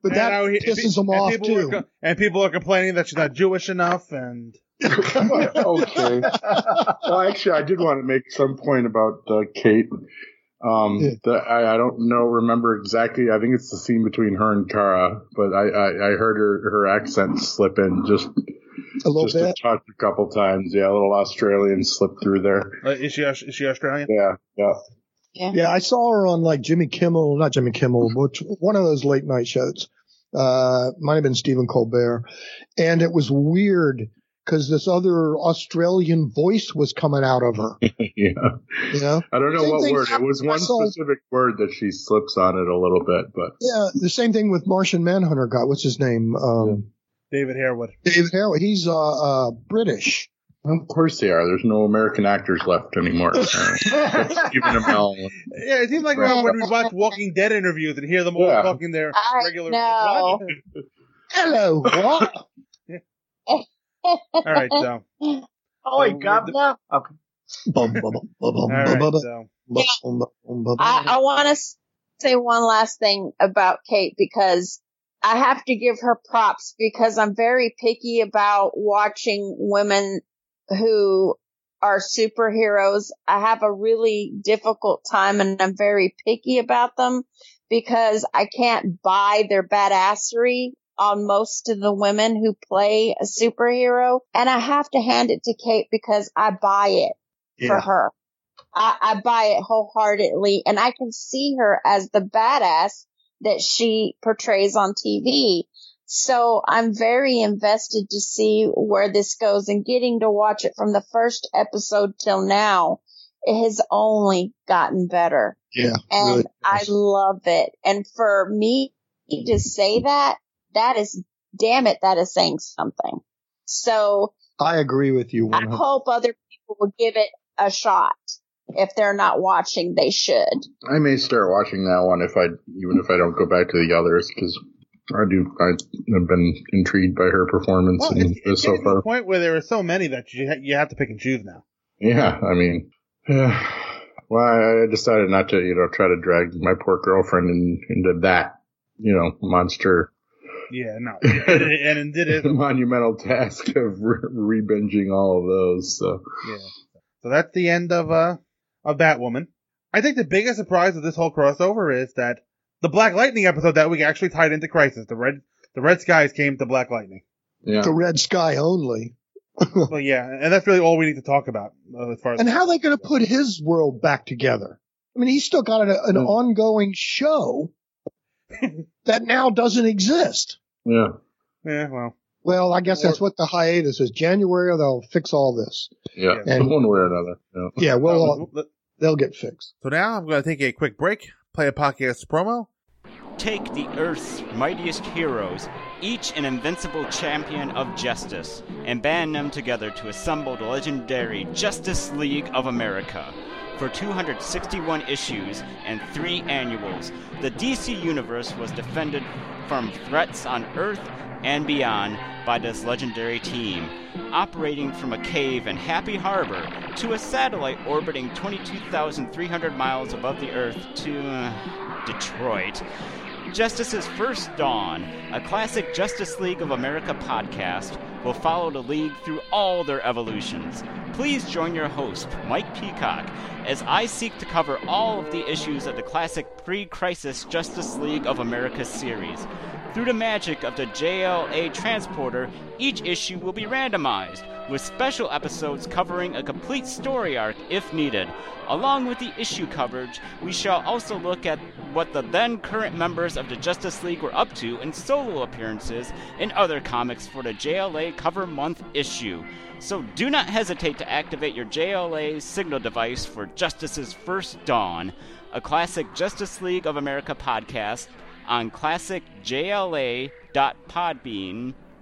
But that
I-
pisses them off,
people
too.
Are, co- and people are complaining that she's not Jewish
<laughs>
enough, and Uh,
okay. well, actually, I did want to make some point about uh, Kate. Um, the, I, I don't know, remember exactly. I think it's the scene between her and Kara, but I, I, I heard her, her accent slip in just
a little
just
bit.
a touch a couple times. Yeah, a little Australian slip through there. <laughs>
uh, is she Aus- is she Australian?
Yeah, yeah.
Yeah. I saw her on like Jimmy Kimmel, not Jimmy Kimmel, but one of those late night shows. Uh, might have been Stephen Colbert. And it was weird because this other Australian voice was coming out of her.
yeah.
You know?
I don't know
Same
what
thing
word. It
happened-
was
I
one
saw-
specific word that she slips on it a little bit, but
Yeah. The same thing with Martian Manhunter guy. What's his name? Um,
David Harewood.
David Harewood. He's, uh, uh, British.
Of course they are. There's no American actors
<laughs>
left anymore. Stephen Amell.
Yeah, it seems like
Right.
when we watch Walking Dead interviews and hear them all
Yeah.
talking their
I
regular.
know.
What?
Hello, what?
<laughs>
all right, <laughs> so.
Oh, my God. Okay.
Bum, bum, bum, bum, bum,
All right,
bum, bum,
so.
bum, bum, bum, bum,
I, I want to say one last thing about Kate because I have to give her props because I'm very picky about watching women who are superheroes. I have a really difficult time and I'm very picky about them because I can't buy their badassery on most of the women who play a superhero. And I have to hand it to Kate because I buy it for
Yeah.
her. I, I buy it wholeheartedly and I can see her as the badass that she portrays on TV. So I'm very invested to see where this goes and getting to watch it from the first episode till now. It has only gotten better
Yeah.
and
really.
I love it. And for me to say that, that is, damn it, that is saying something. So
I agree with you.
I
100%.
hope other people will give it a shot. If they're not watching, they should.
I may start watching that one if I, even if I don't go back to the others, because I do. I have been intrigued by her performance
Well,
in
it's,
this
it's
so
getting to
far.
a <laughs> point where there are so many that you, ha- you have to pick and choose now.
Yeah, I mean, yeah. Well, I I decided not to, you know, try to drag my poor girlfriend in, into that, you know, monster
Yeah, no. and indeed, it is.
<laughs> monumental task of re binging all of those. So.
Yeah. So that's the end of uh of Batwoman. I think the biggest surprise of this whole crossover is that the Black Lightning episode that week actually tied into Crisis. The red the red skies came to Black Lightning.
Yeah.
The red sky only. <laughs>
well, yeah, and that's really all we need to talk about uh, as far as
And how are they going to put his world back together? I mean, he's still got an, an
Hmm.
ongoing show that now doesn't exist.
Yeah.
Yeah. Well.
Well, I guess that's what the hiatus is. January, they'll fix all this.
Yeah.
And-
one way or another. Yeah.
Yeah, well, all, they'll get fixed.
So now I'm going to take a quick break, play a podcast promo.
Take the Earth's mightiest heroes
each an invincible champion of justice, and band them together to assemble the legendary Justice League of America. For 261 issues and three annuals, the DC Universe was defended from threats on Earth and beyond by this legendary team, operating from a cave in Happy Harbor to a satellite orbiting 22,300 miles above the Earth to uh, Detroit. Justice's First Dawn, a classic Justice League of America podcast, will follow the League through all their evolutions. Please join your host, Mike Peacock, as I seek to cover all of the issues of the classic pre crisis Justice League of America series. Through the magic of the JLA transporter, each issue will be randomized, with special episodes covering a complete story arc if needed. Along with the issue coverage, we shall also look at what the then current members of the Justice League were up to in solo appearances in other comics for the JLA Cover Month issue. So do not hesitate to activate your JLA signal device for Justice's First Dawn, a classic Justice League of America podcast on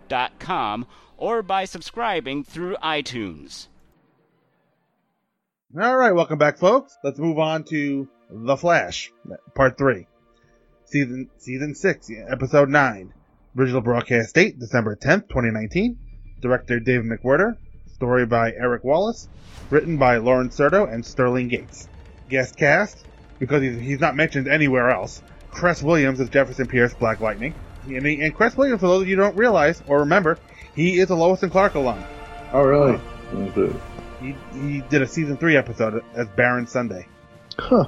classicjla.podbean.com or by subscribing through iTunes.
All right, welcome back, folks. Let's move on to The Flash, Part Three, Season Season Six, Episode Nine. Original broadcast date December tenth, twenty nineteen. Director David McWhirter. Story by Eric Wallace. Written by Lauren Serto and Sterling Gates. Guest cast because he's, he's not mentioned anywhere else. Cress Williams as Jefferson Pierce, Black Lightning. And, he, and Cress Williams, for those of you who don't realize or remember, he is a Lois and Clark alum.
Oh, really?
Uh, He, he did a season three episode as Baron Sunday.
Huh.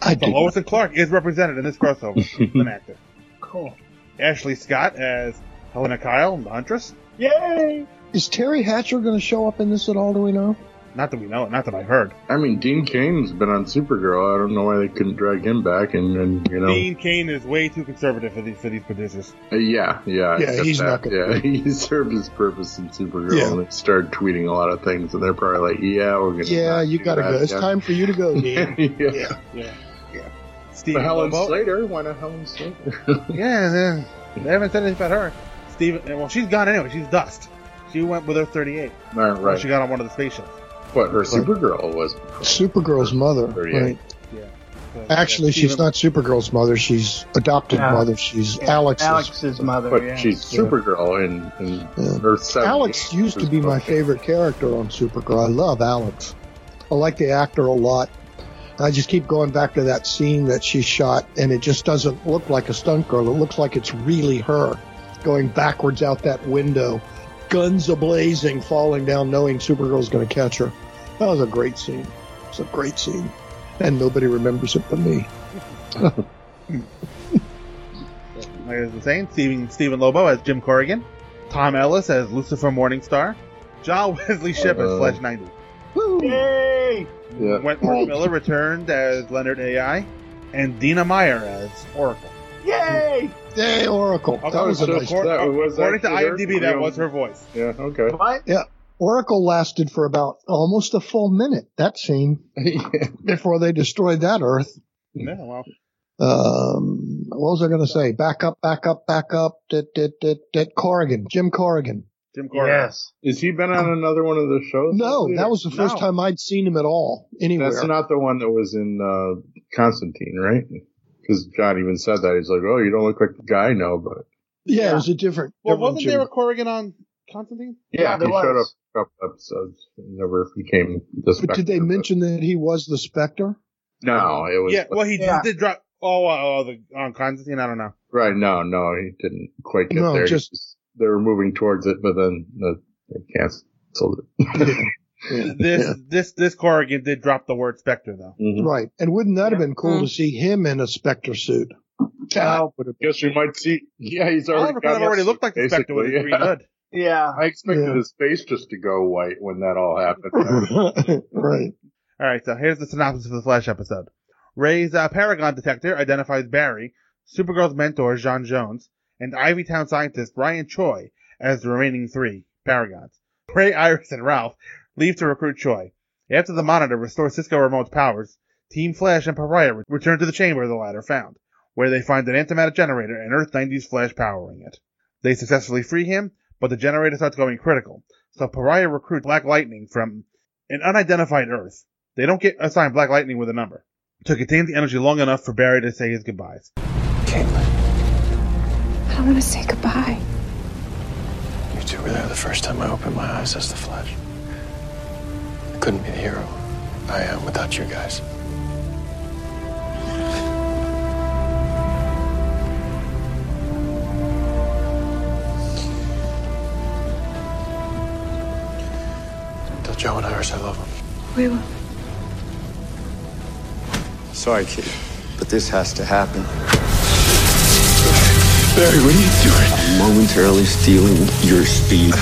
I so Lois and Clark is represented in this
<laughs>
crossover as an actor.
Cool.
Ashley Scott as Helena Kyle, the Huntress.
Yay!
Is Terry Hatcher going to show up in this at all? Do we know?
Not that we know, not that I heard.
I mean, Dean Kane's been on Supergirl. I don't know why they couldn't drag him back. And, and you know,
Dean Kane is way too conservative for these for these producers.
Uh, yeah, yeah,
Yeah,
except
he's not gonna-
Yeah, <laughs> he served his purpose in Supergirl,
Yeah.
and they started tweeting a lot of things, and they're probably like, "Yeah, we're gonna."
Yeah,
not
you
do
gotta
that,
go. It's
yeah.
time for you to go,
yeah,
Dean.
<laughs> yeah.
yeah. Steve
But Helen
Lobo-
Slater, why not Helen Slater?
<laughs> yeah, they, they haven't said anything about her. Steven, well, she's gone anyway. She's dust. She went with her 38.
All
when
right.
She got on one of the spaceships.
What her Supergirl was?
Supergirl's mother,
Thirty-eight.
right?
Yeah.
Actually, she's not Supergirl's mother. She's adopted
Yeah.
mother. She's
Yeah,
Alex's.
Alex's mother.
But
yeah.
she's Supergirl in, in Earth Seven.
Alex used to be my favorite character on Supergirl. I love Alex. I like the actor a lot. I just keep going back to that scene that she shot, and it just doesn't look like a stunt girl. It looks like it's really her going backwards out that window, guns ablazing, falling down, knowing Supergirl's going to catch her. That was a great scene. It's a great scene. And nobody remembers it but me. <laughs>
Like I was saying, Steven, Steven Lobo as Jim Corrigan. Tom Ellis as Lucifer Morningstar. John Wesley Shipp as
Uh,
Flash 90.
Yay!
Yeah.
Wentworth Miller returned as Leonard AI. And Dina Meyer as Oracle.
Yay!
Yay, Oracle. That
According
was a
to-
nice
Oh, according,
oh,
according to
actually her.
IMDb, that was her voice.
Yeah. Okay.
Yeah. Oracle lasted for about almost a full minute, that
<laughs>
scene, before they destroyed that Earth.
Yeah, well,
Um, what was I going to say? Back up, back up, back up. Dit, dit, dit, dit. Corrigan, Jim Corrigan.
Jim Corrigan.
Is he been on another one of the shows?
No, Oh, that was the first
No.
time I'd seen him at all, anywhere.
That's not the one that was in uh, Constantine, right? Because John even said that he's like, "Oh, you don't look like the guy I know," but
yeah, it was a different.
Well,
different
wasn't
Jim.
there a Corrigan on Constantine?
yeah, he
there was.
showed up a couple episodes. and Never became the
But
Spectre.
did they mention that he was the Spectre?
No, it was
Yeah, well, he did drop. Oh, oh, oh, the, on Constantine, I don't know.
right. No, no, he didn't quite get
No,
there. He
just-
they were moving towards it, but then the, they canceled
<laughs>
it.
This this this Corrigan did drop the word Spectre though.
Mm-hmm.
Right. And wouldn't that have been cool to see him in a Spectre suit?
I guess we might see. Yeah, he's already.
Oliver
got
kind of already
that
looked like the Spectre with his
basically,
green hood.
Yeah.
I expected his face just to go white when that all
<laughs>
happened.
right.
All right, so here's the synopsis for the Flash episode. Ray's uh, Paragon detector identifies Barry, Supergirl's mentor Jean Jones, and Ivytown scientist Ryan Choi as the remaining three Paragons. Ray, Iris, and Ralph leave to recruit Choi. After the Monitor restores Cisco Remote's powers, Team Flash and Pariah re- return to the chamber the latter found, where they find an antimatter generator and Earth 90's Flash powering it. They successfully free him, but the generator starts going critical. So Pariah recruits Black Lightning from an unidentified Earth. They don't get assigned Black Lightning with a number. To contain the energy long enough for Barry to say his goodbyes.
I don't want to say goodbye.
You two were there the first time I opened my eyes as the Flash. I couldn't be the hero I am without you guys. Tell Joe and Iris I love them.
We will.
Sorry, Kitty, but this has to happen. Barry, what are you doing?
I'm momentarily stealing your
<sighs>
speed.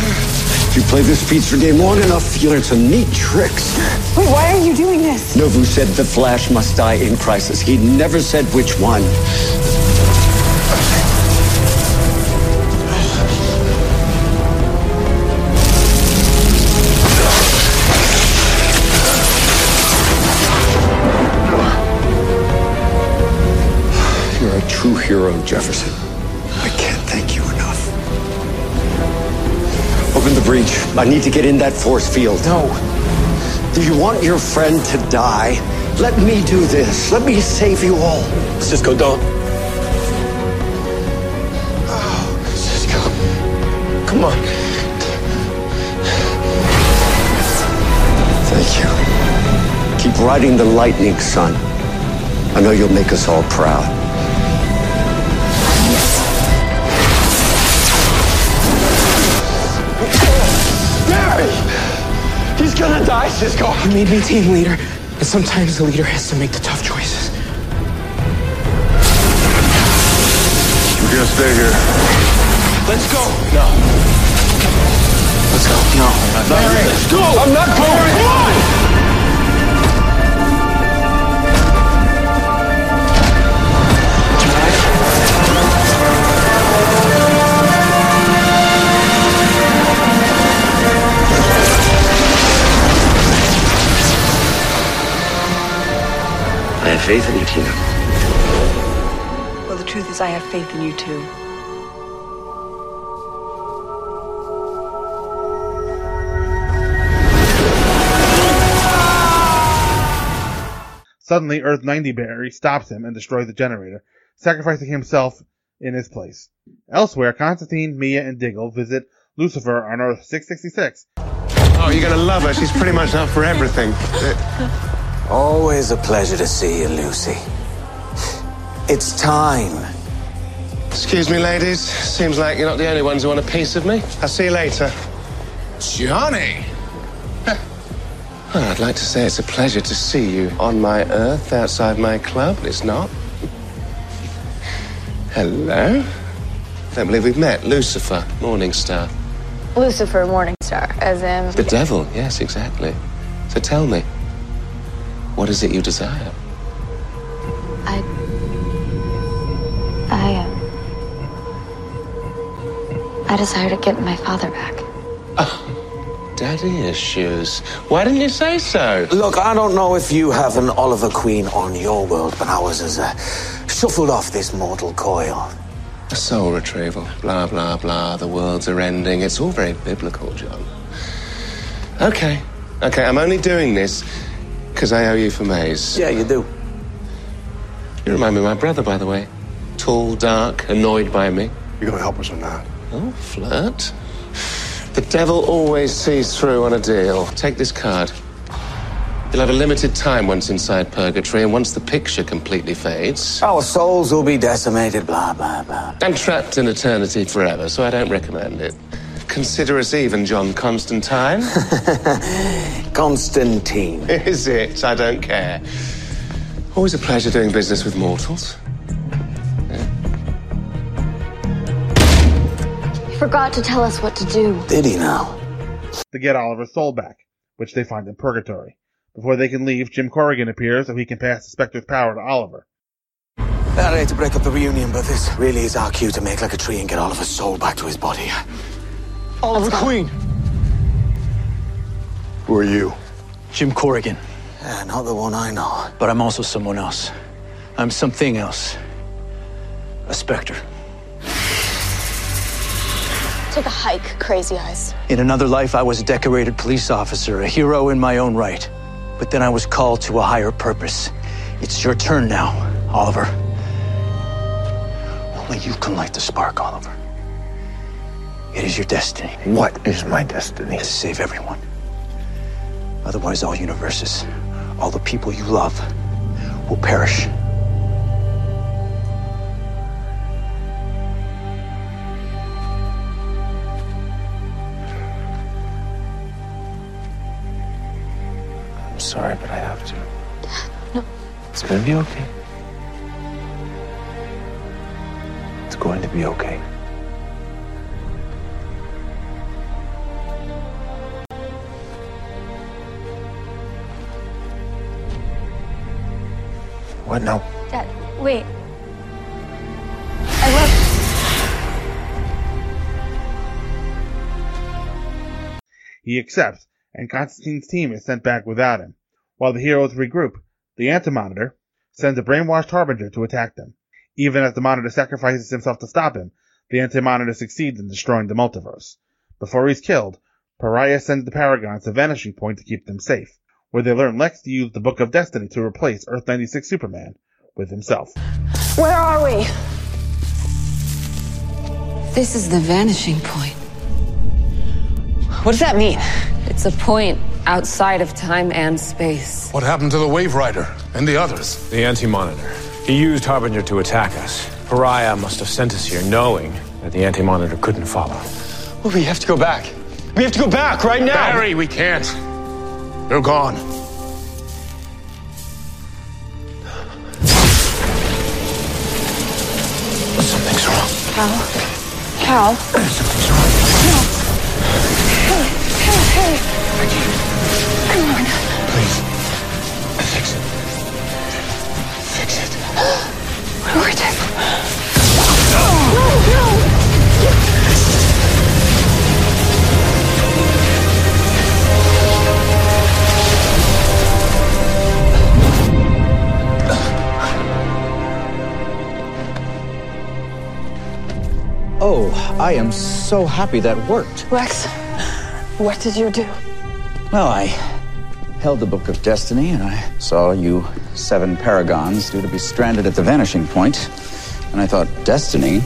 If you play this speedster game long enough, you learn some neat tricks.
Wait, why are you doing this?
Novu said the Flash must die in crisis. He never said which one. You're a true hero, Jefferson. I can't thank you enough. Open the breach. I need to get in that force field. No. Do you want your friend to die? Let me do this. Let me save you all. Cisco, don't. Oh, Cisco. Come on. Thank you. Keep riding the lightning, son. I know you'll make us all proud. Barry! He's gonna die, Cisco!
You made me team leader, and sometimes the leader has to make the tough choices.
We're gonna stay here.
Let's go! No. Let's go. No. Barry! Let's go! I'm not going! Come on!
I have faith in you, Tina.
Well, the truth is, I have faith in you too.
Suddenly, Earth 90 Barry stops him and destroys the generator, sacrificing himself in his place. Elsewhere, Constantine, Mia, and Diggle visit Lucifer on Earth 666.
Oh, you're gonna love her. She's pretty much up for everything.
Always a pleasure to see you, Lucy. It's time.
Excuse me, ladies. Seems like you're not the only ones who want a piece of me. I'll see you later. Johnny! <laughs> Well, I'd like to say it's a pleasure to see you on my earth outside my club, but it's not. Hello? Don't believe we've met. Lucifer, Morningstar.
Lucifer Morningstar, as in.
The devil, yes, exactly. So tell me, what is it you desire? <laughs>
I um, I desire to get my father back.
Daddy issues. Why didn't you say so?
Look, I don't know if you have an Oliver Queen on your world, but ours is uh, shuffled off this mortal coil.
A soul retrieval. Blah, blah, blah. The worlds are ending. It's all very biblical, John. Okay. Okay, I'm only doing this because I owe you for Maze.
Yeah, you do.
You remind me of my brother, by the way. Tall, dark, annoyed by me.
You gonna help us or not?
Oh, flirt. The devil always sees through on a deal. Take this card. You'll have a limited time once inside purgatory, and once the picture completely fades,
Our souls will be decimated, blah, blah, blah.
I'm trapped in eternity forever, so I don't recommend it. Consider us even, John Constantine.
<laughs> Constantine.
Is it? I don't care. Always a pleasure doing business with mortals.
He forgot to tell us what to do.
Did he now?
to get Oliver's soul back, which they find in Purgatory. Before they can leave, Jim Corrigan appears so he can pass the Spectre's power to Oliver.
I hate to break up the reunion, but this really is our cue to make like a tree and get Oliver's soul back to his body.
Oliver Queen.
Who are you?
Jim Corrigan.
Yeah, not the one I know.
But I'm also someone else. I'm something else. A specter.
Take a hike, Crazy Eyes.
In another life, I was a decorated police officer, a hero in my own right. But then I was called to a higher purpose. It's your turn now, Oliver. Only you can light the spark, Oliver. It is your destiny. What is my destiny? To save everyone. Otherwise, all universes, all the people you love, will perish.
I'm sorry, but I have to.
No.
It's gonna be okay. It's going to be okay. What now?
Dad, wait. I love.
He accepts, and Constantine's team is sent back without him. While the heroes regroup, the Antimonitor sends a brainwashed Harbinger to attack them. Even as the Monitor sacrifices himself to stop him, the Antimonitor succeeds in destroying the multiverse. Before he's killed, Pariah sends the Paragons to Vanishing Point to keep them safe, where they learn Lex to use the Book of Destiny to replace Earth 96 Superman with himself.
Where are we?
This is the vanishing point. What does that mean? It's a point outside of time and space.
What happened to the Wave Rider and the others?
The Anti Monitor. He used Harbinger to attack us. Pariah must have sent us here knowing that the Anti Monitor couldn't follow.
Well, we have to go back. We have to go back right now.
Barry, we can't. They're gone.
Something's wrong.
Cal. Cal. Something's wrong. No. Hey, hey, hey. Come on.
Please. Fix it. Fix it. <gasps>
What do I do? No, no.
Oh, I am so happy that worked.
<laughs>
Lex, what did you do?
Well, I held the Book of Destiny and I saw you seven paragons due to be stranded at the vanishing point, And I thought Destiny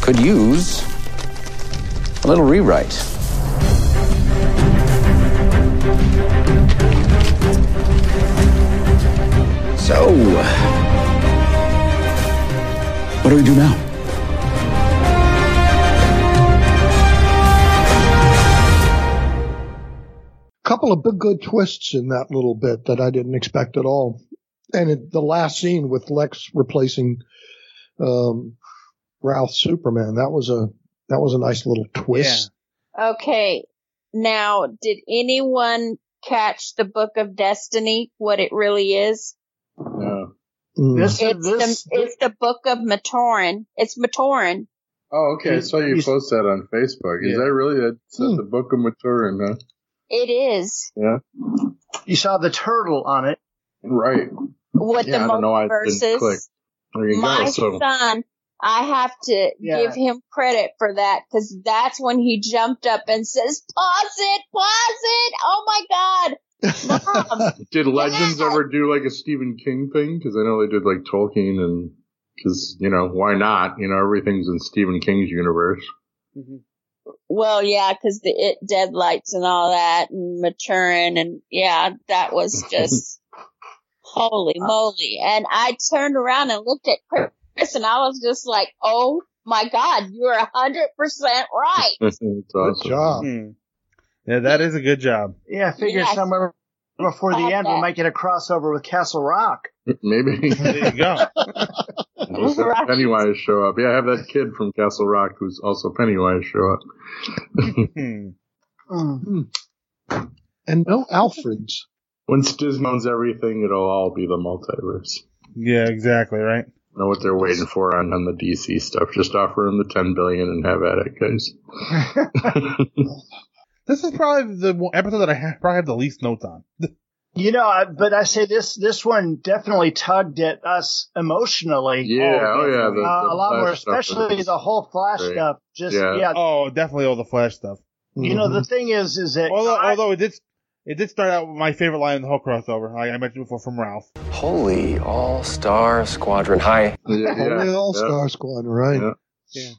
could use a little rewrite. So, what do we do now?
couple of big good twists in that little bit that I didn't expect at all. And it, the last scene with Lex replacing um, Ralph Superman that was a that was a nice little twist.
Okay. Now, did anyone catch the Book of Destiny? What it really is?
This,
it's,
this,
the, it's the Book of Matoran. It's Matoran.
oh, okay. I saw you post that on Facebook. Is that really that
Hmm.
said the Book of Maturin, huh?
It is
Yeah.
You saw the turtle on it.
Right.
what
yeah,
the
I don't know why it didn't click.
multiverses.
There you
My
go. So
son, I have to
Yeah.
give him credit for that because that's when he jumped up and says, "Pause it, pause it! Oh my God!"
did Legends ever do like a Stephen King thing? Because I know they did like Tolkien and because you know why not? You know everything's in Stephen King's universe. <laughs>
Well, yeah, because the it deadlights and all that, and maturing, and yeah, that
<laughs>
was just holy
Uh.
moly. And I turned around and looked at Chris, and I was just like, "Oh my God, you're a hundred percent right."
Good
job.
Hmm. Yeah, that is a good job.
Yeah, I figure
Yes.
somewhere before the
Had
end we
that.
might get a crossover with Castle Rock. <laughs>
Maybe
there you go.
We'll see if Pennywise show up. Yeah, have that kid from Castle Rock who's also Pennywise show up.
Hmm.
Uh-huh.
Hmm. And no Alfreds.
Once Disney owns everything, it'll all be the multiverse.
Yeah, exactly, right?
know what they're waiting for on, on the DC stuff. Just offer them the ten billion and have at it,
<laughs>
guys.
This is probably the one episode that I ha- probably have the least notes on. <laughs>
You know, I, but I say this this one definitely tugged at us emotionally.
Yeah, oh, yeah,
Uh,
the- the
a lot more,
Flash stuff
especially
is
the whole Flash
great.
stuff. Just yeah.
Oh, definitely all the Flash stuff.
You know,
Mm-hmm.
the thing is, is that
although, although it did it did start out with my favorite line in the whole crossover, like I mentioned before, from Ralph.
Holy All Star Squadron. Hi.
Only All Star Squad, right?
Yeah.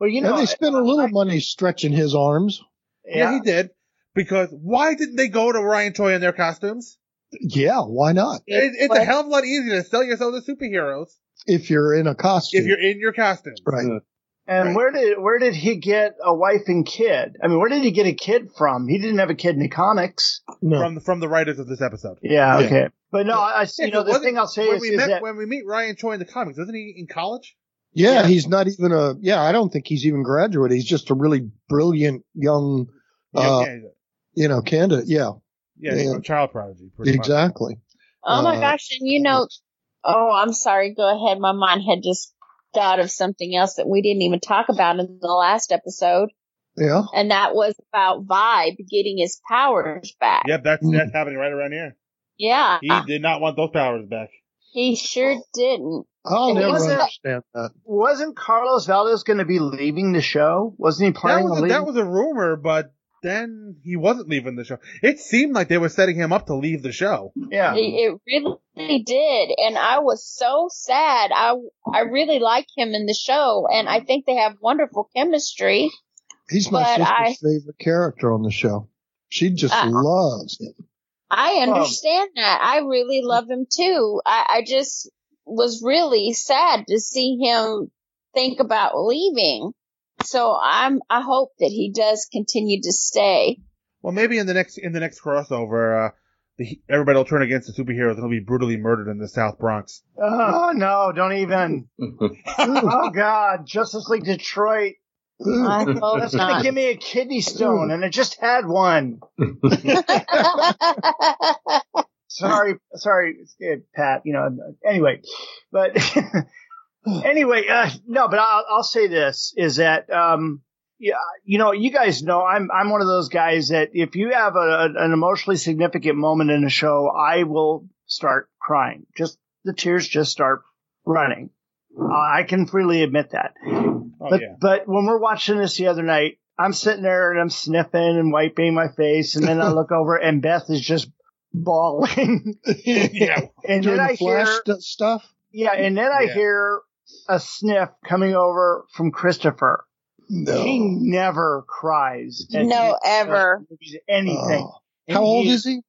Well, you
know, and they spent a little money stretching his arms.
Yeah. he did. Because why didn't they go to Ryan Choi in their costumes?
Yeah, why not?
It, it's a hell of a lot easier to sell yourself to superheroes
If you're in a costume,
if you're in your costume.
right?
And where did where did he get a wife and kid? I mean, where did he get a kid from? He didn't have a kid in the comics.
From the, from the writers of this episode.
Yeah, okay. But no, I
Yeah,
you know the
wasn't-
thing I'll say
when
is,
we
is
met,
that
when we meet Ryan Choi in the comics, isn't he in college?
Yeah, he's not even a. Yeah, I don't think he's even graduated. He's just a really brilliant young,
Yeah,
uh,
candidate.
you know, candidate. Yeah,
yeah, he's a child prodigy. pretty much.
exactly.
Oh my
Uh,
gosh, and you know, oh, I'm sorry. Go ahead. My mind had just thought of something else that we didn't even talk about in the last episode,
Yeah.
and that was about Vibe getting his powers back.
Yep, that's
Mm.
that's happening right around here.
Yeah,
He did not want those powers back.
he sure didn't.
I'll
And
never
wasn't-
understand that.
wasn't Carlos Valdez going to be leaving the show? Wasn't he
That
planning
was,
on
a,
leaving?
that was a rumor, but then he wasn't leaving the show. It seemed like they were setting him up to leave the show.
Yeah.
It, it really did, and I was so sad. I I really like him in the show, and I think they have wonderful chemistry.
He's my
But
sister's
I-
favorite character on the show. She just
Uh,
loves him.
I
Well-
understand that. I really love him too. I, I just was really sad to see him think about leaving. So I'm I hope that he does continue to stay.
Well, maybe in the next in the next crossover, uh, the, everybody will turn against the superheroes and he'll be brutally murdered in the South Bronx.
Oh <laughs> no! Don't even. oh God! Justice League Detroit.
I hope
That's gonna
not.
give me a kidney stone, and I just had one. sorry, sorry, eh, Pat. You know, anyway, but <laughs> <sighs> anyway, uh, no. But I'll, I'll say this: is that um, yeah, you know, you guys know I'm I'm one of those guys that if you have a, a- an emotionally significant moment in a show, I will start crying. Just the tears just start running. Uh, I can freely admit that.
Oh,
but
yeah.
but when we're watching this the other night, I'm sitting there and I'm sniffing and wiping my face, and then I look over and Beth is just
<laughs>
bawling.
yeah.
And
During
then
the
I
Flash
hear
st- stuff.
yeah, and then I
Yeah.
hear a sniff coming over from Christopher. He never cries. at
No,
any-
ever.
anything. And
Oh. How old
he-
is he?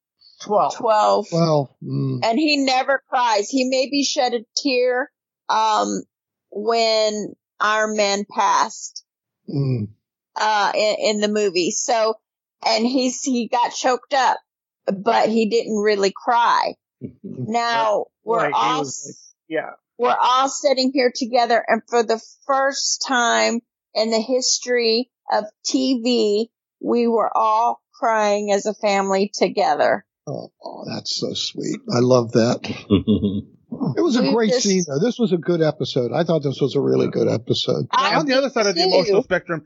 Twelve.
Twelve.
Well, mm,
And he never cries. He maybe shed a tear um when Iron Man passed.
mm.
uh in, in the movie. So and he's he got choked up, but he didn't really cry. Now we're
Like, he
all
was like- yeah.
we're all sitting here together and for the first time in the history of TV, we were all crying as a family together.
Oh, oh, that's so sweet. I love
<laughs>
that. it was a
We
great
just-
scene, though. This was a good episode. I thought this was a really good episode.
Now, on the other side of the
too.
emotional spectrum,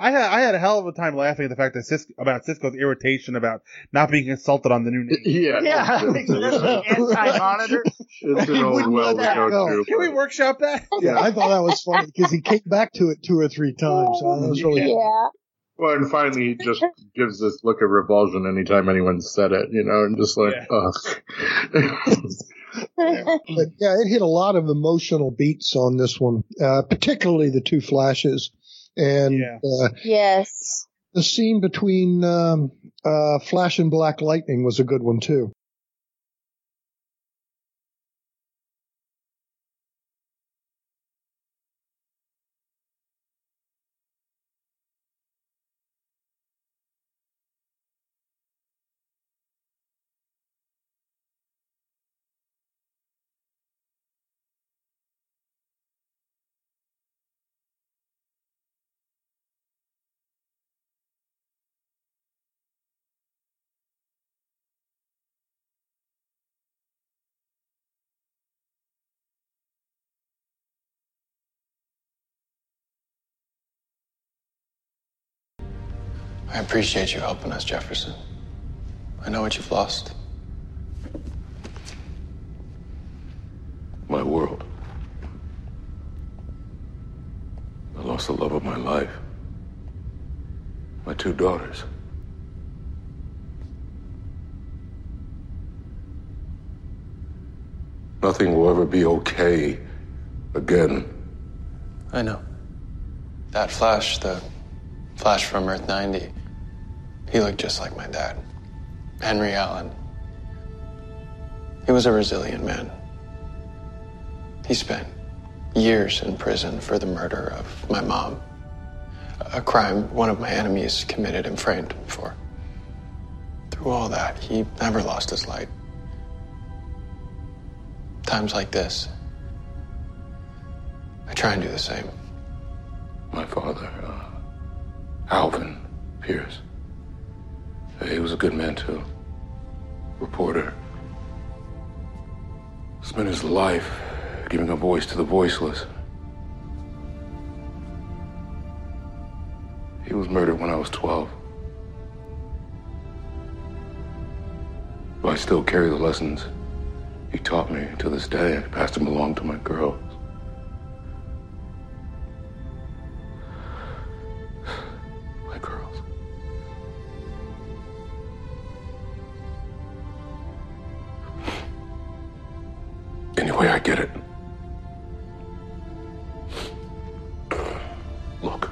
I had I had a hell of a time laughing at the fact that Cisco, about Cisco's irritation about not being consulted on the new name.
Yeah,
<laughs> Yeah. <laughs> Anti-monitor.
It's an old well to go to.
Can we workshop that?
yeah, I thought that was funny because he came back to it two or three times. So that was really
Oh, Yeah.
Well, and finally, he just gives this look of revulsion anytime anyone said it, you know, and just like, ugh.
but yeah, it hit a lot of emotional beats on this one, uh, particularly the two flashes and uh,
yes,
the scene between um, uh, Flash and Black Lightning was a good one too.
I appreciate you helping us, Jefferson. I know what you've lost.
my world. I lost the love of my life, my two daughters. Nothing will ever be okay again.
I know. That Flash, the Flash from Earth 90, he looked just like my dad, Henry Allen. He was a resilient man. He spent years in prison for the murder of my mom, a crime one of my enemies committed and framed him for. Through all that, he never lost his light. Times like this, I try and do the same.
My father, uh, Alvin Pierce, Uh, he was a good man too. Reporter. Spent his life giving a voice to the voiceless. He was murdered when I was 12. But I still carry the lessons he taught me to this day. I passed them along to my girls. My girls. Anyway, I get it. Look,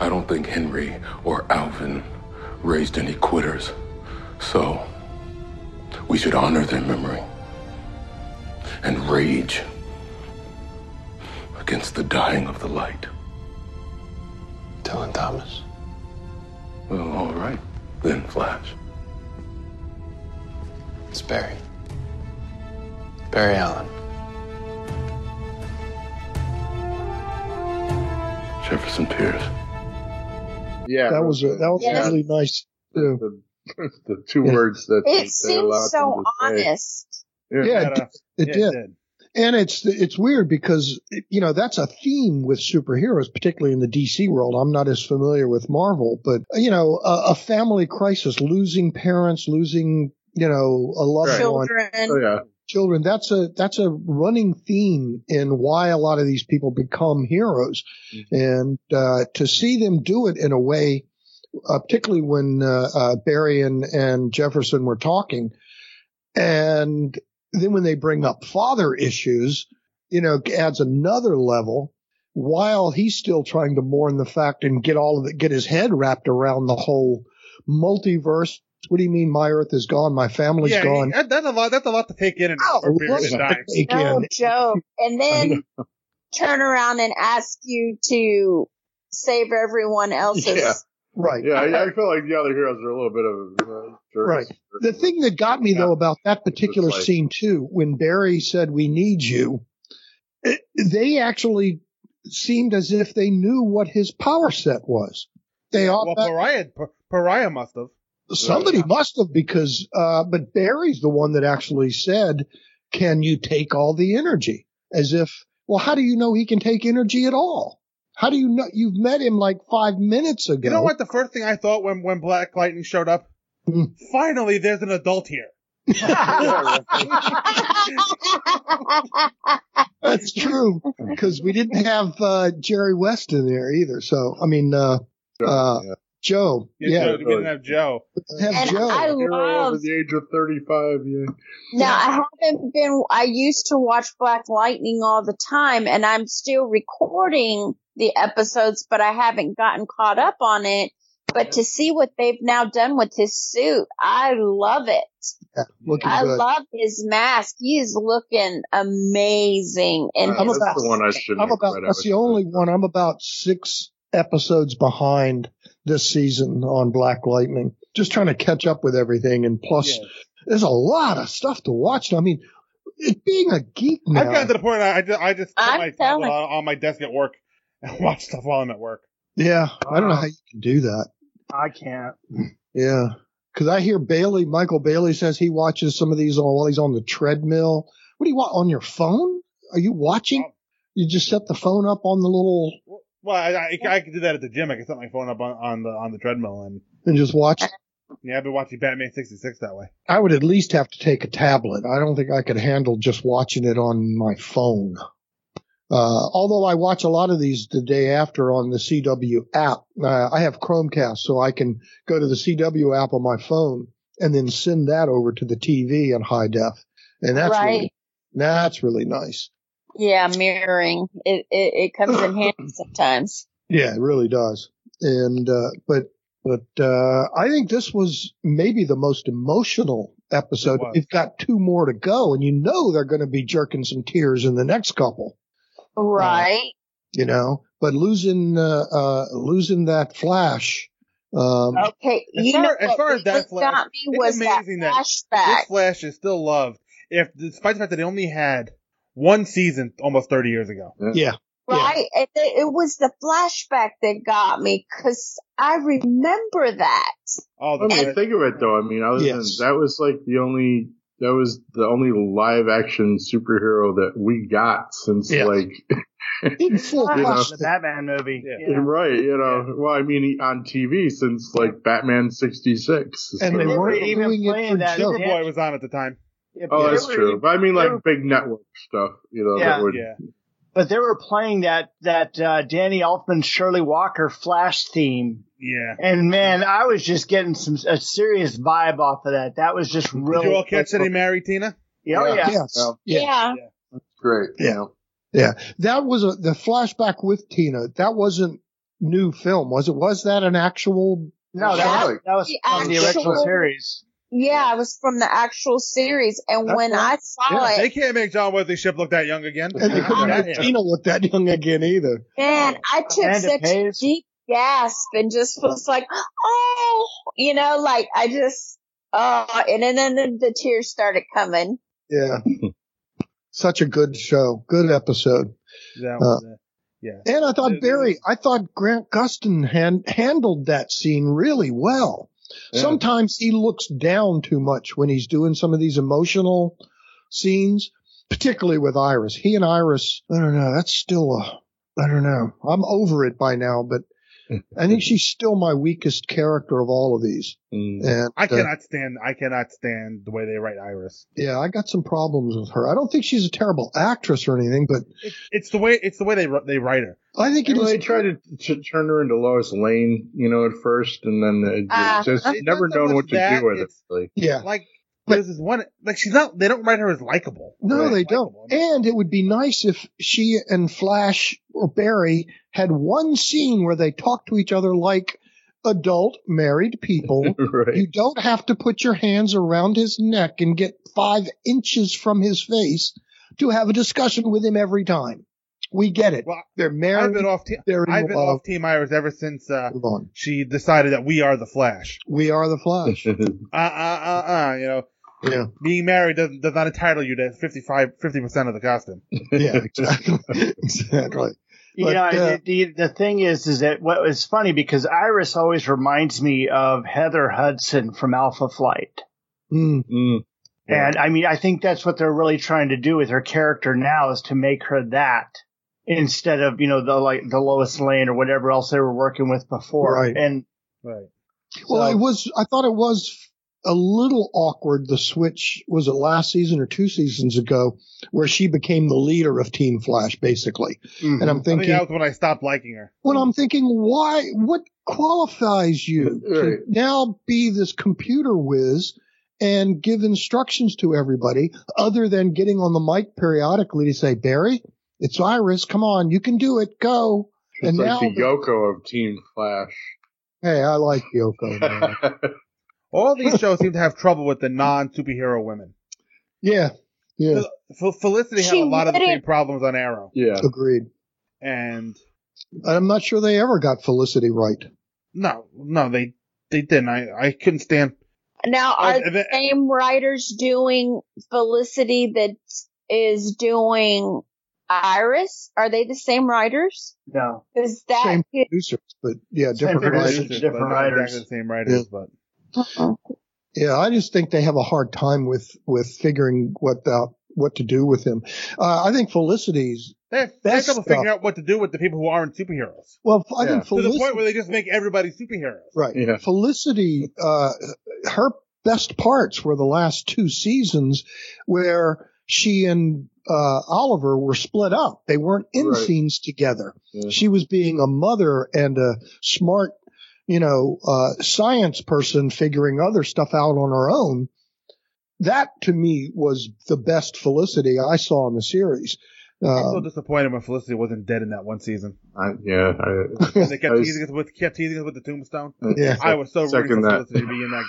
I don't think Henry or Alvin raised any quitters, so we should honor their memory and rage against the dying of the light.
Dylan Thomas.
Well, all right, then, Flash.
It's Barry. Barry Allen.
Jefferson Pierce.
Yeah,
That was a, that was
Yeah.
really nice.
The, the two words that
It
they allowed
seems
them
so
to say.
honest.
Yeah, it,
Yeah,
it
yeah, it
did. And it's it's weird because you know that's a theme with superheroes, particularly in the DC world. I'm not as familiar with Marvel, but you know, a, a family crisis, losing parents, losing you know a loved one,
Children. Oh, yeah.
children. That's a that's a running theme in why a lot of these people become heroes, and uh, to see them do it in a way, uh, particularly when uh, uh, Barry and, and Jefferson were talking, and then when they bring up father issues, you know, adds another level while he's still trying to mourn the fact and get all of it, get his head wrapped around the whole multiverse. What do you mean my earth is gone? My family's
Yeah,
gone.
that- that's a lot. That's a lot to take in in a short period of time.
No joke. And
<laughs>
then turn around and ask you to save everyone else's.
Yeah.
Right.
Yeah, I, I feel like the other heroes are a little bit of uh, jerks.
Right. The thing that got me though about that particular
like-
scene too, when Barry said, "We need you," it, they actually seemed as if they knew what his power set was. They all
Well, Pariah, Par- Pariah must have.
somebody must have because, uh, but Barry's the one that actually said, "Can you take all the energy?" As if, well, how do you know he can take energy at all? How do you know you've met him like five minutes ago?
You know what? The first thing I thought when when Black Lightning showed up,
Mm.
finally, there's an adult here.
That's true because we didn't have uh, Jerry West in there either. So I mean, uh, uh, Joe,
You
yeah,
know, we didn't have Joe.
Have
And
Joe.
I
Hero over
love.
the age of 35, yeah.
Now I haven't been. I used to watch Black Lightning all the time, and I'm still recording the episodes, but I haven't gotten caught up on it. But to see what they've now done with his suit, I love it.
looking
I
good.
love his mask. He is looking amazing. And
I'm
his
about- I'm about- that's the only one. I'm about six episodes behind this season on Black Lightning. Just trying to catch up with everything, and plus, there's a lot of stuff to watch. I mean, it being a geek now,
I've gotten to the point I, I just, I just put
I'm
my tablet
telling-
on, on my desk at work and <laughs> watch stuff while I'm at work.
yeah, I don't know how you can do that.
I can't.
Yeah. Cause I hear Bailey, Michael Bailey says he watches some of these on, while he's on the treadmill. What do you want on your phone? Are you watching? You just set the phone up on the little
Well, I, I, I can do that at the gym. I can set my phone up on, on the on the treadmill and
and just watch.
Yeah, I've been watching Batman 66 that way.
I would at least have to take a tablet. I don't think I could handle just watching it on my phone. Uh, although I watch a lot of these the day after on the CW app. Uh, I have Chromecast, so I can go to the CW app on my phone and then send that over to the TV in high def. And that's
Right.
really, that's really nice.
Yeah, mirroring. It it, it comes
<laughs>
in handy sometimes.
Yeah, it really does. And uh, but but uh, I think this was maybe the most emotional episode.
It was.
We've got two more to go, and you know they're going to be jerking some tears in the next couple.
Right.
You know, but losing uh, uh, losing that flash. Um,
okay. You
far-
know
Oh, as
what
far as that
really
flash,
got me
it's
was that
amazing that this
flashback.
Flash is still loved, if despite the fact that they only had one season almost 30 years ago.
Yeah.
Right? It, it was the flashback that got me because I remember that.
Oh,
I mean, think of it though. I mean, other
Yes.
than that was like the only that was the only live action superhero that we got since like
in
<laughs>
full
You know.
the Batman movie. Yeah.
right, you know. Well, I mean, on TV since like Batman '66,
And they weren't
even
doing it
playing
for
that
joke.
Superboy was on at the time.
Oh, that's
They were-
true. But I mean,
they
like
were-
big network stuff, you know.
Yeah.
that would,
Yeah. But they were playing that that uh, Danny Elfman Shirley Walker Flash theme,
Yeah.
and man, I was just getting some a serious vibe off of that. That was just really.
Did you all catch that he married Tina?
Yeah, oh, yeah.
Yes.
Yeah.
Great.
Yeah. Yeah. That was a, the flashback with Tina. That wasn't new film, was it? Was that an actual?
No, that was, that was
The
from the original
actual-
series.
Yeah, it was from the actual series. And
That's
when I
right.
saw
They
it,
can't make John Wesley Ship look that young again.
And they couldn't make Tina look that young again either.
man, I took
Amanda
such a deep gasp and just was like, oh, you know, like I just, oh, and then, then the tears started coming.
Yeah. Such a good show. Good episode.
That
was
it. Yeah.
And I thought Barry, I thought Grant Gustin hand, handled that scene really well. Sometimes he looks down too much when he's doing some of these emotional scenes, particularly with Iris. He and Iris, I don't know, that's still a, I don't know. I'm over it by now, but I think she's still my weakest character of all of these. And
I
uh,
cannot stand. I cannot stand the way they write Iris.
yeah, I got some problems with her. I don't think she's a terrible actress or anything, but
It's the way. It's the way they wr- they write her.
I think
it is. They tried to t- turn her into Lois Lane, you know, at first, and then it,
Ah.
just
<laughs> It's
never
not so
known
much
what to
that,
do with it.
it's-
Like,
Like there's this one. Like she's not. They don't write her as likable.
No, they don't. And it would be nice if she and Flash or Barry had one scene where they talk to each other like adult married people. You don't have to put your hands around his neck and get five inches from his face to have a discussion with him every time. We get it. They're married.
I've been off. Te-
they're in
I've been
love.
off Team Iris ever since uh,
on.
she decided that we are the Flash.
We are the
<laughs>
Flash.
Uh, uh, uh, uh. You know.
Yeah.
Being married does, does not entitle you to 55, 50% of the costume.
yeah, <laughs> exactly. <laughs> exactly.
You
But,
know,
uh,
the, the the thing is, is that what was funny because Iris always reminds me of Heather Hudson from Alpha Flight.
<laughs>
Mm.
And I mean, I think that's what they're really trying to do with her character now is to make her that instead of, you know, the like the Lois Lane or whatever else they were working with before.
Right.
And
Right.
Well, it was. I thought it was a little awkward. The switch was it last season or two seasons ago, where she became the leader of Team Flash, basically.
Mm-hmm.
And I'm
I think
thinking,
that was when I stopped liking her.
when I'm thinking, why? What qualifies you to now be this computer whiz and give instructions to everybody, other than getting on the mic periodically to say, Barry, it's Iris. Come on, you can do it. Go.
It's like the Yoko of Team
<laughs>
Flash.
hey, I like Yoko. Man.
All these shows seem to have trouble with the non superhero women.
yeah, yeah.
Fel- Felicity had
She
a lot of the
wouldn't-
same problems on Arrow.
Yeah.
Agreed.
And
I'm not sure they ever got Felicity right.
no, no, they they didn't. I, I couldn't stand.
Now,
Oh,
I-
are the same writers doing Felicity that is doing Iris? Are they the same writers?
No.
Is that
Same producers, but yeah,
Same
different
producers,
writers.
but not exactly the same writers, but
Yeah, I just think they have a hard time with with figuring what out what to do with him. Uh, I think Felicity's
They they have
best
trouble
stuff.
figuring out what to do with the people who aren't superheroes.
Well, I think
to the
Felicity,
point where they just make everybody superheroes.
right. Felicity, uh, her best parts were the last two seasons where she and uh, Oliver were split up. They weren't in
Right.
scenes together.
Yeah.
She was being a mother and a smart, you know, uh, science person figuring other stuff out on her own. That to me was the best Felicity I saw in the series.
I'm so
Um,
disappointed when Felicity wasn't dead in that one
<laughs>
season.
I, yeah. I,
And <laughs> they
I
kept
was-
teasing us with kept teasing us with the tombstone.
Yeah.
I was so rooting
Second
for
that.
Felicity to be in
<laughs>
that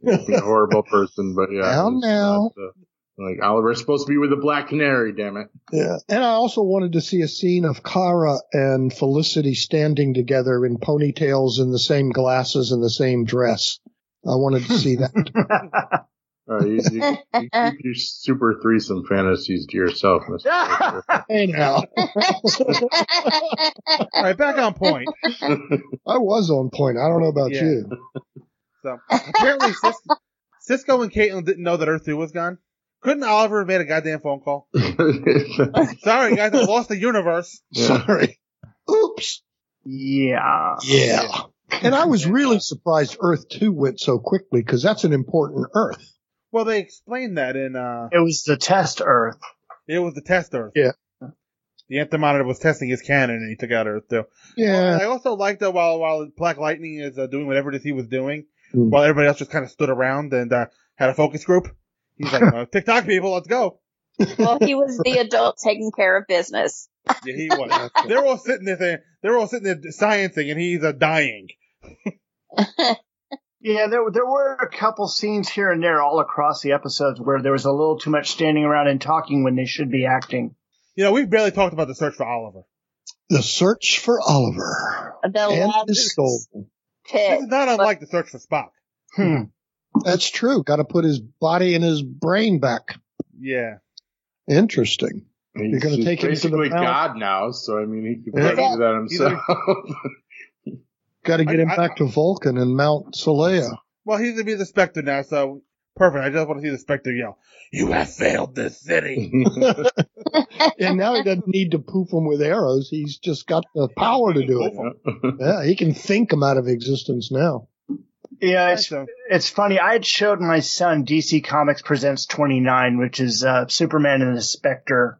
grave.
<laughs> be a horrible person, but yeah.
Now,
it's
now.
not, uh, like Oliver's supposed to be with the Black Canary, damn it.
Yeah. And I also wanted to see a scene of Kara and Felicity standing together in ponytails and the same glasses and the same dress. I wanted to see <laughs> that.
All right, you,
<laughs>
you, you keep your super threesome fantasies to yourself,
<laughs>
Mr.
Anyhow.
All right, back on point.
I was on point. I don't know about
Yeah.
you.
So apparently, Cis- Cisco and Caitlin didn't know that Earth Two was gone. Couldn't Oliver have made a goddamn
<laughs>
phone call? Sorry, guys, I lost the universe.
Sorry. Oops.
Yeah.
Yeah. And I was really surprised Earth 2 went so quickly because that's an important Earth.
Well, they explained that in uh,
It was the test Earth.
it was the test Earth.
Yeah.
The Anthem Monitor was testing his cannon, and he took out Earth Two.
Yeah.
I also liked that while while Black Lightning is uh, doing whatever it is he was doing,
Hmm.
while everybody else just kind of stood around and uh, had a focus group.
<laughs>
He's like, uh, TikTok people, let's go.
well, he was the adult taking care of business.
Yeah, he was. they're all sitting there, saying, they're all sitting there sciencing, and he's uh, dying.
Yeah, there there were a couple scenes here and there all across the episodes where there was a little too much standing around and talking when they should be acting.
You know, we've barely talked about the search for Oliver.
The search for Oliver
The
and
love
his soul.
pit.
Not unlike the search for Spock.
Hmm. That's true. Got to put his body and his brain back.
Yeah.
Interesting. You're going to
He's
take him to the
basically
God.
God now, so I mean, he could
Yeah.
probably do that himself. <laughs>
Got to get him
I-
back to Vulcan and Mount
<laughs>
Solea.
Well, he's gonna be the Spectre now, so perfect. I just want to see the Spectre yell, "You have failed
<laughs>
this city." <laughs>
and now he doesn't need to poof him with arrows. He's just got the power to do it. Yeah, he can think him out of existence
<laughs>
now.
Yeah, it's, it's funny. I had showed my son DC Comics Presents 29, which is uh, Superman and the Spectre.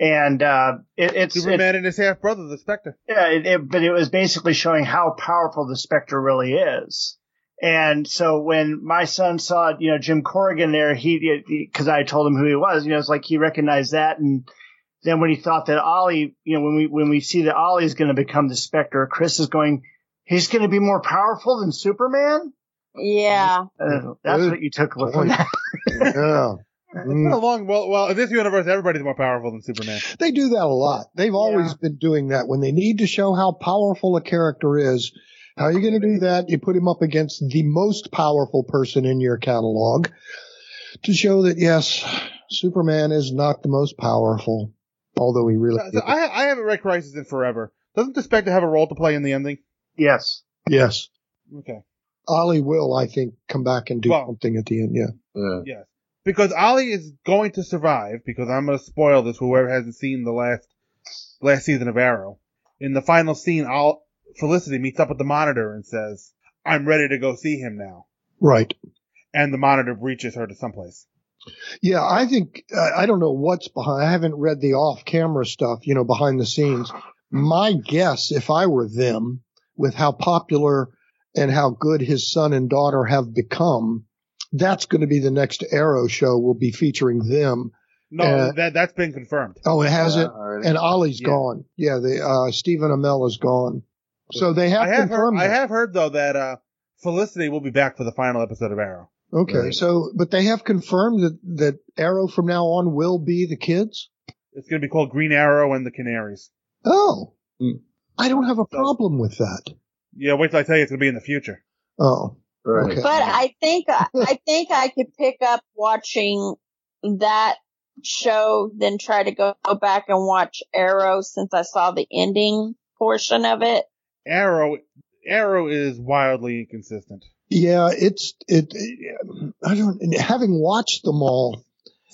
And uh, it, it's
Superman
it-
and his half brother, the Spectre.
yeah, it, it, but it was basically showing how powerful the Spectre really is. And so when my son saw, you know, Jim Corrigan there, he, because I told him who he was, you know, it's like he recognized that. And then when he thought that Ollie, you know, when we, when we see that Ollie's going to become the Spectre, Chris is going, he's going to be more powerful than Superman?
Yeah.
Uh, that's what you took away
<laughs>
from that.
Yeah. Hmm.
It's been a long. Well, well, in this universe, everybody's more powerful than Superman.
They do that a lot. They've always been doing that. When they need to show how powerful a character is, how are you going to do that? You put him up against the most powerful person in your catalog to show that, yes, Superman is not the most powerful, although he really
So
is.
I, I haven't read Crisis in forever. Doesn't the Spectre have a role to play in the ending?
Yes.
Yes.
Okay.
Ollie will, I think, come back and do
Well-
something at the end. Yeah.
Yes. Because Ollie is going to survive. Because I'm going to spoil this for whoever hasn't seen the last last season of Arrow. In the final scene, I'll, Felicity meets up with the Monitor and says, "I'm ready to go see him now."
Right.
And the Monitor reaches her to someplace.
Yeah, I think I I don't know what's behind. I haven't read the off-camera stuff, you know, behind the scenes. My guess, if I were them, with how popular and how good his son and daughter have become, that's going to be the next Arrow show. Will be featuring them.
No,
Uh,
that that's been confirmed.
Oh, it has it. And Ollie's
Yeah.
gone. Yeah, the uh, Stephen Amell is gone. So they have,
I have heard.
confirmed.
I
that.
have heard though that uh, Felicity will be back for the final episode of Arrow.
Okay,
Right.
so but they have confirmed that that Arrow from now on will be the kids.
It's going to be called Green Arrow and the Canaries.
Oh,
Hmm.
I don't have a problem with that.
Yeah, wait till I tell you it's going to be in the future.
Oh,
Right.
okay.
But I think I think I could pick up watching that show, then try to go back and watch Arrow since I saw the ending portion of it.
Arrow, Arrow is wildly inconsistent.
yeah, it's it, I don't. and Having watched them all,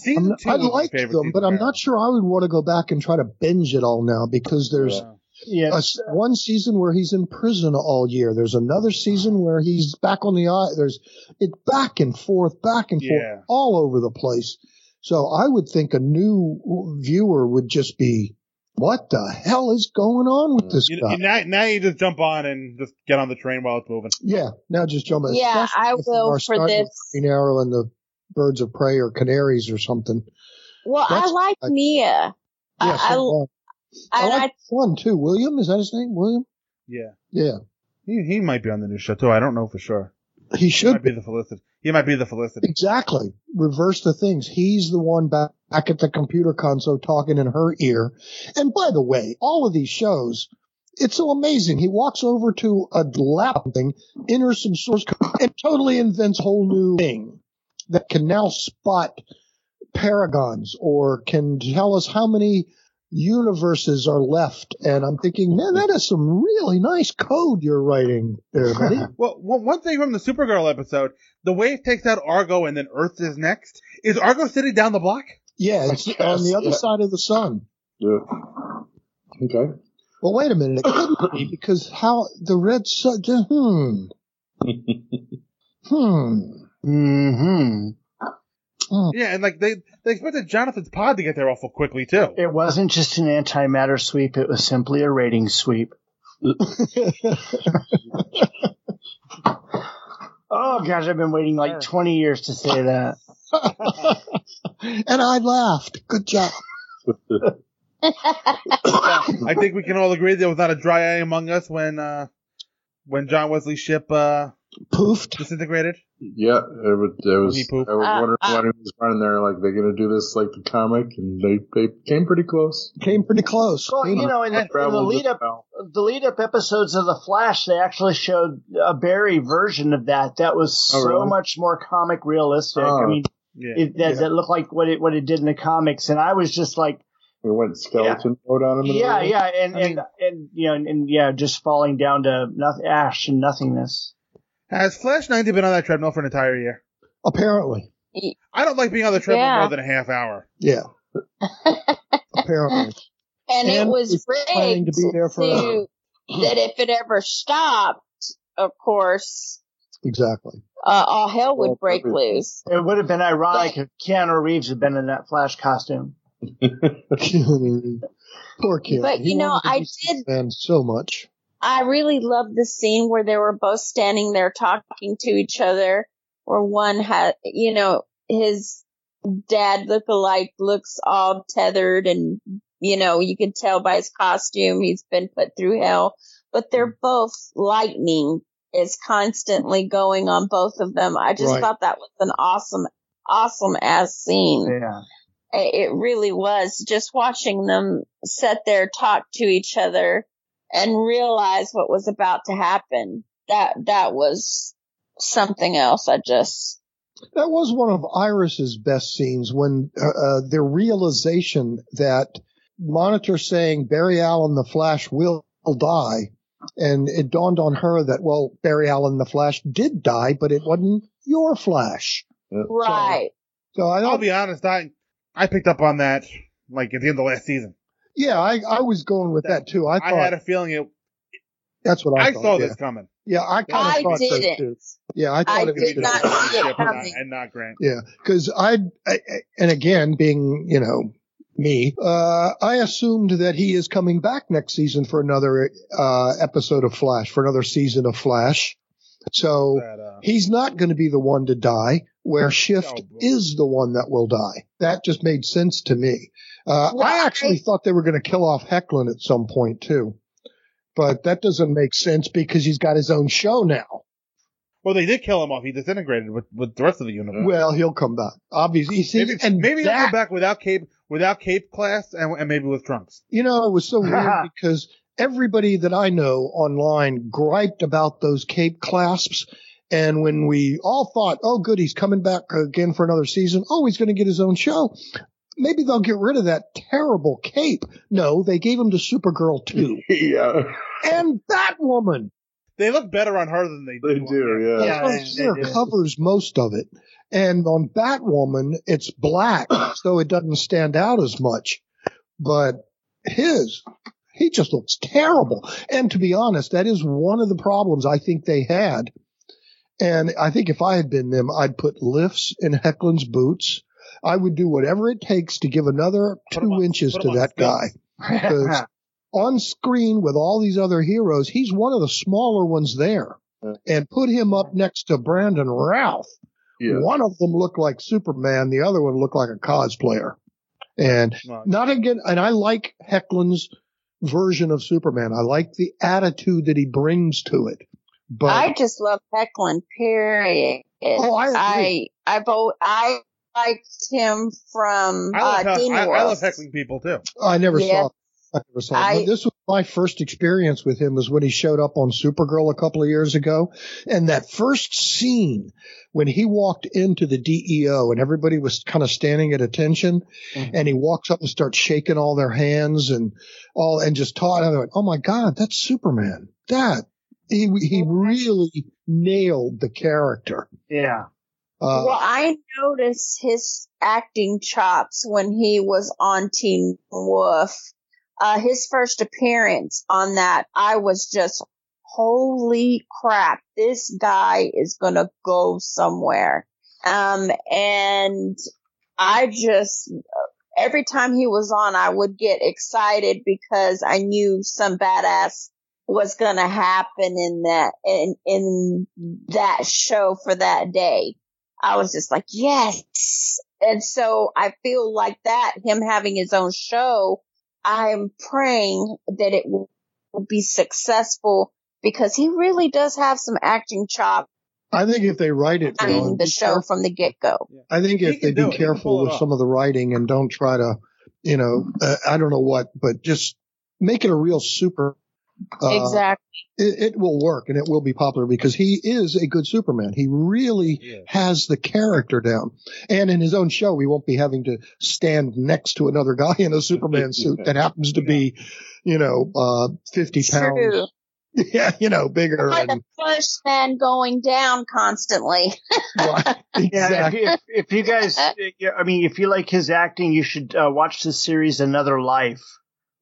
I'm not- I liked them, but I'm not sure I would want to go back and try to binge it all now because there's a s- one season where he's in prison all year. There's another season where he's back on the eye. There's it back and forth, back and
Yeah.
forth, all over the place. So I would think a new viewer would just be, "What the hell is going on with this
Mm. You,
guy?"
you- now, now you just jump on and just get on the train while it's moving.
yeah, now just jump. in.
Yeah,
Especially
I
if you
will
are
for
starting with
this.
Green Arrow and the Birds of Prey or Canaries or something.
Well, I
That's-
like Mia.
Yeah,
I,
so, uh,
I, I,
I
like
like one too. William is that his name? William?
Yeah.
Yeah.
He, he might be on the new show too. I don't know for sure.
He should
might be. the Felicity. He might be the Felicity.
Exactly. Reverse the things. He's the one back, back at the computer console talking in her ear. And by the way, all of these shows, it's so amazing. He walks over to a lab thing, enters some source code, and totally invents a whole new thing that can now spot paragons or can tell us how many universes are left. And I'm thinking, man, that is some really nice code you're writing there, buddy.
well, one one thing from the Supergirl episode, the wave takes out Argo and then Earth is next. Is Argo sitting down the block?
Yeah, it's on the other side of the sun.
Yeah. Okay.
Well, wait a minute. It couldn't
<coughs>
be because how the red sun. Hmm. Hmm.
Mm-hmm.
Yeah, and like they they expected Jonathan's pod to get there awful quickly too.
It wasn't just an antimatter sweep; it was simply a ratings sweep. <laughs> oh gosh, I've been waiting like 20 years to say that.
and I laughed. Good job.
I think we can all agree there was not a dry eye among us when uh when John Wesley's ship uh
poofed
disintegrated.
Yeah, it was. It was
pooped.
I was
Ah,
wondering
ah.
when he was running there. Like they're gonna do this like the comic, and they they came pretty close.
Came pretty close.
Well, you know, in the, in the lead up, the lead up episodes of the Flash, they actually showed a Barry version of that. That was
Oh,
so
really?
much more comic realistic.
Oh,
I mean,
yeah.
it, that,
Yeah.
that looked like what it what it did in the comics, and I was just like,
We went skeleton mode on him. and
yeah,
everything.
yeah, and and, and you know, and, and yeah, just falling down to noth- ash and nothingness.
Has Flash 90 been on that treadmill for an entire year?
Apparently.
I don't like being on the treadmill
Yeah.
more than a half hour.
Yeah. Apparently.
and, it
And
was
it's planning
rigged
to be there uh, forever.
to-
<clears throat>
that if it ever stopped, of course,
<laughs>
Exactly. <laughs>
uh, all hell would break loose.
It would have been ironic if Keanu Reeves had been in that Flash costume.
Poor kid.
But, you know, I
did and so much.
I really loved the scene where they were both standing there talking to each other, where one had, you know, his dad look-alike looks all tethered and, you know, you can tell by his costume he's been put through hell, but they're both lightning is constantly going on both of them. I just
Right.
thought that was an awesome, awesome ass scene.
Yeah.
It it really was just watching them sit there, talk to each other, and realize what was about to happen. That that was something else. I just
That was one of Iris's best scenes when uh, uh, their realization that Monitor saying Barry Allen the Flash will die, and it dawned on her that well Barry Allen the Flash did die, but it wasn't your Flash.
right.
So I
will be honest, I I picked up on that like at the end of last season.
Yeah, I, I was going with that, too. I
I
thought
had a feeling it.
that's what I,
I
thought,
saw
yeah.
this coming.
Yeah, I kind of
I
thought so
didn't.
too. <laughs> Yeah, I thought it was
Between
just-
Jonathan Ship and not- and not Grant.
Yeah, because I, I, and again, being, you know, me, uh, I assumed that he is coming back next season for another uh, episode of Flash, for another season of Flash. So he's not going to be the one to die, where Shift is the one that will die. That just made sense to me. Uh, I actually thought they were going to kill off Hecklin at some point, too. But that doesn't make sense because he's got his own show now.
Well, they did kill him off. He disintegrated with, with the rest of the universe.
Well, he'll come back. Obviously, you see,
maybe,
and
maybe
that,
he'll come back without cape, without cape class, and, and maybe with trunks.
you know, it was so
<laughs>
weird because everybody that I know online griped about those cape clasps. And when we all thought, oh, good, he's coming back again for another season. Oh, he's going to get his own show. Maybe they'll get rid of that terrible cape. No, they gave him to Supergirl too.
<laughs> yeah.
And Batwoman.
They look better on her than they do. They do,
yeah.
That's why she covers most of it. And on Batwoman, it's black,
<clears throat>
so it doesn't stand out as much. But his, he just looks terrible. And to be honest, that is one of the problems I think they had. And I think if I had been them, I'd put lifts in Hecklin's boots. I would do whatever it takes to give another put two on, inches to that <laughs> skills. guy. Because on screen with all these other heroes, he's one of the smaller ones there. And put him up next to Brandon Routh. Yeah. One of them looked like Superman, the other one looked like a cosplayer. And not again, and I like Hecklin's version of Superman. I like the attitude that he brings to it. But
I just love Hecklin, period. Oh, I agree. I, I've, I liked him from
I love,
uh,
how-
Demon
I,
World.
I love heckling people too.
I never
Yeah.
saw. I never saw. him.
I-
this was my first experience with him was when he showed up on Supergirl a couple of years ago, and that first scene when he walked into the DEO and everybody was kind of standing at attention,
Mm-hmm.
and he walks up and starts shaking all their hands and all and just taught. I went, oh my god, that's Superman. That he he really nailed the character. <laughs>
Yeah.
Uh,
well, I noticed his acting chops when he was on Team Wolf. Uh, his first appearance on that, I was just, holy crap, this guy is gonna go somewhere. Um, and I just, every time he was on, I would get excited because I knew some badass was gonna happen in that, in, in that show for that day. I was just like, yes. And so I feel like that, him having his own show, I'm praying that it will be successful because he really does have some acting chops
I think if they write it,
in
wrong,
the show from the get go.
I think if they be careful with some of the writing and don't try to, you know, uh, I don't know what, but just make it a real super. uh,
Exactly.
It, it will work and it will be popular because he is a good Superman. He really has the character down. And in his own show, we won't be having to stand next to another guy in a
<laughs>
Superman suit that happens to be, you know, uh, 50 pounds. <laughs>
True.
Yeah, you
<laughs>
know, bigger.
But
and,
the first man going down constantly. <laughs>
Yeah, if,
Exactly.
you- if, if you guys, yeah, I mean, if you like his acting, you should uh, watch the series Another Life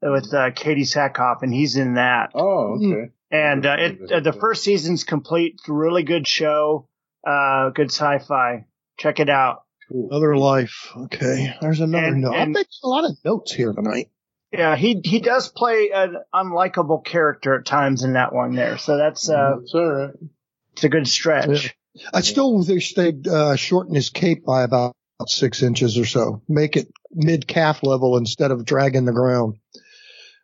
with uh, Katie Sackhoff, and he's in that.
Oh,
okay.
And uh, it, uh, the first season's complete. It's a really good show. Uh, good sci-fi. Check it out.
Another life. Okay. There's another
And-
note. I'm
and-
making a lot of notes here tonight.
Yeah, he he does play an unlikable character at times in that one there. So that's uh, it's a good stretch.
I still wish they'd uh, shorten his cape by about six inches or so. Make it mid calf level instead of dragging the ground.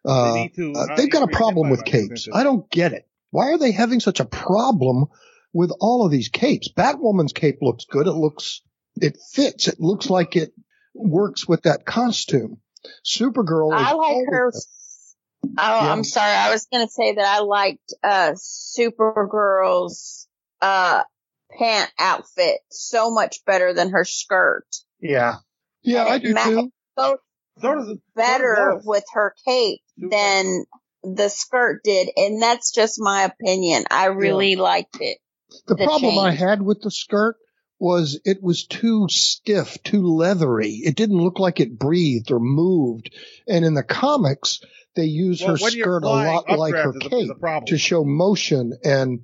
Uh,
They need to,
uh,
uh,
they've got a
increase
problem
it
with
by about six
capes.
inches.
I don't get it. Why are they having such a problem with all of these capes? Batwoman's cape looks good. It looks, it fits. It looks like it works with that costume. Supergirl. is
I like
always-
her. Oh, I'm sorry. I was going to say that I liked uh, Supergirl's uh, pant outfit so much better than her skirt.
Yeah.
Yeah,
I do too. better with her cape than the skirt did, and that's just my opinion. I really liked it.
The, problem I
change.
had with the skirt was it was too stiff, too leathery. It didn't look like it breathed or moved. And in the comics, they use
Well,
her
when you're
skirt a
flying
lot like her
updraft is a- is
cape
a problem.
to show motion and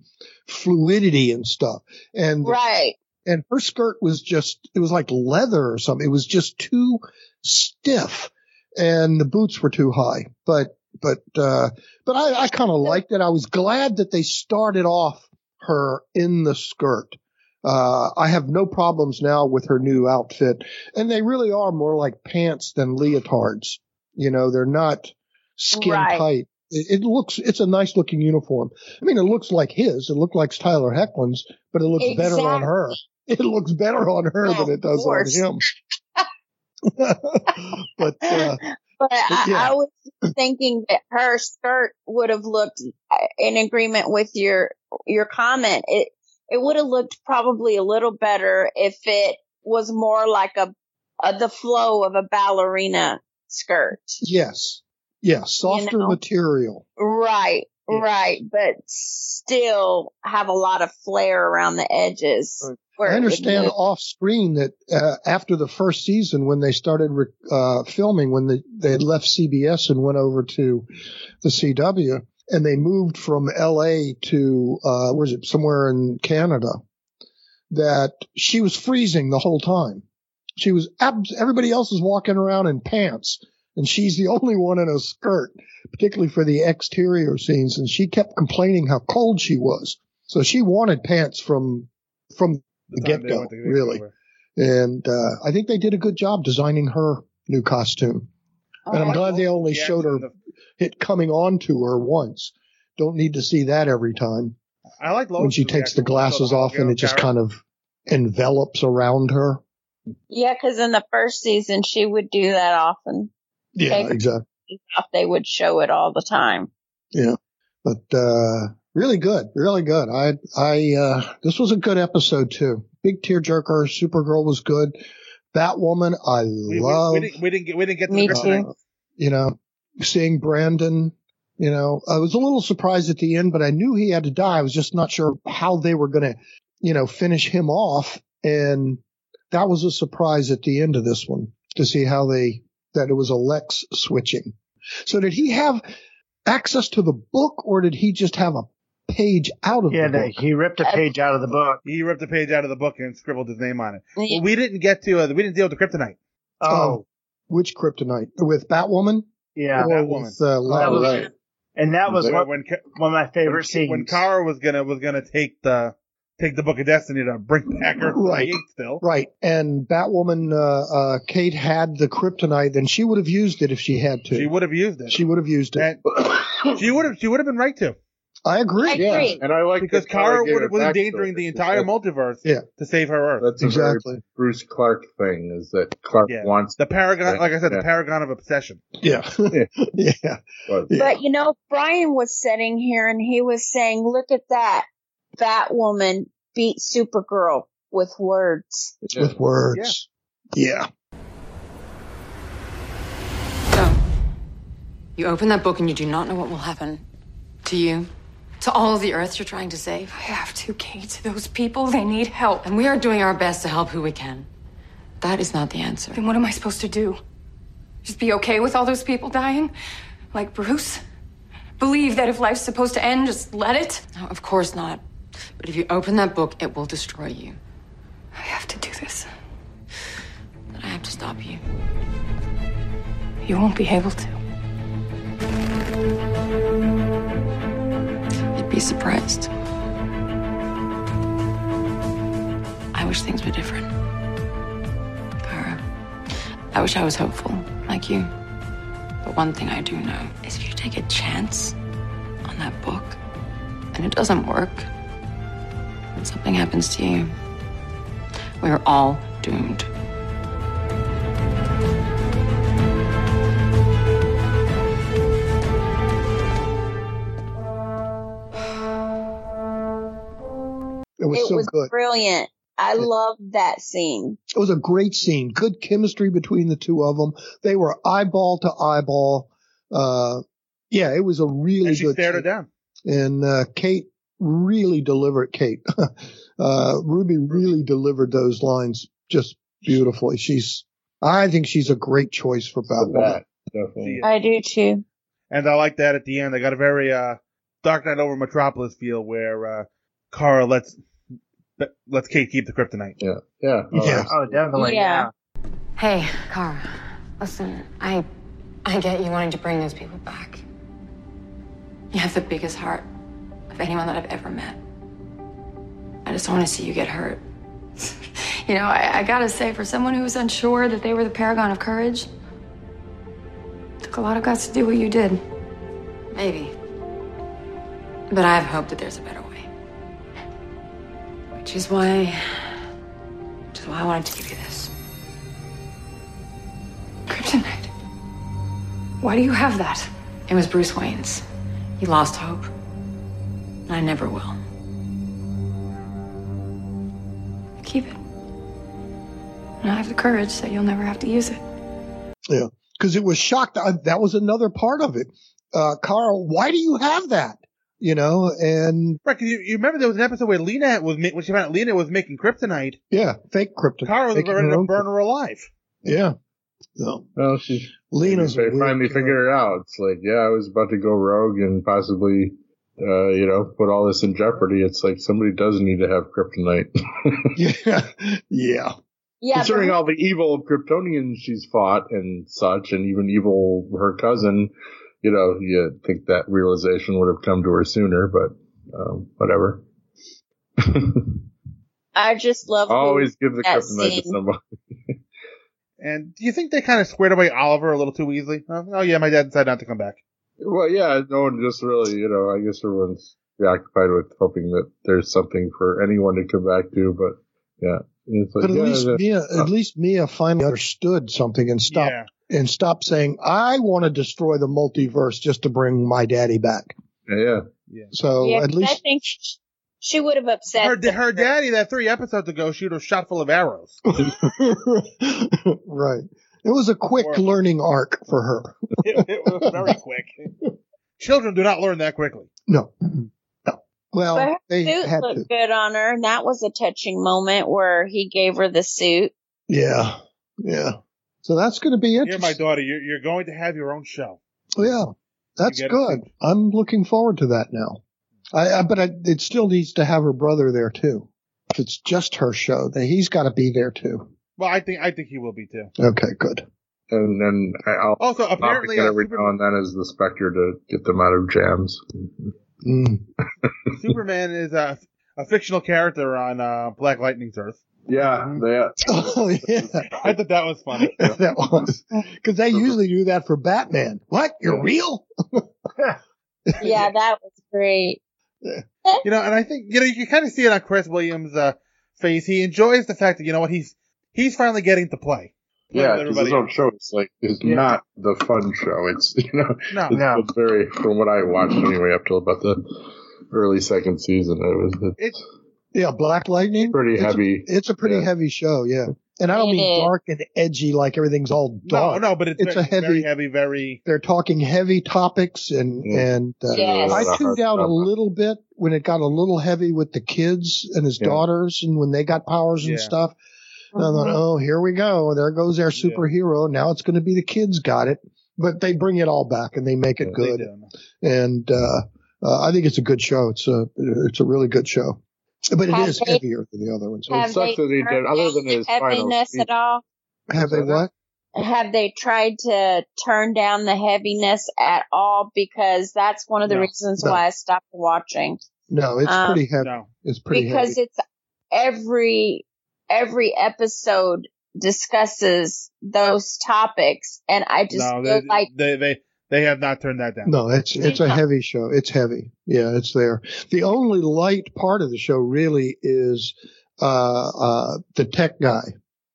fluidity and stuff. And
right.
And her skirt was just it was like leather or something. It was just too stiff and the boots were too high. But but uh but I, I kind of liked it. I was glad that they started off her in the skirt. Uh, I have no problems now with her new outfit, and they really are more like pants than leotards. You know, they're not skin
Right.
tight. It, it looks, it's a nice looking uniform. I mean, it looks like his. It looked like Tyler Hecklin's, but it looks better on her. <laughs> It looks better on her
Well,
than it does
of course. <laughs>
on him. <laughs> but uh,
But I,
yeah.
<clears throat> I was thinking that her skirt would have looked uh, in agreement with your your comment. It it would have looked probably a little better if it was more like a, a the flow of a ballerina skirt.
yes, yes, softer material.
Right, right, but still have a lot of flair around the edges. were.
I understand off screen that uh, after the first season, when they started re- uh, filming, when they, they had left CBS and went over to the CW, and they moved from LA to, uh, where is it, somewhere in Canada, that she was freezing the whole time. She was, ab- everybody else is walking around in pants. And she's the <laughs> only one in a skirt, particularly for the exterior scenes. And she kept complaining how cold she was. So she wanted pants from from the get go, really. And uh, I think they did a good job designing her new costume. and
Oh,
I'm glad they only showed her it coming on to her once. Don't need to see that every time.
I like
when she takes the glasses off and it just kind of envelops around her.
Yeah, because in the first season she would do that often.
Yeah,
Take her
exactly.
off, They would show it all the time.
Yeah, but uh, really good, really good. I, I, uh, this was a good episode too. Big tearjerker. Supergirl was good. Batwoman, I
We,
love.
we, we, didn't, we didn't get we didn't get to
Me
the best
too.
thing.
you know, seeing Brandon. You know, I was a little surprised at the end, but I knew he had to die. I was just not sure how they were going to, you know, finish him off. And that was a surprise at the end of this one to see how they, that it was a Lex switching. So did he have access to the book or did he just have a page out of
Yeah,
the
that-
book?
he ripped a page out of the book.
He ripped a page out of the book and scribbled his name on it.
Yeah.
Well, we didn't get to uh, we didn't deal with the kryptonite.
Oh. which kryptonite? With Batwoman?
Yeah,
Or with,
Oh,
uh, Lois?
That was- And that was
When-
what,
when
one of my favorite
when,
scenes.
When Kara was gonna was gonna take the take the book of destiny to bring back
<laughs>
her
Right.
still.
Right. And Batwoman, uh, uh, Kate had the kryptonite, then she would have used it if she had to.
She would have used it.
She would have used it.
<coughs> she would have she would have been right to.
I agree.
I Yeah, agree.
and I like
because
that Kara
Kara
gave
would,
it
was
back to
endangering
her.
the entire multiverse
Yeah.
to save her Earth.
That's a very Bruce Clark thing is that Clark
Yeah.
wants
the paragon, like I said,
Yeah.
the paragon of obsession.
Yeah, yeah.
But you know, Brian was sitting here and he was saying, "Look at that! Batwoman beat Supergirl with words."
With words. Yeah.
You open that book and you do not know what will happen to you, to all of the Earths you're trying to save. I have to, Kate. Those people, they need help. And we are doing our best to help who we can. That is not the answer.
Then what am I supposed to do? Just be okay with all those people dying? Like Bruce? Believe that if life's supposed to end, just let it?
No, of course not. But if you open that book, it will destroy you.
I have to do this.
Then I have to stop you.
You won't be able to.
You'd be surprised. I wish things were different. Kara, I wish I was hopeful, like you. But one thing I do know is if you take a chance on that book and it doesn't work, and something happens to you, we're all doomed.
It was so good.
brilliant. I love that scene.
It was a great scene. Good chemistry between the two of them. They were eyeball to eyeball. Uh, yeah, it was a really
And she
good.
stared her
scene.
down.
And uh, Kate really delivered. Kate, <laughs> uh, Ruby really delivered those lines just beautifully. She's, I think she's a great choice for Batwoman.
She is.
I do too.
And I like that at the end. I got a very uh, Dark Knight over Metropolis feel where uh, Kara lets but lets Kate keep the kryptonite.
Yeah, yeah,
yeah.
Oh, definitely.
Yeah. Hey, Kara. Listen, I I get you wanting to bring those people back. You have the biggest heart of anyone that I've ever met. I just don't want to see you get hurt.
You know, I, I gotta say, for someone who was unsure that they were the paragon of courage, took a lot of guts to do what you did.
Maybe. But I have hope that there's a better way. Which is why which is why I wanted to give you this.
Kryptonite. Why do you have that?
It was Bruce Wayne's. He lost hope. And I never will.
Keep it. And I have the courage so you'll never have to use it.
Yeah, because it was shocked. I, that was another part of it. Uh, Carl, why do you have that? you know, and
Right, 'cause you, you remember there was an episode where Lena was ma- when she found out Lena was making kryptonite.
Yeah, fake kryptonite.
Kara was
Making
ready
her
to
own
burn her alive.
yeah.
Well, she's
Lena's
They
a weird
finally figure it out. It's like, yeah, I was about to go rogue and possibly, uh, you know, put all this in jeopardy. It's like somebody does need to have kryptonite. <laughs>
yeah, yeah.
Yeah,
Considering
but-
all the evil Kryptonians she's fought and such, and even evil her cousin, you know, you think that realization would have come to her sooner, but um, whatever.
I just love
Always give the
that
kryptonite
scene.
to somebody.
And do you think they kind of squared away Oliver a little too easily? Huh? Oh yeah, my dad decided not to come back.
Well, yeah, no one just really, you know, I guess everyone's preoccupied with hoping that there's something for anyone to come back to, but yeah. It's like,
But at
yeah,
least
the-
Mia,
uh,
at least Mia finally understood something and stopped and stopped saying, "I want to destroy the multiverse just to bring my daddy back."
yeah.
So
Yeah,
at
'cause I
least,
think she would have upset
Her, her daddy, that three episodes ago, she would have shot full of arrows.
<laughs> right? It was a quick learning arc for her.
it, <laughs> it was very quick. Children do not learn that quickly.
No, Well,
but her
they
suit
had
looked good on her, and that was a touching moment where he gave her the
<laughs>
suit.
yeah, yeah. So that's going to be
You're
interesting.
my daughter. You're, you're going to have your own show.
Yeah, that's
get it.
good. I'm looking forward to that now. I, I but I, it still needs to have her brother there too. If it's just her show, then he's got to be there too.
Well, I think I think he will be
<laughs>
too.
Okay, good.
And then I- I'll
Also,
I'll
apparently,
get
uh,
every now and then is the Spectre to get them out of jams.
Superman is a, a fictional character on uh, Black Lightning's Earth.
Yeah, yeah.
<laughs> Oh yeah,
I thought that was funny.
<laughs> that
<laughs>
was because they usually do that for Batman. What? You're real? <laughs>
Yeah, that was great.
you know, and I think you know you can kind of see it on Chris Williams' uh, face. He enjoys the fact that you know what he's he's finally getting to play. Play with
Yeah, 'cause
everybody
his own show is like is
Yeah.
not the fun show. It's you know,
No.
it's
No.
the very from what I watched anyway up till about the early second season. It was it's
Yeah, Black Lightning.
pretty
It's a-
heavy.
It's a pretty heavy show, yeah. And I don't
It
mean
is.
dark and edgy like everything's all
No,
dark.
Oh, no, but it's,
a
very,
heavy.
very heavy, very.
They're talking heavy topics, and
Mm.
and uh,
Yes.
I tuned out a little bit when it got a little heavy with the kids and his daughters, and when they got powers and
Yeah.
stuff. And I thought,
Mm-hmm.
oh, here we go. There goes our superhero. Now it's going to be the kids got it, but they bring it all back and they make it
they
good. And uh, uh, I think it's a good show. It's a it's a really good show, but it
Have
is
they-
heavier than the other ones.
have they turned down the heaviness at all?
Have they what?
Have they tried to turn down the heaviness at all? Because that's one of the
No.
reasons
No.
why I stopped watching.
No, it's
Um,
pretty heavy. It's pretty
because
heavy.
it's every every episode discusses those topics, and I just
no,
feel
they,
like
they they they have not turned that down.
no, it's it's a heavy show. It's heavy. Yeah, it's there. The only light part of the show really is uh uh the tech guy.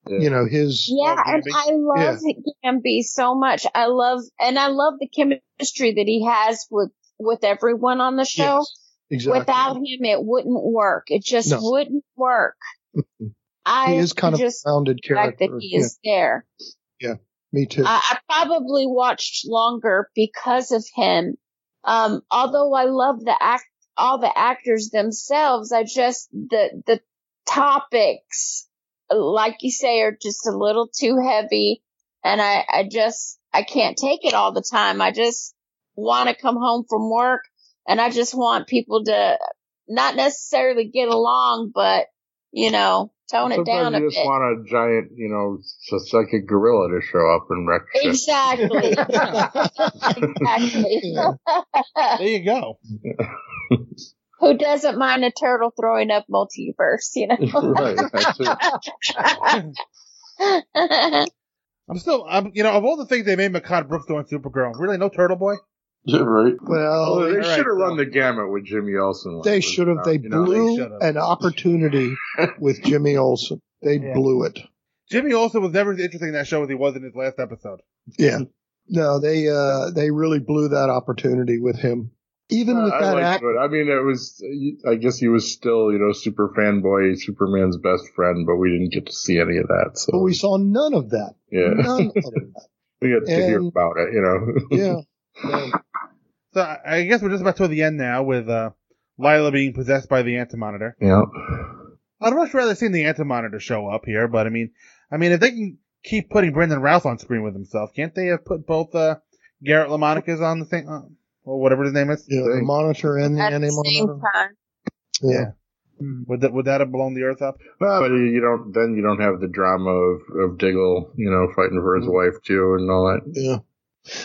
You know, his
Yeah,
Oh,
and I love
uh, Yeah.
Gamby so much. I love and I love the chemistry that he has with with everyone on the show.
exactly.
Without him, it wouldn't work. It just
No.
wouldn't work. I
he is kind of a
just
rounded
like
character.
that he is there.
yeah. yeah, me too.
I, I probably watched longer because of him. Um, although I love the act, all the actors themselves, I just the the topics, like you say, are just a little too heavy, and I I just I can't take it all the time. I just want to come home from work, and I just want people to not necessarily get along, but you know, tone it down
Sometimes
a
you
bit.
just want a giant, you know, s- psychic gorilla to show up and wreck shit.
Exactly. exactly.
there you go.
Who doesn't mind a turtle throwing up multiverse, you know?
Right, that's
<laughs>
I'm still, I'm, you know, of all the things they made Makad Brooks do on Supergirl, really no Turtle Boy.
<laughs> Yeah, right.
Well,
they
all right,
should have run the gamut with Jimmy Olsen.
they should have. They
Oh, You know,
blew
should've.
an
<laughs>
opportunity with Jimmy Olsen. They
Yeah.
blew it.
Jimmy Olsen was never as interesting in that show as he was in his last episode.
Yeah. No, they uh they really blew that opportunity with him. Even with
Uh, I
that
liked
act
it. I mean, it was. I guess he was still, you know, super fanboy, Superman's best friend, but we didn't get to see any of that. So
but we saw none of that.
yeah, <laughs>
None of
we got to hear
And-
about it. You know.
Yeah.
<laughs>
Yeah.
So I- I guess we're just about toward the end now with uh, Lila being possessed by the Antimonitor.
Yeah.
I'd much rather seen the Antimonitor show up here, but I mean, I mean, if they can keep putting Brendan Routh on screen with himself, can't they have put both uh, Garrett LaMonica's on the same, uh, or whatever his name is?
Yeah, the monitor and the
At the same
antimonitor.
time.
Yeah.
Would that would that have blown the earth up?
Well, but you don't. Then you don't have the drama of of Diggle, you know, fighting for his wife too, and all that.
Mm. Yeah.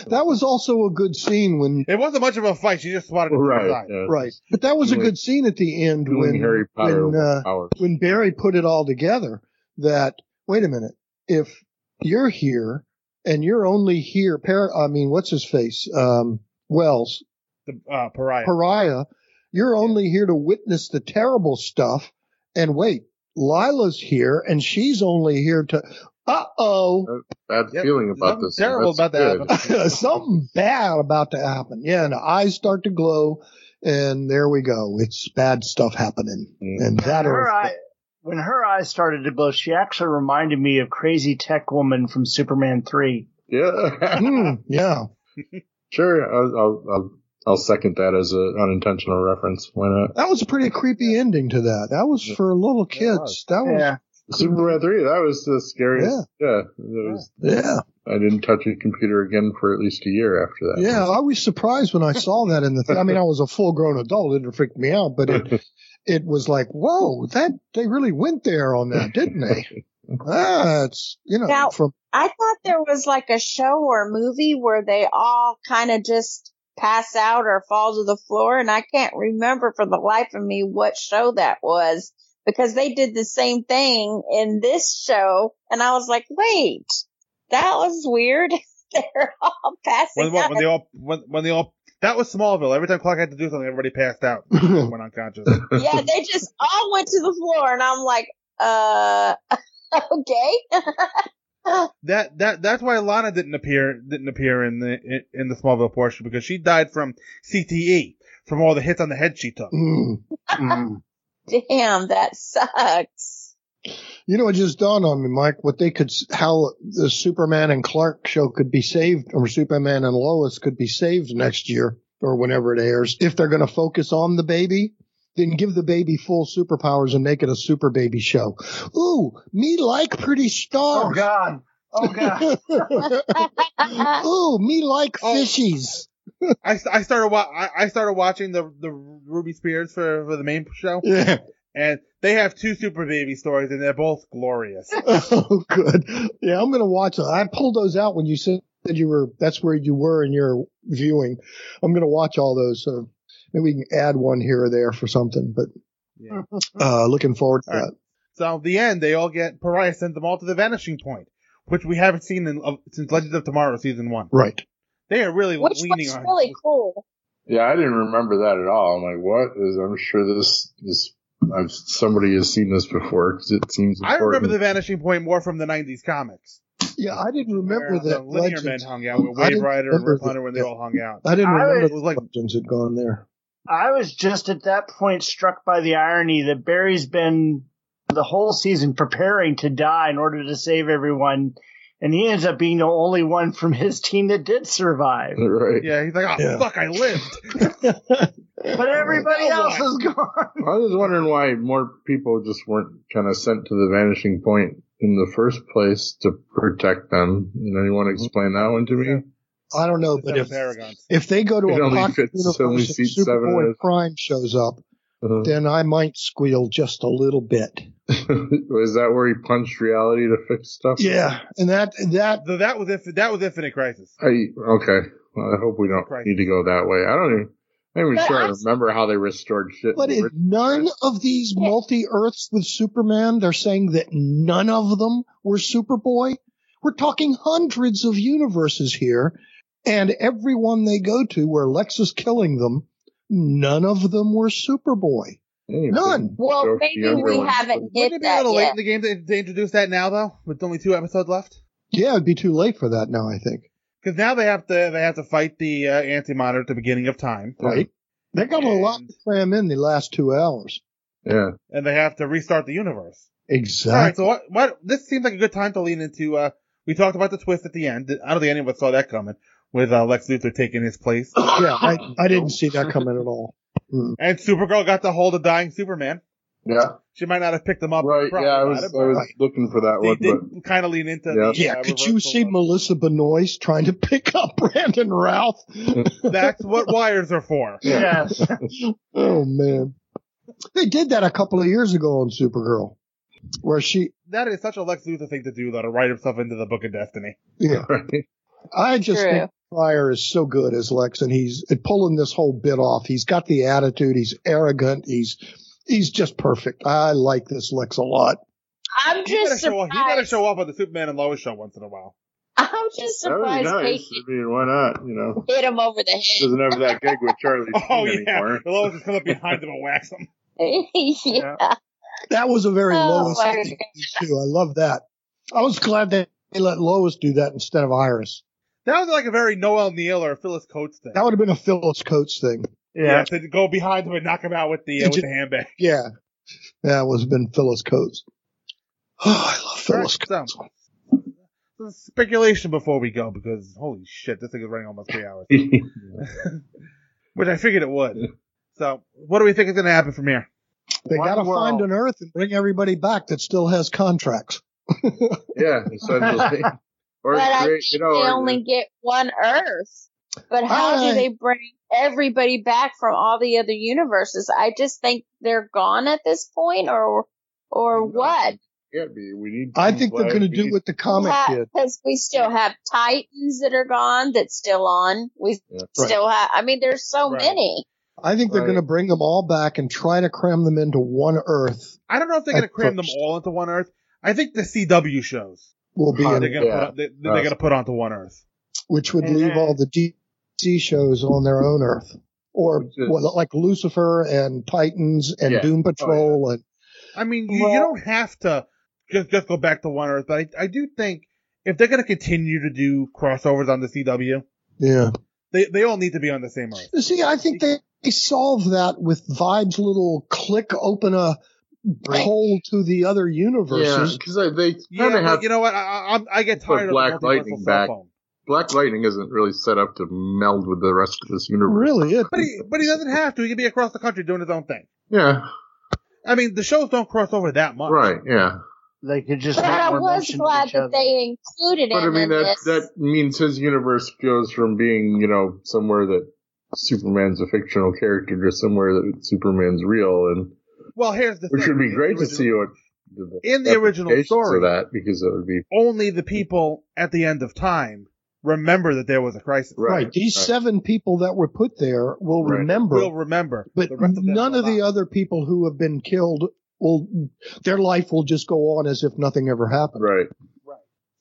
That was also a good scene when
it wasn't much of a fight. She just swatted
it to the Right, side. yeah.
right. But that was a
Doing-
good scene at the end
doing
when
Harry Potter
when, uh,
powers.
when Barry put it all together. That wait a minute, if you're here and you're only here, par- I mean, what's his face, um, Wells
The uh, pariah.
Pariah, you're only here to witness the terrible stuff. And wait, Lila's here, and she's only here to. Uh oh.
Bad feeling about this.
terrible
That's
about
good.
that.
<laughs>
happen. <laughs> Something bad about to happen. Yeah, and the eyes start to glow, and there we go. It's bad stuff happening,
Mm.
and that
her
is
eye, when her eyes started to glow, she actually reminded me of Crazy Tech Woman from Superman Three. Hmm,
Yeah.
<laughs>
yeah.
Sure, I'll, I'll I'll I'll second that as an unintentional reference. Why not?
that was a pretty creepy ending to that. That was for little kids. That was
Superman three. That was the scariest. Yeah, yeah. That was,
yeah.
I didn't touch a computer again for at least a year after that.
Yeah, I was surprised when I saw that in the. Th- I mean, I was a full grown adult; it didn't freak me out, but
<laughs>
it it was like, whoa, that they really went there on that, didn't
<laughs>
they? ah, it's you know
Now-
from
I thought there was like a show or movie where they all kind of just pass out or fall to the floor. And I can't remember for the life of me what show that was because they did the same thing in this show. And I was like, wait, that was weird. <laughs> They're all passing
When, what,
out.
when
<laughs>
they all when, when they all that was Smallville. Every time Clark had to do something, everybody
<laughs>
passed out, went unconscious.
<laughs> yeah, they just all went to the floor. And I'm like, uh, <laughs> okay.
That that that's why Lana didn't appear didn't appear in the in, in the Smallville portion because she died from CTE from all the hits on the head she
<laughs>
took.
Mm.
<laughs> Damn, that sucks.
You know, it just dawned on me, Mike, what they could, how the Superman and Clark show could be saved, or Superman and Lois could be saved next year or whenever it airs. If they're going to focus on the baby, then give the baby full superpowers and make it a super baby show. Ooh, me like pretty stars. Oh
God.
<laughs>
Oh
God. Ooh, me like fishies.
Oh. I, I started wa- I, I started watching the the Ruby Spears for, for the main show.
Yeah.
And they have two super baby stories and they're both glorious.
<laughs> oh, good. Yeah, I'm gonna watch it. I pulled those out when you said that you were. That's where you were in your viewing. I'm gonna watch all those. So maybe we can add one here or there for something. But uh, looking forward to
All right.
that.
So at the end, they all get Pariah sends them all to the Vanishing Point, which we haven't seen in, of since Legends of Tomorrow season one.
Right.
They are really
Which
leaning
was
on.
really cool.
Yeah, I didn't remember that at all. I'm like, what is? I'm sure this this I've, somebody has seen this before because it seems.
I remember the
important.
Vanishing Point more from the '90s comics.
Yeah, I didn't remember
where the
that.
Linear
Legends-
Men hung out with
I
Wave
didn't
Rider and
remember
Rip
that-
Hunter when they
yeah.
all hung out.
I didn't
I
remember
was-
the Legends had gone there.
I was just at that point struck by the irony that Barry's been the whole season preparing to die in order to save everyone, and he ends up being the only one from his team that did <laughs> survive.
Right.
Yeah, he's like, oh
Yeah.
fuck, I lived.
<laughs> But everybody else is gone.
I was wondering why more people just weren't kind of sent to the vanishing point in the first place to protect them. And anyone explain that one to me?
I don't know, but
Seven
if
Paragons.
if they go to
It
a
only
pocket
fits-
universe
only
and
seats seven of Uh-huh.
Superboy
us.
Prime shows up, then I might squeal just a little bit.
<laughs> Was that where he punched reality to fix stuff?
Yeah, and that that
So that was if that was Infinite Crisis.
I okay. Well, I hope we don't
Right.
need to go that way. I don't even. I'm not even
But
sure I
I-
remember how they restored shit.
But in none of these multi Earths with Superman, they're saying that none of them were Superboy. We're talking hundreds of universes here, and everyone they go to where Lex is killing them, none of them were Superboy. None.
Well, maybe we haven't
Wouldn't
hit
it be a
that
little late
yet.
in the game to, to introduce that now though, with only two episodes left?
Yeah, it'd be too late for that now, I think.
Because now they have to they have to fight the uh, anti-monitor at the beginning of time,
Right. They got a lot to cram in the last two hours.
Yeah.
And they have to restart the universe. All right,
Exactly.
so what, what? This seems like a good time to lean into. Uh, we talked about the twist at the end. I don't think any of us saw that coming. with uh, Lex Luthor taking his place.
<coughs> Yeah, I, I didn't see that coming at all. Mm.
And Supergirl got to hold a dying Superman.
Yeah.
She might not have picked him up.
Right.
properly
Yeah, I
about
was
it,
I
but
was looking for that
they
one,
did
but
kind of lean into
Yeah.
the
Yeah,
uh,
could you see Melissa Benoist trying to pick up <laughs> Brandon Routh?
That's what wires
<laughs>
are for.
Yes.
oh man, they did that a couple of years ago on Supergirl, where she.
That is such a Lex Luthor thing to do, though, to write himself into the Book of Destiny.
<laughs>
Yeah, I just
True.
think Pryor is so good as Lex, and he's pulling this whole bit off. He's got the attitude. He's arrogant. He's he's just perfect. I like this Lex a lot.
I'm
he better
just
show off, he better
surprised.
show off on the Superman and Lois show once in a while.
I'm just
that would be
surprised
nice. I mean, why not? You know,
they hit him over the head.
doesn't have that gig with
<laughs>
Charlie
Oh
Sheen
yeah,
anymore.
Lois just come up behind him and wax him.
<laughs> yeah.
That was a very
Oh,
Lois
my
thing too. I love that. I was glad that they let Lois do that instead of Iris.
That was like a very Noel Neal or Phyllis Coates thing.
That would have been a Phyllis Coates thing.
Yeah, to go behind him and knock him out with the uh, with
you-
the handbag.
Yeah, that would have been Phyllis Coates. Oh, I love <laughs> Phyllis.
Alright, so, some speculation before we go because holy shit, this thing is running almost three hours, <laughs> which I figured it would. So, what do we think is going to happen from here?
They got to find an Earth and bring everybody back that still has contracts.
Yeah, essentially. Or
but I
create,
think
you know,
they
or-
only get one Earth. But how
I-
do they bring everybody back from all the other universes? I just think they're gone at this point, or or what?
can't be. We need.
I think they're going to do what the comic did.
Because we still have Titans that are gone, that's still on. We
Right.
still have. I mean, there's so
Right.
many.
I think they're
Right.
going to bring them all back and try to cram them into one Earth.
I don't know if they're going to
At
cram them
first.
all into one Earth. I think the CW shows
Will be
they're
in-
going to
Yeah.
put, they, they're going to put onto one Earth.
which would leave all the DC shows on their own Earth, or
is-
well, like Lucifer and Titans and
Yeah.
Doom
Oh,
Patrol and
I mean, you, you don't have to just just go back to one Earth, but I, I do think if they're going to continue to do crossovers on the CW,
yeah.
they they all need to be on the same Earth.
See, I think they, they solve that with Vibe's little click open a hole to the other universes.
because they kind
Yeah,
of
but
have
you know what? I, I, I'm- I get tired
put
of the
Black
multiversal
Lightning
cell
back.
phone.
Black Lightning isn't really set up to meld with the rest of this universe.
Really? It,
But he, but he doesn't have to. He can be across the country doing his own thing.
yeah.
I mean, the shows don't cross over that much.
Right. Yeah.
They could just
But I
make more
was
mention of
glad
each
that
other.
they included
But I
him
mean
in
that
this.
that means his universe goes from being you know somewhere that Superman's a fictional character to somewhere that Superman's real, and
Well, here's the
which
thing.
would be great to
Original-
see what
In the original
applications
story.
of that because it would be
Only the people at the end of time remember that there was a crisis.
Right. These seven people that were put there will remember.
Will remember.
but none of the other people who have been killed will their life will just go on as if nothing ever happened.
Right.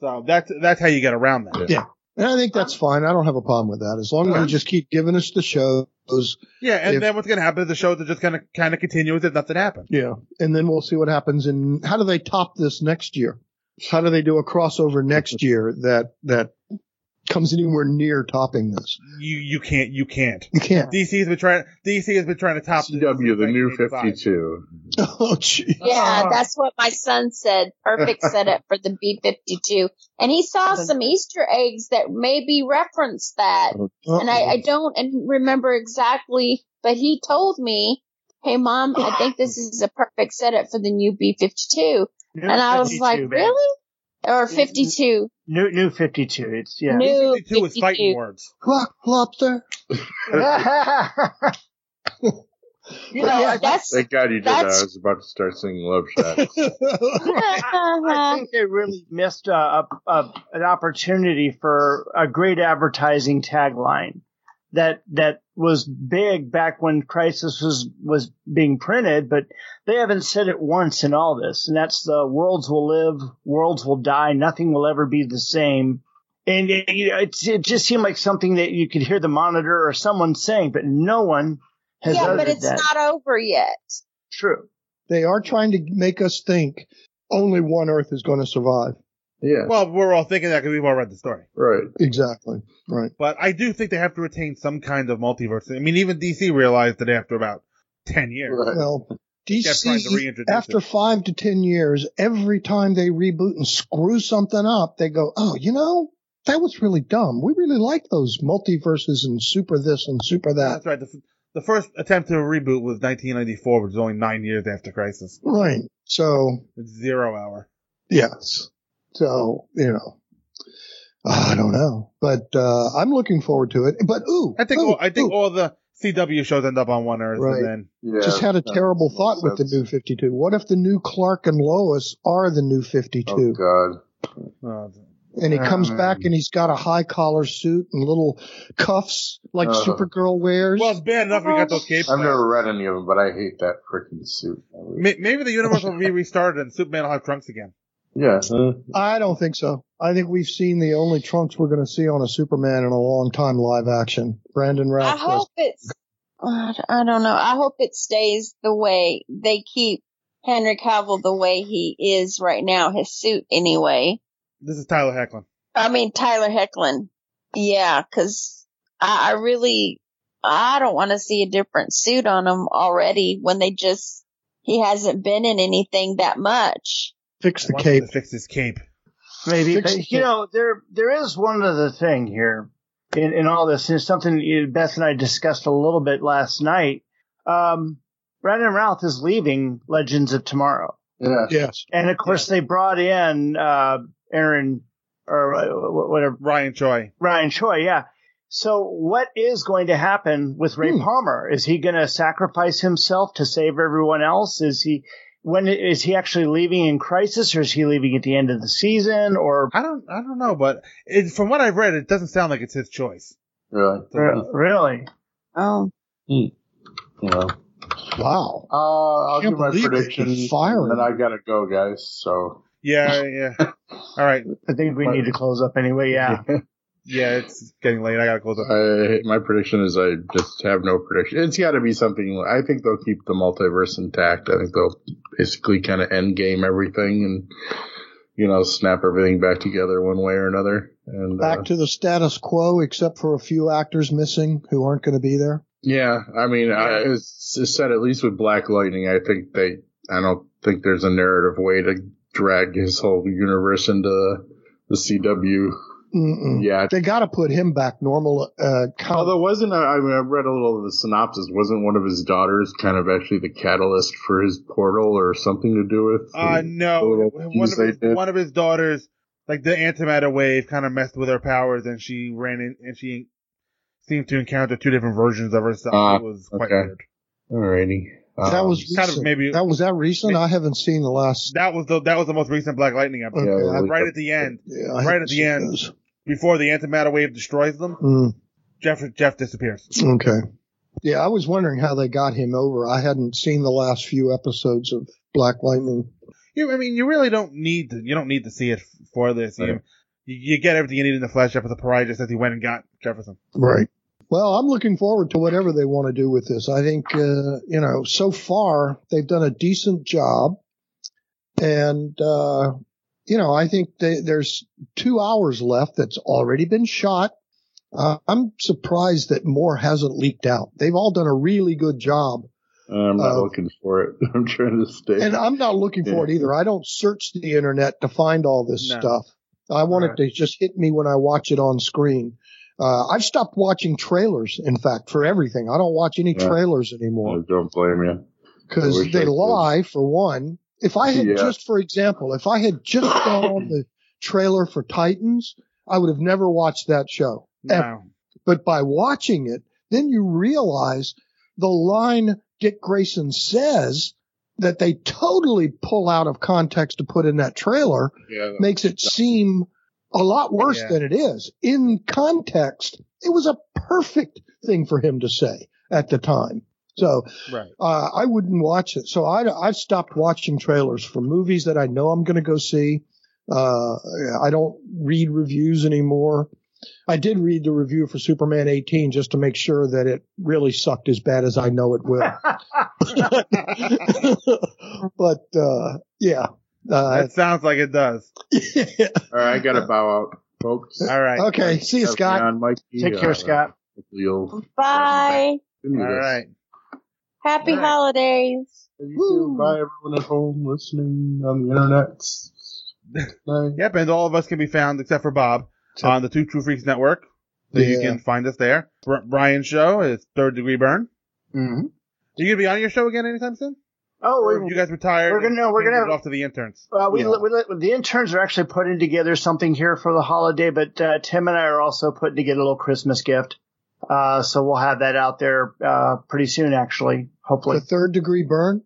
So that's that's how you get around that.
Yeah. And I think that's fine. I don't have a problem with that. As long as
Right.
they just keep giving us the shows.
Yeah, and
If-
then what's going to happen is the shows are just going to kind of continue as if nothing happened.
Yeah. And then we'll see what happens in how do they top this next year? How do they do a crossover next year that that comes anywhere near topping this?
You you can't you can't.
You can't.
DC has been trying. DC has been trying to top this
W the
since
new
1985.
Fifty Two.
<laughs> Oh, gee.
Ah.
Yeah, that's what my son said.
<laughs>
Perfect setup for the B fifty two, and he saw some Easter eggs that maybe reference that.
Oh,
And I, I don't and remember exactly, but he told me, "Hey, mom, I think
<laughs>
this is a perfect setup for the new B fifty two.
New Mm-hmm.
And I was
52,
like,
babe.
"Really?" Or fifty two?
New New Fifty Two. It's yeah.
New 52 is fighting 52.
words.
Rock
<laughs>
lobster.
You know, that's
Thank God you did that. I
that's-
was about to start singing Love Shack.
<laughs>
I, I think they really missed a, a, a an opportunity for a great advertising tagline that that was big back when Crisis was was being printed, but they haven't said it once in all this, and that's the worlds will live, worlds will die, nothing will ever be the same. And it, you know, it's, it just seemed like something that you could hear the monitor or someone saying, but no one has
yeah, but
uttered
it's
that.
not over yet.
True.
They are trying to make us think only one Earth is going to survive.
Yeah.
Well, we're all thinking that because we've all read the story.
Right.
Exactly. Right.
But I do think they have to retain some kind of multiverse. I mean, even DC realized that after about ten years.
Well,
Kept trying to
DC,
reintroduce
after
it.
five to 10 years, every time they reboot and screw something up, they go, oh, you know, That was really dumb. We really liked those multiverses and super this and super that.
That's right. The, f- the first attempt to reboot was 1994, which is only nine years after Crisis.
Right. So
It's zero hour.
yes. So you know, I don't know, but uh, I'm looking forward to it. But ooh,
I think
ooh,
all, I think
ooh.
all the CW shows end up on one Earth,
Right.
and then
Just had a terrible thought with the new 52. What if the new Clark and Lois are the new 52?
Oh, God.
and he comes
Um,
back and he's got a high collar suit and little cuffs like
Uh-huh.
Supergirl wears.
Well, it's bad enough we got those cape
I've
plans.
never read any of them, but I hate that freaking suit.
May- Maybe the universe will be restarted and Superman will have trunks again.
Yeah.
I don't think so. I think we've seen the only trunks we're going to see on a Superman in a long time live action. Brandon
I
Routh.
hope it's. God, I don't know. I hope it stays the way they keep Henry Cavill the way he is right now. His suit, anyway.
This is Tyler Hecklin.
I mean Tyler Hecklin. Yeah, because I, I really I don't want to see a different suit on him already when they just he hasn't been in anything that much.
Fix
the cape. Fix his cape.
Maybe,
Fix
but, you know, there there is one other thing here in, in all this, and it's something you- Beth and I discussed a little bit last night. Um, Brandon Routh is leaving Legends of Tomorrow,
Yeah.
Yes.
and of course they brought in uh, Aaron or uh, wh- whatever
Ryan Choi.
Ryan Choi, yeah. So what is going to happen with
Hmm.
Ray Palmer? Is he going to sacrifice himself to save everyone else? Is he when is he actually leaving in crisis, or is he leaving at the end of the season? Or
I don't I don't know, but it, from what I've read, it doesn't sound like it's his choice.
Uh, Really?
uh,
really?
Oh.
Yeah.
Wow.
Uh, I'll
Can't
do my
believe they
prediction.
just fire
and then
him.
I gotta go, guys. So
Yeah, yeah.
<laughs>
All right.
I think we need to close up anyway. Yeah.
<laughs> Yeah, it's getting late. I gotta close up.
I, my prediction is I just have no prediction. It's got to be something. I think they'll keep the multiverse intact. I think they'll basically kind of end game everything and you know snap everything back together one way or another. And uh,
Back to the status quo, except for a few actors missing who aren't going to be there.
Yeah, I mean, I, it's it's said at least with Black Lightning, I think they, I don't think there's a narrative way to drag his whole universe into the CW.
Mm-mm.
Yeah.
Mm. They got to put him back normal. Uh,
Although wasn't I mean I read a little of the synopsis. Wasn't one of his daughters kind of actually the catalyst for his portal or something to do with?
Uh,
the
no,
little
one
things
of,
they
his,
did?
one of his daughters, like the antimatter wave, kind of messed with her powers, and she ran in, and she seemed to encounter two different versions of herself.
Ah,
it was quite
okay.
weird.
Alrighty. Um,
that was recent.
kind of maybe
that was that recent. I haven't seen the last.
that was the that was the most recent Black Lightning episode.
Okay, I-
right at the end,
Yeah, I
right
haven't
at the
seen
end,
those.
before the antimatter wave destroys them,
Mm,
Jeff Jeff disappears.
okay. Yeah, I was wondering how they got him over. I hadn't seen the last few episodes of Black Lightning.
You, I mean, you really don't need to. You don't need to see it for this. You, you, you get everything you need in the flash up of the pariah just as he went and got Jefferson.
Right. Well, I'm looking forward to whatever they want to do with this. I think, uh, you know, so far they've done a decent job. And, uh, you know, I think they, there's two hours left that's already been shot. Uh, I'm surprised that more hasn't leaked out. They've all done a really good job.
I'm not
Uh,
looking for it. <laughs> I'm trying to stay.
And I'm not looking for it either. I don't search the internet to find all this
No.
stuff. I want it to just hit me when I watch it on screen. Uh, I've stopped watching trailers, in fact, for everything. I don't watch any
Yeah.
trailers anymore.
I don't blame you. I
because
wish I
they
could.
lie for one. If I had
Yeah.
just, for example, if I had just gone
<coughs>
on the trailer for Titans, I would have never watched that show. ever. But by watching it, then you realize the line Dick Grayson says that they totally pull out of context to put in that trailer
Yeah.
makes it seem a lot worse
Yeah.
than it is. In context, it was a perfect thing for him to say at the time. So
Right.
uh, I wouldn't watch it. So I, I've stopped watching trailers for movies that I know I'm going to go see. Uh, I don't read reviews anymore. I did read the review for Superman 18 just to make sure that it really sucked as bad as I know it will. <laughs> but uh, yeah, uh,
that sounds like
<laughs>
it does.
All right, I gotta bow out, folks.
All right.
Okay, see you,
Have me
Scott.
on, Mike.
Take care,
Uh,
Scott.
You'll
Bye.
All
right.
Happy holidays.
Bye, everyone at
<laughs>
home listening on the internet.
yep, and all of us can be found except for Bob on the Two True Freaks Network. So you
Yeah.
can find us there. Br- Brian's show is Third Degree Burn.
Mm-hmm.
Are you gonna be on your show again anytime soon?
Oh,
Or you guys retired.
we're gonna-
and
we're gonna-
handed it off to the interns.
Uh, we,
Yeah.
we, the interns are actually putting together something here for the holiday, but uh, Tim and I are also putting together a little Christmas gift. Uh, so we'll have that out there uh, pretty soon, actually, hopefully.
The third degree burn.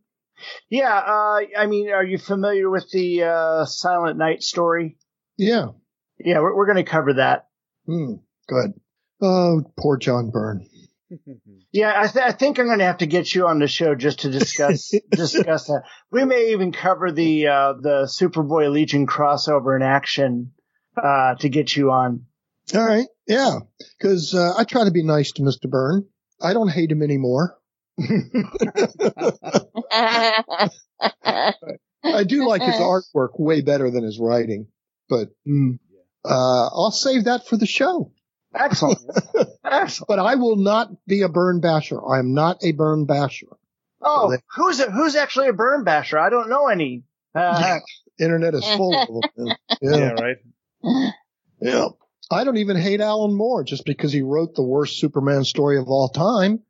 Yeah, uh, I mean, are you familiar with the uh, Silent Night story?
Yeah.
Yeah, we're, we're going to cover that.
Hmm. Good. Oh, poor John Byrne.
Yeah, I, th- I think I'm going to have to get you on the show just
<laughs>
to discuss discuss that. We may even cover the uh, the Superboy Legion crossover in action uh, to get you on.
All right. Yeah. Because uh, I try to be nice to Mr. Byrne. I don't hate him anymore.
<laughs>
I do like his artwork way better than his writing, but uh, I'll save that for the show. <laughs>
Excellent.
but I will not be a burn basher. I am not a burn basher.
Oh, who's a, who's actually a burn basher? I don't know any. Uh,
<laughs> Internet is full of them. Yeah.
right.
Yeah. I don't even hate Alan Moore just because he wrote the worst Superman story of all time.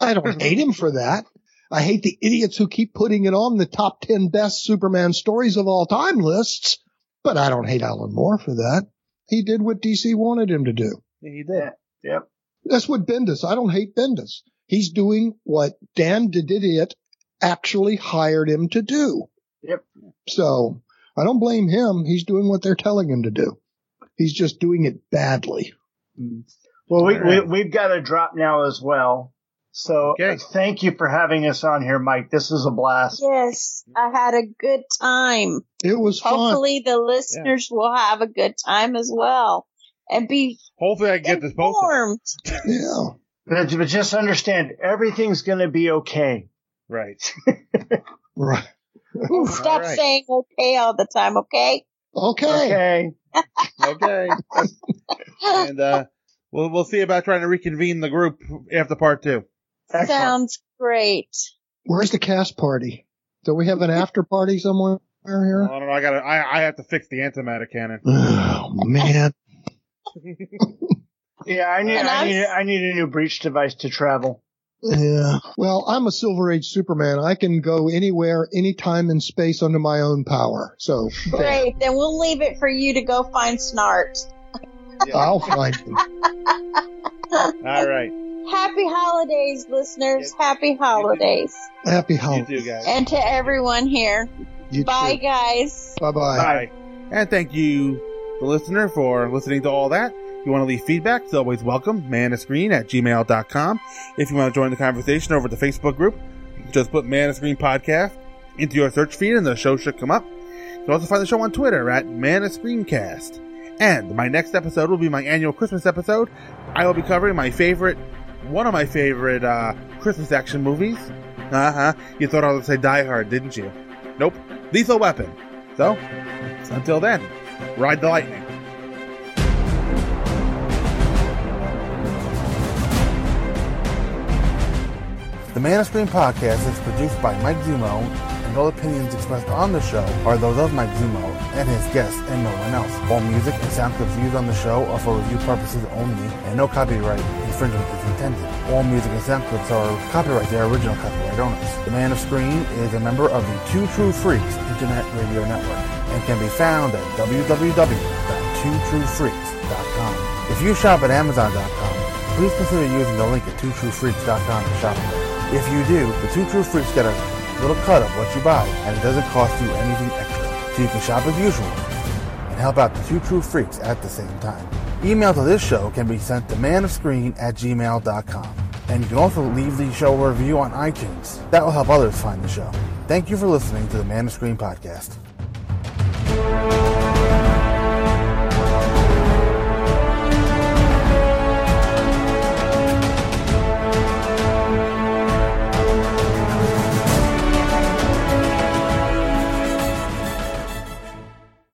I
<laughs>
don't hate him for that. I hate the idiots who keep putting it on the top 10 best Superman stories of all time lists, but I don't hate Alan Moore for that. He did what DC wanted him to do.
He did.
Yep.
That's what Bendis. I don't hate Bendis. He's doing what Dan Didiot actually hired him to do.
Yep.
So I don't blame him. He's doing what they're telling him to do. He's just doing it badly.
Mm. well, we, we
Alright.
we've got a drop now as well. So thank you for having us on here, Mike. This was a blast.
Yes, I had a good time.
It was
fun.
Hopefully, the listeners will have a good time as well and be
hopefully I
get informed.
this Yeah.
But, but just understand, everything's going to be okay. <laughs>
Right.
right.
And stop
Alright.
saying okay all the time. Okay.
Okay.
Okay. and uh, we'll we'll see about trying to reconvene the group after part two.
Sounds great.
Where's the cast party? Do we have an after party somewhere here?
I don't know. I got. to I I have to fix the antimatter cannon.
Oh, man.
Yeah, I need, I need I need a new breach device to travel.
Yeah. Well, I'm a Silver Age Superman. I can go anywhere, anytime in space under my own power. So
Great. Then we'll leave it for you to go find Snart.
I'll find him.
<laughs> All right.
Happy holidays, listeners. Happy holidays.
Happy holidays.
You too, guys.
And to everyone here. Bye, guys.
Bye-bye.
Bye. And thank you, the listener, for listening to all that. If you want to leave feedback, it's always welcome. Man of Screen at gmail.com. If you want to join the conversation over at the Facebook group, just put Man of Screen Podcast into your search feed and the show should come up. You can also find the show on Twitter at Man of Screencast. And my next episode will be my annual Christmas episode. I will be covering my favorite, one of my favorite uh, Christmas action movies. Uh huh. You thought I was going to say Die Hard, didn't you? Nope. Lethal Weapon. So, until then, ride the lightning. The Man of Screen podcast is produced by Mike Zumo, and all opinions expressed on the show are those of Mike Zumo and his guests and no one else. All music and sound clips used on the show are for review purposes only, and no copyright infringement is intended. All music and sound clips are copyright their original copyright owners. The Man of Screen is a member of the Two True Freaks Internet Radio Network and can be found at www.twotruefreaks.com. If you shop at Amazon.com, please consider using the link at twotruefreaks.com to shop. If you do, the Two True Freaks get a little cut of what you buy, and it doesn't cost you anything extra. So you can shop as usual and help out the Two True Freaks at the same time. Email to this show can be sent to manofscreen at gmail.com. And you can also leave the show a review on iTunes. That will help others find the show. Thank you for listening to the Man of Screen podcast.